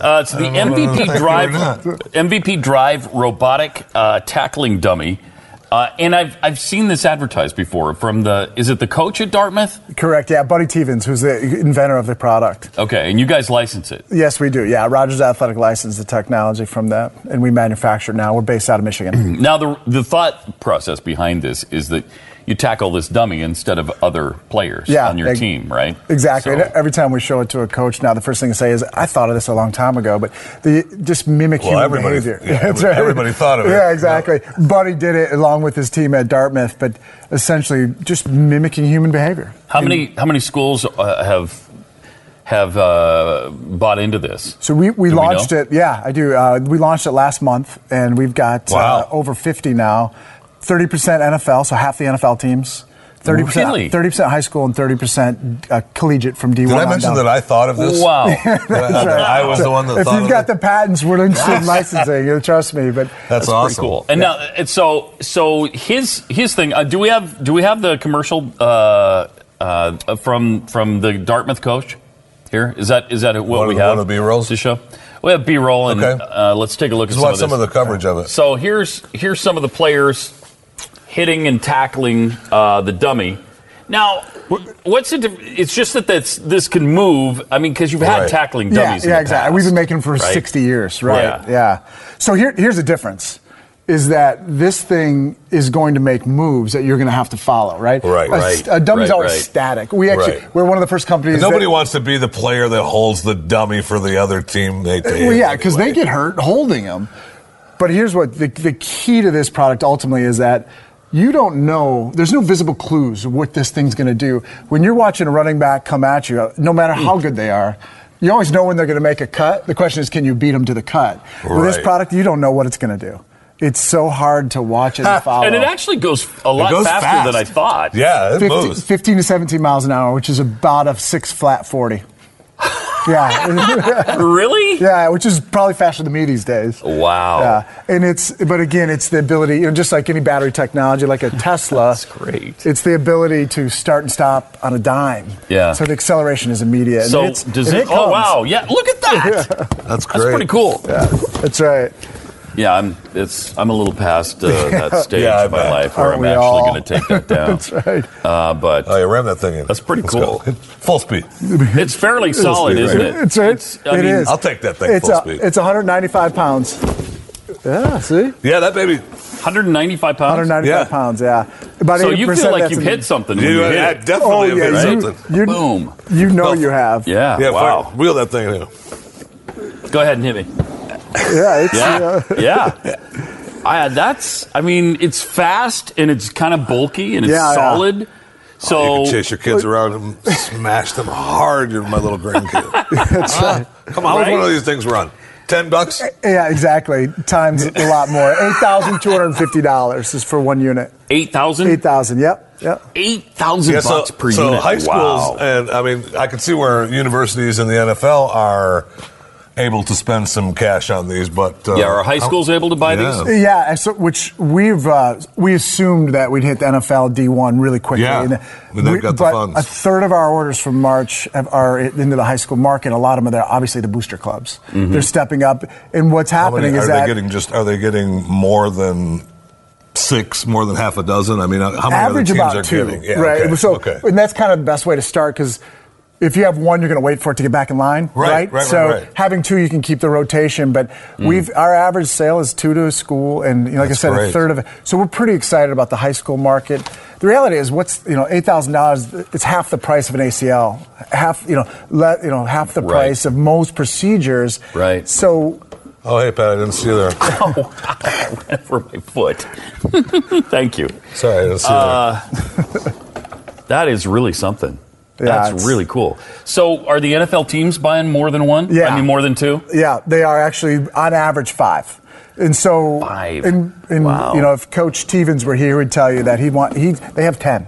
[SPEAKER 2] Uh, it's the
[SPEAKER 3] I don't know
[SPEAKER 2] MVP
[SPEAKER 3] whether to thank you or
[SPEAKER 2] Drive
[SPEAKER 3] not.
[SPEAKER 2] MVP Drive robotic uh, tackling dummy. Uh, and I've, I've seen this advertised before from the is it the coach at Dartmouth?
[SPEAKER 15] Correct, yeah. Buddy Tevens, who's the inventor of the product.
[SPEAKER 2] Okay, and you guys license it.
[SPEAKER 15] Yes, we do. Yeah, Rogers Athletic licensed the technology from that, and we manufacture it now. We're based out of
[SPEAKER 3] Mm-hmm.
[SPEAKER 15] Michigan.
[SPEAKER 2] Now, the, the thought process behind this is that you tackle this dummy instead of other players
[SPEAKER 15] Yeah,
[SPEAKER 2] on your
[SPEAKER 15] ex-
[SPEAKER 2] team, right?
[SPEAKER 15] Exactly.
[SPEAKER 2] So-
[SPEAKER 15] And every time we show it to a coach now, the first thing they say is, "I thought of this a long time ago," but the, just mimic
[SPEAKER 3] Well,
[SPEAKER 15] human
[SPEAKER 3] everybody-
[SPEAKER 15] behavior.
[SPEAKER 3] yeah,
[SPEAKER 15] That's
[SPEAKER 3] every- everybody thought of it.
[SPEAKER 15] Yeah, exactly. Buddy did it along with his team at Dartmouth, but essentially just mimicking human behavior.
[SPEAKER 2] How many how many schools uh, have have uh, bought into this?
[SPEAKER 15] So we, we
[SPEAKER 2] Do we
[SPEAKER 15] launched
[SPEAKER 2] know?
[SPEAKER 15] it. Yeah, I do. Uh, we launched it last month, and we've got
[SPEAKER 2] Wow.
[SPEAKER 15] uh, over 50 now. 30% NFL, so half the NFL teams. 30%,
[SPEAKER 2] Really?
[SPEAKER 15] 30% high school and 30% uh, collegiate from D1.
[SPEAKER 3] Did I
[SPEAKER 15] on
[SPEAKER 3] mention
[SPEAKER 15] down.
[SPEAKER 3] that I thought of this?
[SPEAKER 2] Wow.
[SPEAKER 3] That I was the one that
[SPEAKER 15] if
[SPEAKER 3] thought
[SPEAKER 15] you've
[SPEAKER 3] of
[SPEAKER 15] got
[SPEAKER 3] it.
[SPEAKER 15] the patents, we're interested in licensing. You trust me, but
[SPEAKER 3] That's,
[SPEAKER 2] pretty
[SPEAKER 3] awesome.
[SPEAKER 2] cool. And now, and so so his his thing. Uh, do we have do we have the commercial uh, uh, from from the Dartmouth coach here? Is that is that what
[SPEAKER 3] One of
[SPEAKER 2] we
[SPEAKER 3] the-
[SPEAKER 2] have?
[SPEAKER 3] one of the B-rolls?
[SPEAKER 2] to show. We have B roll, and
[SPEAKER 3] Okay.
[SPEAKER 2] uh, let's take a look
[SPEAKER 3] Just
[SPEAKER 2] at
[SPEAKER 3] watch
[SPEAKER 2] some
[SPEAKER 3] some
[SPEAKER 2] of
[SPEAKER 3] of
[SPEAKER 2] this.
[SPEAKER 3] the coverage of it.
[SPEAKER 2] So here's here's some of the players hitting and tackling uh, the dummy. Now, what's the diff- It's just that that's, this can move. I mean, because you've had
[SPEAKER 3] Right.
[SPEAKER 2] tackling
[SPEAKER 15] yeah,
[SPEAKER 2] dummies. in
[SPEAKER 15] yeah,
[SPEAKER 2] the
[SPEAKER 15] exactly.
[SPEAKER 2] past,
[SPEAKER 15] We've been making them for
[SPEAKER 2] right?
[SPEAKER 15] 60 years, right?
[SPEAKER 2] Yeah.
[SPEAKER 15] Yeah. So here, here's the difference. Is that this thing is going to make moves that you're going to have to follow, right?
[SPEAKER 3] Right,
[SPEAKER 15] a,
[SPEAKER 3] right,
[SPEAKER 15] A dummy's
[SPEAKER 2] right,
[SPEAKER 15] always
[SPEAKER 2] right.
[SPEAKER 15] static. We actually
[SPEAKER 3] Right.
[SPEAKER 15] we're one of the first companies.
[SPEAKER 3] And nobody
[SPEAKER 15] that,
[SPEAKER 3] wants to be the player that holds the dummy for the other team. They take.
[SPEAKER 15] Uh, Well, yeah, because they get hurt holding them. But here's what the, the key to this product ultimately is that you don't know. There's no visible clues of what this thing's going to do. When you're watching a running back come at you, no matter how good they are, you always know when they're going to make a cut. The question is, can you beat them to the cut? With this
[SPEAKER 2] Right.
[SPEAKER 15] product, you don't know what it's going to do. It's so hard to watch and follow.
[SPEAKER 2] And it actually goes a lot
[SPEAKER 15] goes
[SPEAKER 2] faster
[SPEAKER 15] fast.
[SPEAKER 2] than I thought.
[SPEAKER 15] 50 15 to 17 miles an hour, which is about a six flat 40. Yeah.
[SPEAKER 2] really?
[SPEAKER 15] Yeah, which is probably faster than me these days.
[SPEAKER 2] Wow.
[SPEAKER 15] Yeah. And it's, but again, it's the ability, you know, just like any battery technology, like a Tesla. That's
[SPEAKER 2] great.
[SPEAKER 15] It's the ability to start and stop on a dime.
[SPEAKER 2] Yeah.
[SPEAKER 15] So the acceleration is immediate.
[SPEAKER 2] So
[SPEAKER 15] and it's,
[SPEAKER 2] does
[SPEAKER 15] and
[SPEAKER 2] it? oh
[SPEAKER 15] comes.
[SPEAKER 2] wow! Yeah, look at that. That's
[SPEAKER 3] That's
[SPEAKER 2] pretty cool.
[SPEAKER 15] Yeah, that's right.
[SPEAKER 2] Yeah, I'm. It's. I'm a little past uh, that
[SPEAKER 15] Yeah,
[SPEAKER 2] stage
[SPEAKER 15] I
[SPEAKER 2] of my
[SPEAKER 15] bet.
[SPEAKER 2] life where
[SPEAKER 15] Aren't
[SPEAKER 2] I'm
[SPEAKER 15] we
[SPEAKER 2] actually
[SPEAKER 15] all?
[SPEAKER 2] going to take that down.
[SPEAKER 15] That's right.
[SPEAKER 2] Uh, but oh,
[SPEAKER 3] you ram that thing in.
[SPEAKER 2] That's pretty
[SPEAKER 3] Let's
[SPEAKER 2] cool.
[SPEAKER 3] go. Full speed.
[SPEAKER 2] It's fairly
[SPEAKER 3] Full
[SPEAKER 2] solid,
[SPEAKER 3] speed,
[SPEAKER 2] isn't
[SPEAKER 3] right.
[SPEAKER 2] it?
[SPEAKER 15] It's right.
[SPEAKER 2] I
[SPEAKER 15] It
[SPEAKER 2] mean-
[SPEAKER 15] is.
[SPEAKER 3] I'll take that thing
[SPEAKER 15] It's,
[SPEAKER 3] full
[SPEAKER 15] a-
[SPEAKER 3] speed.
[SPEAKER 15] it's 195 pounds. Yeah, see?
[SPEAKER 3] Yeah, that baby.
[SPEAKER 2] 195 pounds.
[SPEAKER 15] 195 pounds, yeah.
[SPEAKER 2] so you
[SPEAKER 15] 80%
[SPEAKER 2] feel like
[SPEAKER 15] that's
[SPEAKER 2] you've
[SPEAKER 15] in-
[SPEAKER 2] hit something.
[SPEAKER 3] You
[SPEAKER 2] when
[SPEAKER 3] know,
[SPEAKER 2] you hit
[SPEAKER 3] I
[SPEAKER 2] it.
[SPEAKER 3] definitely Oh, have yeah, hit you- something.
[SPEAKER 15] you-
[SPEAKER 2] Boom.
[SPEAKER 15] You know you have.
[SPEAKER 2] Yeah.
[SPEAKER 3] Yeah,
[SPEAKER 2] wow.
[SPEAKER 3] fire. Wheel that thing in.
[SPEAKER 2] Go ahead and hit me.
[SPEAKER 15] Yeah. It's, uh,
[SPEAKER 2] Yeah. yeah. I, that's. I mean, it's fast and it's kind of bulky and it's
[SPEAKER 3] Yeah, yeah.
[SPEAKER 2] solid.
[SPEAKER 15] Oh,
[SPEAKER 2] So
[SPEAKER 3] you can chase your kids around and smash them hard. You're my little grandkid. Huh? Come on, how much
[SPEAKER 15] Right?
[SPEAKER 3] one of these things run? Ten bucks.
[SPEAKER 15] Eh, Yeah, exactly. Times a lot more. Eight thousand two hundred and fifty dollars is for one unit.
[SPEAKER 2] Eight thousand.
[SPEAKER 15] Eight thousand. Yep. Yep.
[SPEAKER 2] Eight thousand
[SPEAKER 3] Yeah,
[SPEAKER 2] bucks per
[SPEAKER 3] so
[SPEAKER 2] unit.
[SPEAKER 3] high schools,
[SPEAKER 2] Wow.
[SPEAKER 3] and I mean, I can see where universities and the NFL are able to spend some cash on these, but uh,
[SPEAKER 2] Yeah, are high
[SPEAKER 3] how-
[SPEAKER 2] schools able to buy
[SPEAKER 3] Yeah.
[SPEAKER 2] these?
[SPEAKER 15] Yeah, and so, which we've uh, we assumed that we'd hit the NFL D one really quickly.
[SPEAKER 3] Yeah, but they've got the
[SPEAKER 15] but
[SPEAKER 3] funds.
[SPEAKER 15] A third of our orders from March have- are into the high school market. A lot of them are there, obviously the booster clubs.
[SPEAKER 2] Mm-hmm.
[SPEAKER 3] Mhm.
[SPEAKER 15] They're stepping up, and what's
[SPEAKER 3] How many-
[SPEAKER 15] happening
[SPEAKER 3] are
[SPEAKER 15] is
[SPEAKER 3] they
[SPEAKER 15] that
[SPEAKER 3] getting just? Are they getting more than six? More than half a dozen? I mean, uh, how many
[SPEAKER 15] average
[SPEAKER 3] other teams
[SPEAKER 15] about
[SPEAKER 3] are
[SPEAKER 15] two,
[SPEAKER 3] giving? Yeah,
[SPEAKER 15] right?
[SPEAKER 3] okay,
[SPEAKER 15] so,
[SPEAKER 3] okay.
[SPEAKER 15] and that's kind of the best way to start because if you have one, you're going to wait for it to get back in line,
[SPEAKER 3] Right, right, right,
[SPEAKER 15] so
[SPEAKER 3] right.
[SPEAKER 15] having two, you can keep the rotation. But
[SPEAKER 3] Mm.
[SPEAKER 15] we've our average sale is two to a school, and you know, like
[SPEAKER 3] That's
[SPEAKER 15] I said,
[SPEAKER 3] great.
[SPEAKER 15] a third of it. So we're pretty excited about the high school market. The reality is, what's you know, eight thousand dollars? It's half the price of an ACL, half you know, let you know, half the
[SPEAKER 3] Right.
[SPEAKER 15] price of most procedures.
[SPEAKER 2] Right.
[SPEAKER 15] So
[SPEAKER 3] Oh, hey, Pat, I didn't see you there.
[SPEAKER 2] for my foot. Thank you.
[SPEAKER 3] Sorry, I didn't see you
[SPEAKER 2] Uh, that is really something.
[SPEAKER 15] Yeah,
[SPEAKER 2] That's
[SPEAKER 15] it's-
[SPEAKER 2] really cool. So, are the NFL teams buying more than one?
[SPEAKER 15] Yeah.
[SPEAKER 2] I mean, more than two?
[SPEAKER 15] Yeah, they are actually on average five. And so, And, and
[SPEAKER 2] Wow.
[SPEAKER 15] you know, if Coach Stevens were here, he would tell you that he want he they have ten.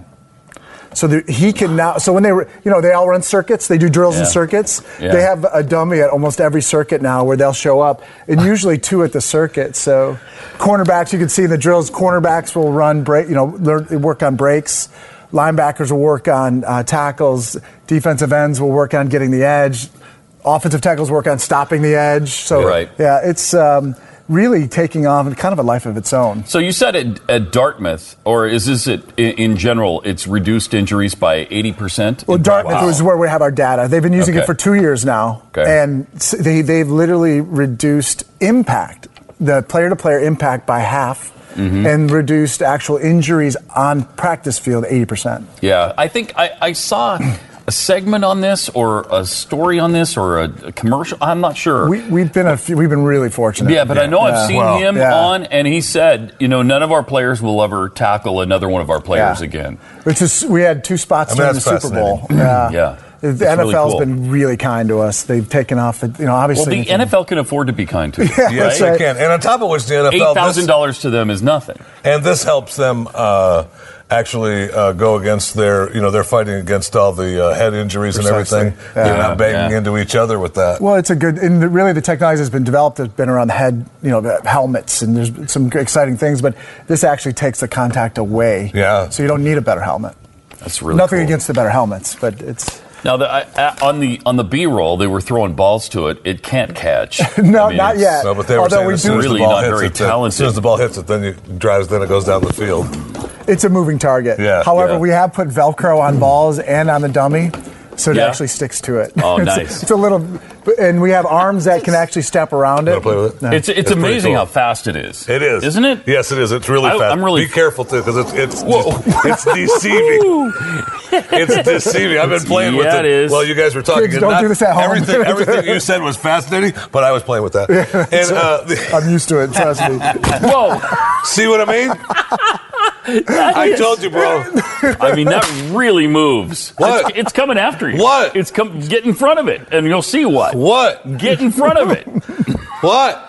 [SPEAKER 15] So the, he can now. So when they were, you know, they all run circuits. They do drills and
[SPEAKER 2] Yeah.
[SPEAKER 15] circuits.
[SPEAKER 2] Yeah.
[SPEAKER 15] They have a dummy at almost every circuit now, where they'll show up, and usually two at the circuit. So cornerbacks, you can see in the drills, cornerbacks will run break, you know, learn, work on breaks. Linebackers will work on uh, tackles. Defensive ends will work on getting the edge. Offensive tackles work on stopping the edge. So
[SPEAKER 2] Right.
[SPEAKER 15] yeah, it's um, really taking off and kind of a life of its own.
[SPEAKER 2] So, you said at, at Dartmouth, or is this at, i- in general, it's reduced injuries by 80%?
[SPEAKER 15] Well, Dartmouth
[SPEAKER 2] Wow.
[SPEAKER 15] was where we have our data. They've been using
[SPEAKER 2] Okay.
[SPEAKER 15] it for two years now,
[SPEAKER 2] Okay.
[SPEAKER 15] and s- they they've literally reduced impact, the player to player impact by half,
[SPEAKER 2] Mhm.
[SPEAKER 15] and reduced actual injuries on practice field eighty percent.
[SPEAKER 2] Yeah, I think I, I saw a segment on this, or a story on this, or a, a commercial. I'm not sure.
[SPEAKER 15] We we've been a few, we've been really fortunate.
[SPEAKER 2] yeah, but I know I've
[SPEAKER 15] Yeah.
[SPEAKER 2] seen him
[SPEAKER 15] Yeah.
[SPEAKER 2] on, and he said, you know, none of our players will ever tackle another one of our players
[SPEAKER 15] Yeah.
[SPEAKER 2] again.
[SPEAKER 15] Which is we had two spots
[SPEAKER 2] I mean,
[SPEAKER 15] during the
[SPEAKER 2] that's
[SPEAKER 15] Super Bowl.
[SPEAKER 2] fascinating. Yeah.
[SPEAKER 15] The
[SPEAKER 2] It's
[SPEAKER 15] NFL's
[SPEAKER 2] really cool.
[SPEAKER 15] been really kind to us. They've taken off, the- you know,
[SPEAKER 2] Well,
[SPEAKER 15] obviously.
[SPEAKER 2] the NFL can afford to be kind to us,
[SPEAKER 3] Yes,
[SPEAKER 2] right?
[SPEAKER 3] they can. And on top of which, the NFL
[SPEAKER 2] Eight thousand dollars to them is nothing.
[SPEAKER 3] And this helps them uh, actually uh, go against their, you know, they're fighting against all the uh, head injuries
[SPEAKER 15] Precisely.
[SPEAKER 3] and everything. They're
[SPEAKER 15] Yeah.
[SPEAKER 3] not banging
[SPEAKER 15] Yeah.
[SPEAKER 3] into each other with that.
[SPEAKER 15] Well, it's a good, and the, really the technology that's been developed has been around the head, you know, the helmets, and there's been some exciting things, but this actually takes the contact away.
[SPEAKER 2] Yeah.
[SPEAKER 15] So you don't need a better helmet.
[SPEAKER 2] That's really
[SPEAKER 15] Nothing
[SPEAKER 2] cool.
[SPEAKER 15] against the better helmets, but it's.
[SPEAKER 2] Now, the, I, I- on the on the B roll, they were throwing balls to it. It can't catch.
[SPEAKER 15] No,
[SPEAKER 2] I mean,
[SPEAKER 15] not
[SPEAKER 2] it's-
[SPEAKER 15] yet. No, but they were Although saying we
[SPEAKER 3] as soon as
[SPEAKER 2] really
[SPEAKER 3] the ball
[SPEAKER 2] not
[SPEAKER 3] hits
[SPEAKER 2] very
[SPEAKER 3] it, then- As soon as
[SPEAKER 2] talented.
[SPEAKER 3] the ball hits it, then it drives, then it goes down the field.
[SPEAKER 15] It's a moving target.
[SPEAKER 3] Yeah,
[SPEAKER 15] However,
[SPEAKER 3] yeah.
[SPEAKER 15] we have put Velcro on balls and on the dummy, so it
[SPEAKER 3] Yeah.
[SPEAKER 15] actually sticks to it.
[SPEAKER 2] Oh,
[SPEAKER 15] It's-
[SPEAKER 2] nice.
[SPEAKER 15] It's a little, and we have arms that can actually step around it. No.
[SPEAKER 2] It's it's amazing how fast it is.
[SPEAKER 3] It is,
[SPEAKER 2] isn't it?
[SPEAKER 3] Yes, it is. It's really
[SPEAKER 2] I-
[SPEAKER 3] fast.
[SPEAKER 2] I'm really-
[SPEAKER 3] be careful too, because it's it's
[SPEAKER 2] Whoa.
[SPEAKER 3] it's deceiving. it's deceiving. I've been playing with
[SPEAKER 2] Yeah,
[SPEAKER 3] it.
[SPEAKER 2] it is.
[SPEAKER 3] Well, you guys were talking.
[SPEAKER 15] Kids,
[SPEAKER 3] and
[SPEAKER 15] don't do this at home.
[SPEAKER 3] Everything, everything you said was fascinating, but I was playing with that.
[SPEAKER 15] Yeah,
[SPEAKER 3] and
[SPEAKER 15] so-
[SPEAKER 3] uh,
[SPEAKER 15] I'm used to it. Trust me.
[SPEAKER 2] Whoa!
[SPEAKER 3] See what I mean? I told you, bro.
[SPEAKER 2] I mean, that really moves.
[SPEAKER 3] What?
[SPEAKER 2] It's, it's coming after you.
[SPEAKER 3] What?
[SPEAKER 2] It's come. Get in front of it, and you'll see what.
[SPEAKER 3] What?
[SPEAKER 2] Get in front of it.
[SPEAKER 3] What?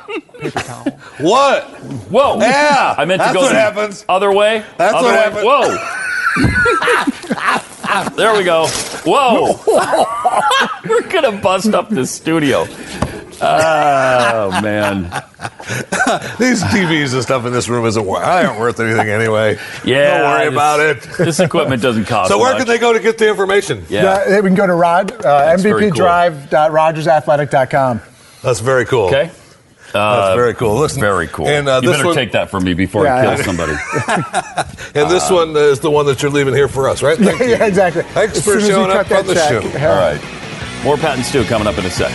[SPEAKER 3] what?
[SPEAKER 2] Whoa.
[SPEAKER 3] Yeah.
[SPEAKER 2] I meant to
[SPEAKER 3] That's
[SPEAKER 2] go
[SPEAKER 3] what
[SPEAKER 2] the
[SPEAKER 3] happens.
[SPEAKER 2] other way.
[SPEAKER 3] That's
[SPEAKER 2] other
[SPEAKER 3] what
[SPEAKER 2] way.
[SPEAKER 3] happens.
[SPEAKER 2] Whoa. there we go. Whoa. We're gonna bust up this studio. Oh man.
[SPEAKER 3] These TVs and stuff in this room isn't wor- I aren't worth anything anyway.
[SPEAKER 2] Yeah.
[SPEAKER 3] Don't worry
[SPEAKER 2] this-
[SPEAKER 3] about it.
[SPEAKER 2] This equipment doesn't cost.
[SPEAKER 3] So where
[SPEAKER 2] much.
[SPEAKER 3] can they go to get the information?
[SPEAKER 15] Yeah, we can go to Rod, uh,
[SPEAKER 2] very cool.
[SPEAKER 15] MVPDrive.RogersAthletic.com.
[SPEAKER 3] That's very cool.
[SPEAKER 2] Okay. Uh,
[SPEAKER 3] That's very cool. Listen,
[SPEAKER 2] very cool.
[SPEAKER 3] and, uh,
[SPEAKER 2] you
[SPEAKER 3] this
[SPEAKER 2] better
[SPEAKER 3] one-
[SPEAKER 2] take that from me before
[SPEAKER 15] Yeah,
[SPEAKER 2] I
[SPEAKER 15] yeah.
[SPEAKER 2] kill somebody. Uh,
[SPEAKER 3] And this one is the one that you're leaving here for us, right? Thank you.
[SPEAKER 15] yeah, exactly.
[SPEAKER 3] Thanks
[SPEAKER 15] As
[SPEAKER 3] for
[SPEAKER 15] soon as you
[SPEAKER 3] showing
[SPEAKER 15] cut
[SPEAKER 3] up
[SPEAKER 15] that
[SPEAKER 3] on the
[SPEAKER 15] check.
[SPEAKER 3] show.
[SPEAKER 2] All right. More Pat and Stu coming up in a sec.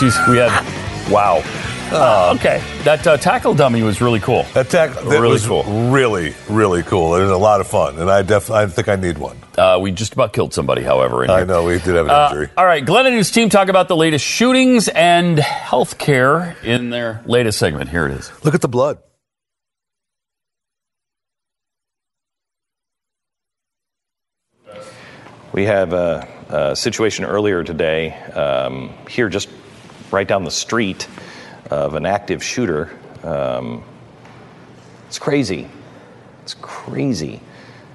[SPEAKER 2] She's, we had, wow. Uh, okay. That uh, tackle dummy was really cool.
[SPEAKER 3] That tack- that
[SPEAKER 2] Really
[SPEAKER 3] was
[SPEAKER 2] cool.
[SPEAKER 3] really, really cool. It was a lot of fun, and I def- I think I need one.
[SPEAKER 2] Uh, we just about killed somebody, however. In
[SPEAKER 3] I
[SPEAKER 2] here.
[SPEAKER 3] know we did have an
[SPEAKER 2] Uh,
[SPEAKER 3] injury.
[SPEAKER 2] all right, Glenn and his team talk about the latest shootings and healthcare in their latest segment. Here it is.
[SPEAKER 3] Look at the blood.
[SPEAKER 16] We have a, a situation earlier today um, here, just right down the street, of an active shooter. Um, it's crazy. It's crazy.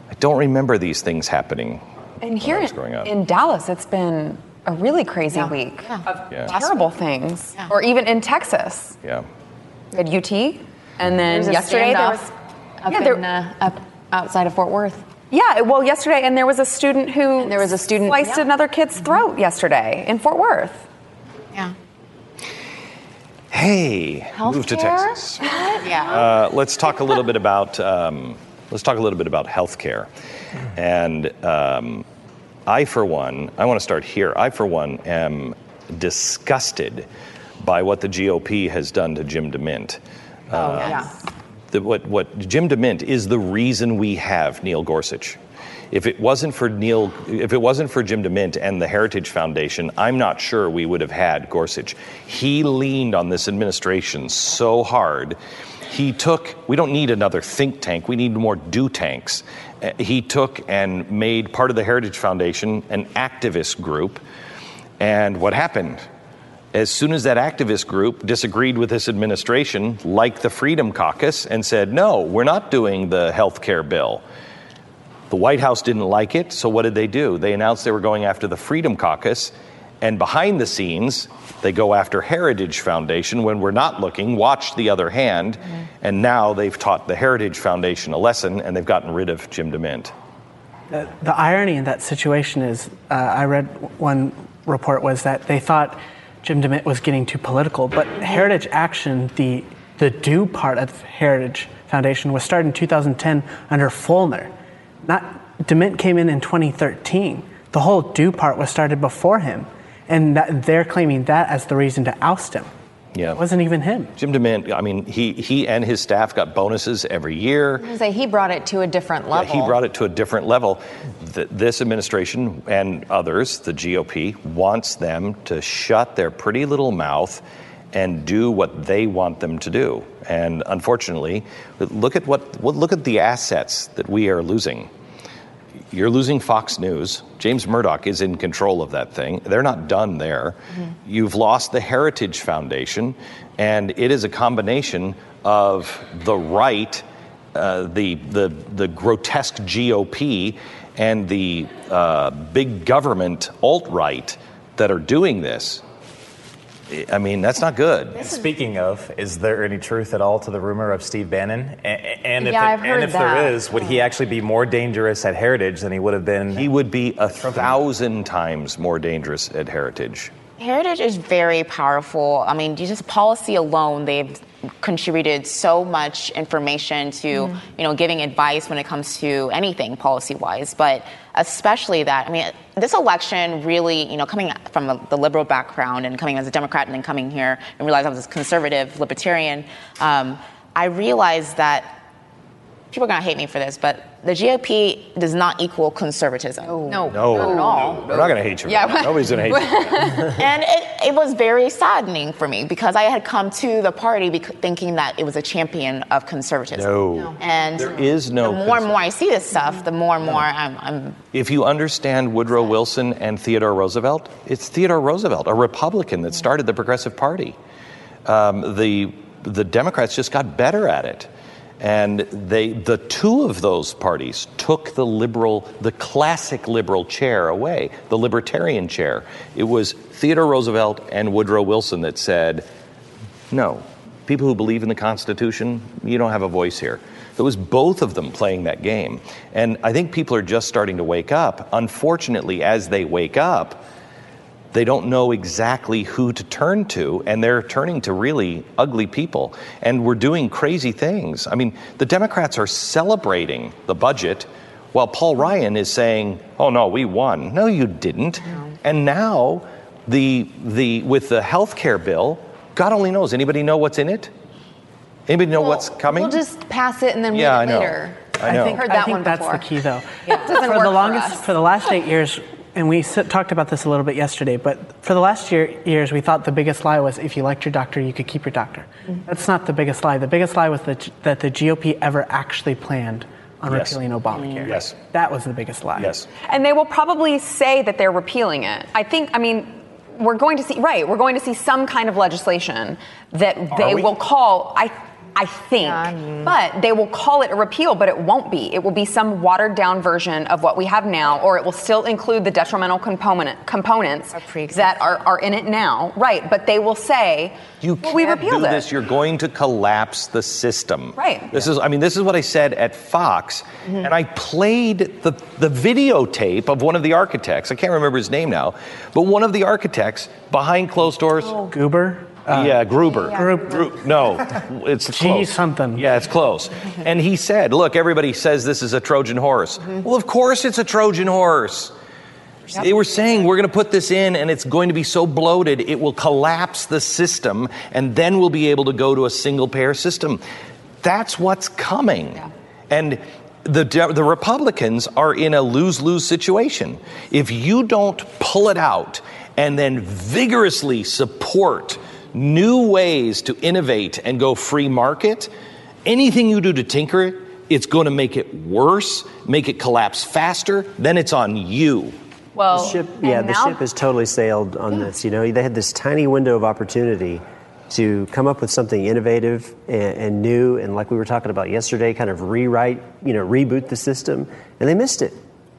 [SPEAKER 16] I don't remember these things happening.
[SPEAKER 17] And here
[SPEAKER 16] growing up.
[SPEAKER 17] in Dallas, it's been a really crazy week of
[SPEAKER 16] Yeah.
[SPEAKER 17] terrible things. Or even in Texas,
[SPEAKER 16] Yeah.
[SPEAKER 17] we had UT, and then
[SPEAKER 18] There's a
[SPEAKER 17] yesterday there was
[SPEAKER 18] up
[SPEAKER 17] Yeah, there-
[SPEAKER 18] in, uh, up outside of Fort Worth.
[SPEAKER 17] yeah. Well, yesterday, and there was a student who there was a student sliced another kid's throat yesterday in Fort Worth.
[SPEAKER 16] Hey, move to Texas.
[SPEAKER 18] yeah.
[SPEAKER 16] Uh, let's talk a little bit about um, let's talk a little bit about healthcare, and um, I, for one, I want to start here. I, for one, am disgusted by what the GOP has done to Jim DeMint. Uh, the, what, what Jim DeMint is the reason we have Neil Gorsuch. If it wasn't for Neil, if it wasn't for Jim DeMint and the Heritage Foundation, I'm not sure we would have had Gorsuch. He leaned on this administration so hard. He took. We don't need another think tank. We need more do tanks. Uh, He took and made part of the Heritage Foundation an activist group. And what happened? As soon as that activist group disagreed with this administration, like the Freedom Caucus, and said, no, we're not doing the health care bill, the White House didn't like it, so what did they do? They announced they were going after the Freedom Caucus, and behind the scenes, they go after Heritage Foundation when we're not looking, watch the other hand,
[SPEAKER 19] Mm-hmm.
[SPEAKER 16] and now they've taught the Heritage Foundation a lesson and they've gotten rid of Jim DeMint.
[SPEAKER 19] The, the irony in that situation is, uh, I read one report was that they thought Jim DeMint was getting too political, but Heritage Action, the the do part of Heritage Foundation, was started in 2010 under Fulner. Not DeMint came in in 2013. The whole do part was started before him, and that, they're claiming that as the reason to oust him.
[SPEAKER 16] Yeah. It
[SPEAKER 19] wasn't even him.
[SPEAKER 16] Jim DeMint, I mean, he, he and his staff got bonuses every year.
[SPEAKER 18] I was gonna say he brought it to a different
[SPEAKER 16] Yeah, he
[SPEAKER 18] level.
[SPEAKER 16] brought it to a different level. Th- this administration and others, the GOP, wants them to shut their pretty little mouth and do what they want them to do. And unfortunately, look at what well, look at the assets that we are losing. You're losing Fox News. James Murdoch is in control of that thing. They're not done there.
[SPEAKER 18] Mm-hmm.
[SPEAKER 16] You've lost the Heritage Foundation, and it is a combination of the right, uh, the, the, the grotesque GOP, and the uh, big government alt right that are doing this. I- I mean, that's not good.
[SPEAKER 20] Speaking of, is there any truth at all to the rumor of Steve Bannon? A- a- And if,
[SPEAKER 18] Yeah,
[SPEAKER 20] it-
[SPEAKER 18] I've heard
[SPEAKER 20] and if
[SPEAKER 18] that.
[SPEAKER 20] there is, would he actually be more dangerous at Heritage than he would have been?
[SPEAKER 16] He would be a thousand times more dangerous at Heritage.
[SPEAKER 18] Heritage is very powerful. I mean, you just policy alone, they've contributed so much information to,
[SPEAKER 21] Mhm.
[SPEAKER 18] you know, giving advice when it comes to anything policy wise, but especially that. I mean, this election really, you know, coming from the- the liberal background and coming as a Democrat and then coming here and realize I was a conservative libertarian, um, I realized that people are going to hate me for this, but the GOP does not equal conservatism. No,
[SPEAKER 16] No.
[SPEAKER 18] not at all.
[SPEAKER 16] We're not going to hate you.
[SPEAKER 18] Yeah.
[SPEAKER 16] Yeah. Nobody's going to hate you.
[SPEAKER 18] and it, it was very saddening for me because I had come to the party bec- thinking that it was a champion of conservatism.
[SPEAKER 16] No. No.
[SPEAKER 18] And
[SPEAKER 16] There is no
[SPEAKER 18] The more and more I see this stuff, the more and more I'm, I'm
[SPEAKER 16] If you understand Woodrow Wilson and Theodore Roosevelt, it's Theodore Roosevelt, a Republican that started the Progressive Party. Um, the the Democrats just got better at it, and they the two of those parties took the liberal, the classic liberal chair away, the libertarian chair. It was Theodore Roosevelt and Woodrow Wilson that said, no. People who believe in the Constitution, you don't have a voice here. It was both of them playing that game. And I think people are just starting to wake up. Unfortunately, as they wake up, they don't know exactly who to turn to, and they're turning to really ugly people. And we're doing crazy things. I mean, the Democrats are celebrating the budget while Paul Ryan is saying, oh no, we won. No, you didn't. And now, the, the, with the health care bill, God only knows. Anybody know what's in it? Anybody know what's coming?
[SPEAKER 21] We'll just pass it and then
[SPEAKER 16] Yeah, I
[SPEAKER 21] read it
[SPEAKER 16] know.
[SPEAKER 21] later.
[SPEAKER 16] I know.
[SPEAKER 19] think,
[SPEAKER 21] heard that
[SPEAKER 19] think
[SPEAKER 21] one
[SPEAKER 19] that's
[SPEAKER 21] before.
[SPEAKER 19] the key, though.
[SPEAKER 21] Doesn't
[SPEAKER 19] for
[SPEAKER 21] work
[SPEAKER 19] the
[SPEAKER 21] for
[SPEAKER 19] longest,
[SPEAKER 21] us.
[SPEAKER 19] for the last eight years, and we s- talked about this a little bit yesterday. But for the last year, years, we thought the biggest lie was if you liked your doctor, you could keep your doctor.
[SPEAKER 21] Mm-hmm.
[SPEAKER 19] That's not the biggest lie. The biggest lie was that, that the GOP ever actually planned on
[SPEAKER 16] Yes.
[SPEAKER 19] repealing Obamacare.
[SPEAKER 16] Yes.
[SPEAKER 19] that was the biggest lie.
[SPEAKER 16] Yes.
[SPEAKER 17] And they will probably say that they're repealing it. I think, I mean, we're going to see, right, we're going to see some kind of legislation that
[SPEAKER 22] Are
[SPEAKER 17] they
[SPEAKER 22] we?
[SPEAKER 17] will call, I, I think, but they will call it a repeal, but it won't be. It will be some watered down version of what we have now, or it will still include the detrimental component, components that are, are in it now, right, but they will say,
[SPEAKER 16] You
[SPEAKER 17] well, we
[SPEAKER 16] can't
[SPEAKER 17] repealed
[SPEAKER 16] do
[SPEAKER 17] it.
[SPEAKER 16] this. You're going to collapse the system.
[SPEAKER 17] Right.
[SPEAKER 16] This is. I mean, this is what I said at Fox, and I played the the videotape of one of the architects. I can't remember his name now, but one of the architects behind closed doors.
[SPEAKER 19] Goober.
[SPEAKER 16] yeah, Gruber.
[SPEAKER 19] Gru-
[SPEAKER 16] Gru- no, it's
[SPEAKER 19] G
[SPEAKER 16] close.
[SPEAKER 19] something.
[SPEAKER 16] Yeah, it's close. And he said, "Look, everybody says this is a Trojan horse. Well, of course it's a Trojan horse." They were saying we're going to put this in and it's going to be so bloated it will collapse the system and then we'll be able to go to a single payer system. That's what's coming. And the, De- the Republicans are in a lose lose situation. If you don't pull it out and then vigorously support new ways to innovate and go free market, anything you do to tinker it, it's going to make it worse, make it collapse faster, then it's on you.
[SPEAKER 17] Well,
[SPEAKER 23] the ship, yeah,
[SPEAKER 17] and
[SPEAKER 23] the
[SPEAKER 17] now- Hmm.
[SPEAKER 23] ship has totally sailed on this. You know, they had this tiny window of opportunity to come up with something innovative and, and new, and like we were talking about yesterday, kind of rewrite, you know, reboot the system, and they missed it.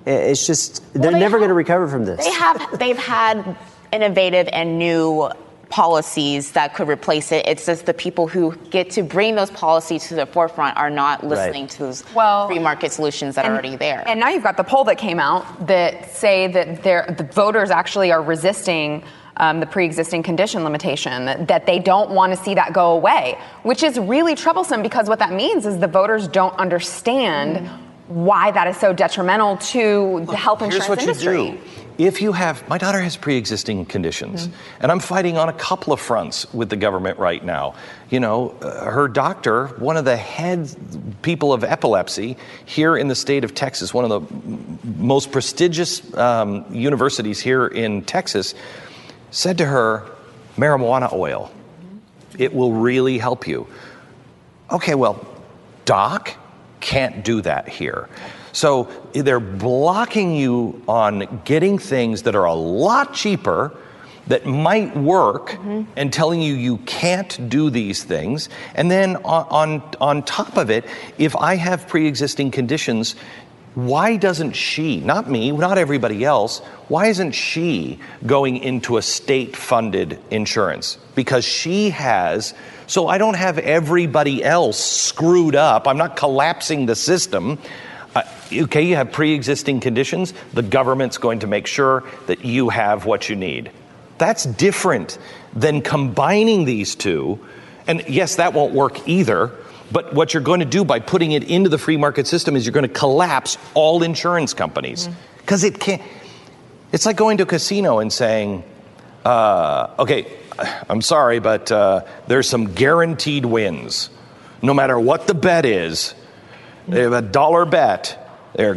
[SPEAKER 23] I- It's just they're never going to recover from this.
[SPEAKER 18] They have. They've had innovative and new policies that could replace it. It's just the people who get to bring those policies to the forefront are not listening to those free market solutions that are already there.
[SPEAKER 17] And now you've got the poll that came out that say that they're- the voters actually are resisting um, the pre-existing condition limitation that, that they don't want to see that go away, which is really troublesome because what that means is the voters don't understand
[SPEAKER 16] Mm.
[SPEAKER 17] why that is so detrimental to the health insurance
[SPEAKER 16] Here's what
[SPEAKER 17] industry. Mm-hmm.
[SPEAKER 16] you do. If you have, my daughter has pre existing conditions, and I'm fighting on a couple of fronts with the government right now. You know, uh, her doctor, one of the head people of epilepsy here in the state of Texas, one of the m- most prestigious um, universities here in Texas, said to her, marijuana oil,
[SPEAKER 17] Mm-hmm.
[SPEAKER 16] it will really help you. Okay, well, doc can't do that here. So they're blocking you on getting things that are a lot cheaper that might work and telling you you can't do these things. And then on, on, on top of it, if I have pre existing conditions, why doesn't she, not me, not everybody else, why isn't she going into a state funded insurance? Because she has, so I don't have everybody else screwed up. I'm not collapsing the system. Uh, okay, you have pre existing conditions. The government's going to make sure that you have what you need. That's different than combining these two. And yes, that won't work either. But what you're going to do by putting it into the free market system is you're going to collapse all insurance companies
[SPEAKER 17] Mm-hmm.
[SPEAKER 16] because it can't. It's like going to a casino and saying, uh, okay, I'm sorry, but uh, there's some guaranteed wins. No matter what the bet is, They have a dollar bet. They're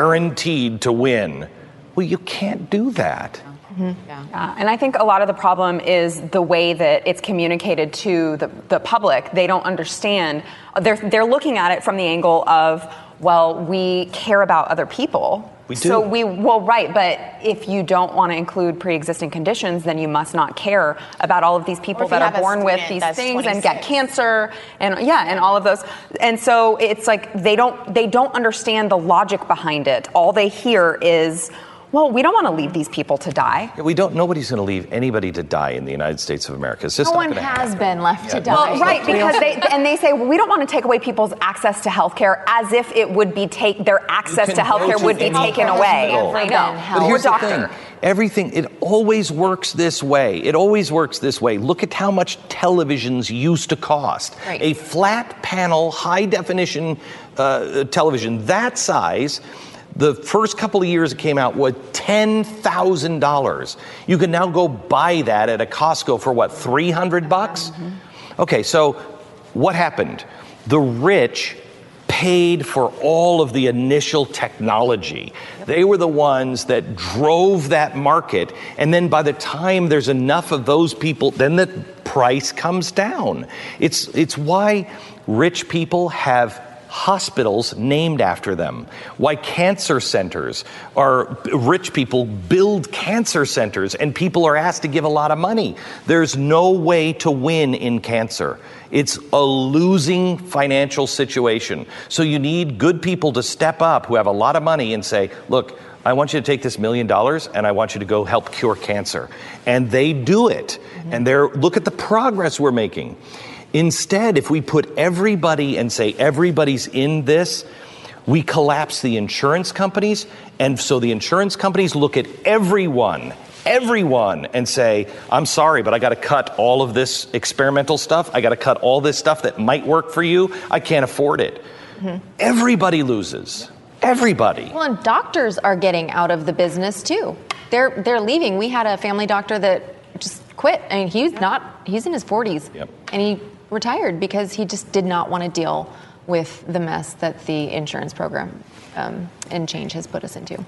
[SPEAKER 16] guaranteed to win. Well, you can't do that.
[SPEAKER 17] Yeah, and I think a lot of the problem is the way that it's communicated to the, the public. They don't understand. They're, they're looking at it from the angle of, well, we care about other people.
[SPEAKER 16] We
[SPEAKER 17] So
[SPEAKER 16] do.
[SPEAKER 17] we, well, right, but if you don't want to include pre existing conditions, then you must not care about all of these
[SPEAKER 18] Or
[SPEAKER 17] people
[SPEAKER 18] if you
[SPEAKER 17] that
[SPEAKER 18] have a
[SPEAKER 17] are born with
[SPEAKER 18] student
[SPEAKER 17] these
[SPEAKER 18] that's
[SPEAKER 17] things and get cancer and, yeah, and all of those. And so it's like they don't, they don't understand the logic behind it. All they hear is, well, we don't want to leave these people to die.
[SPEAKER 16] Yeah, We don't. Nobody's going to leave anybody to die in the United States of America. It's just
[SPEAKER 17] No
[SPEAKER 16] not
[SPEAKER 17] one
[SPEAKER 16] gonna
[SPEAKER 17] has
[SPEAKER 16] happen.
[SPEAKER 17] been left
[SPEAKER 16] to Yeah. die.
[SPEAKER 17] Well, right, because they and they say well, we don't want to take away people's access to healthcare as if it would be take their access
[SPEAKER 16] can
[SPEAKER 17] to healthcare
[SPEAKER 16] go to
[SPEAKER 17] would be
[SPEAKER 16] any
[SPEAKER 17] taken
[SPEAKER 16] hospital.
[SPEAKER 17] away. I know.
[SPEAKER 16] But
[SPEAKER 17] Or
[SPEAKER 16] here's the
[SPEAKER 17] doctor.
[SPEAKER 16] thing. Everything, it always works this way. It always works this way. Look at how much televisions used to cost.
[SPEAKER 4] Right.
[SPEAKER 16] A flat panel, high definition uh, television that size, the first couple of years it came out, was $10,000. You can now go buy that at a Costco for what, 300 bucks? Okay, so what happened? The rich paid for all of the initial technology. They were the ones that drove that market. And then by the time there's enough of those people, then the price comes down. It's, it's why rich people have hospitals named after them, why cancer centers are rich people build cancer centers and people are asked to give a lot of money. There's no way to win in cancer. It's a losing financial situation. So you need good people to step up who have a lot of money and say, look, I want you to take this million dollars and I want you to go help cure cancer. And they do it. And they're look at the progress we're making. Instead, if we put everybody and say everybody's in this, we collapse the insurance companies. And so the insurance companies look at everyone, everyone, and say, I'm sorry, but I got to cut all of this experimental stuff. I got to cut all this stuff that might work for you. I can't afford it. Everybody loses. Everybody.
[SPEAKER 4] Mm-hmm. Well, and doctors are getting out of the business too. They're they're leaving. We had a family doctor that just quit. I mean, he's not he's in his 40s.
[SPEAKER 16] Yep.
[SPEAKER 4] And he retired because he just did not want to deal with the mess that the insurance program um, and change has put us into.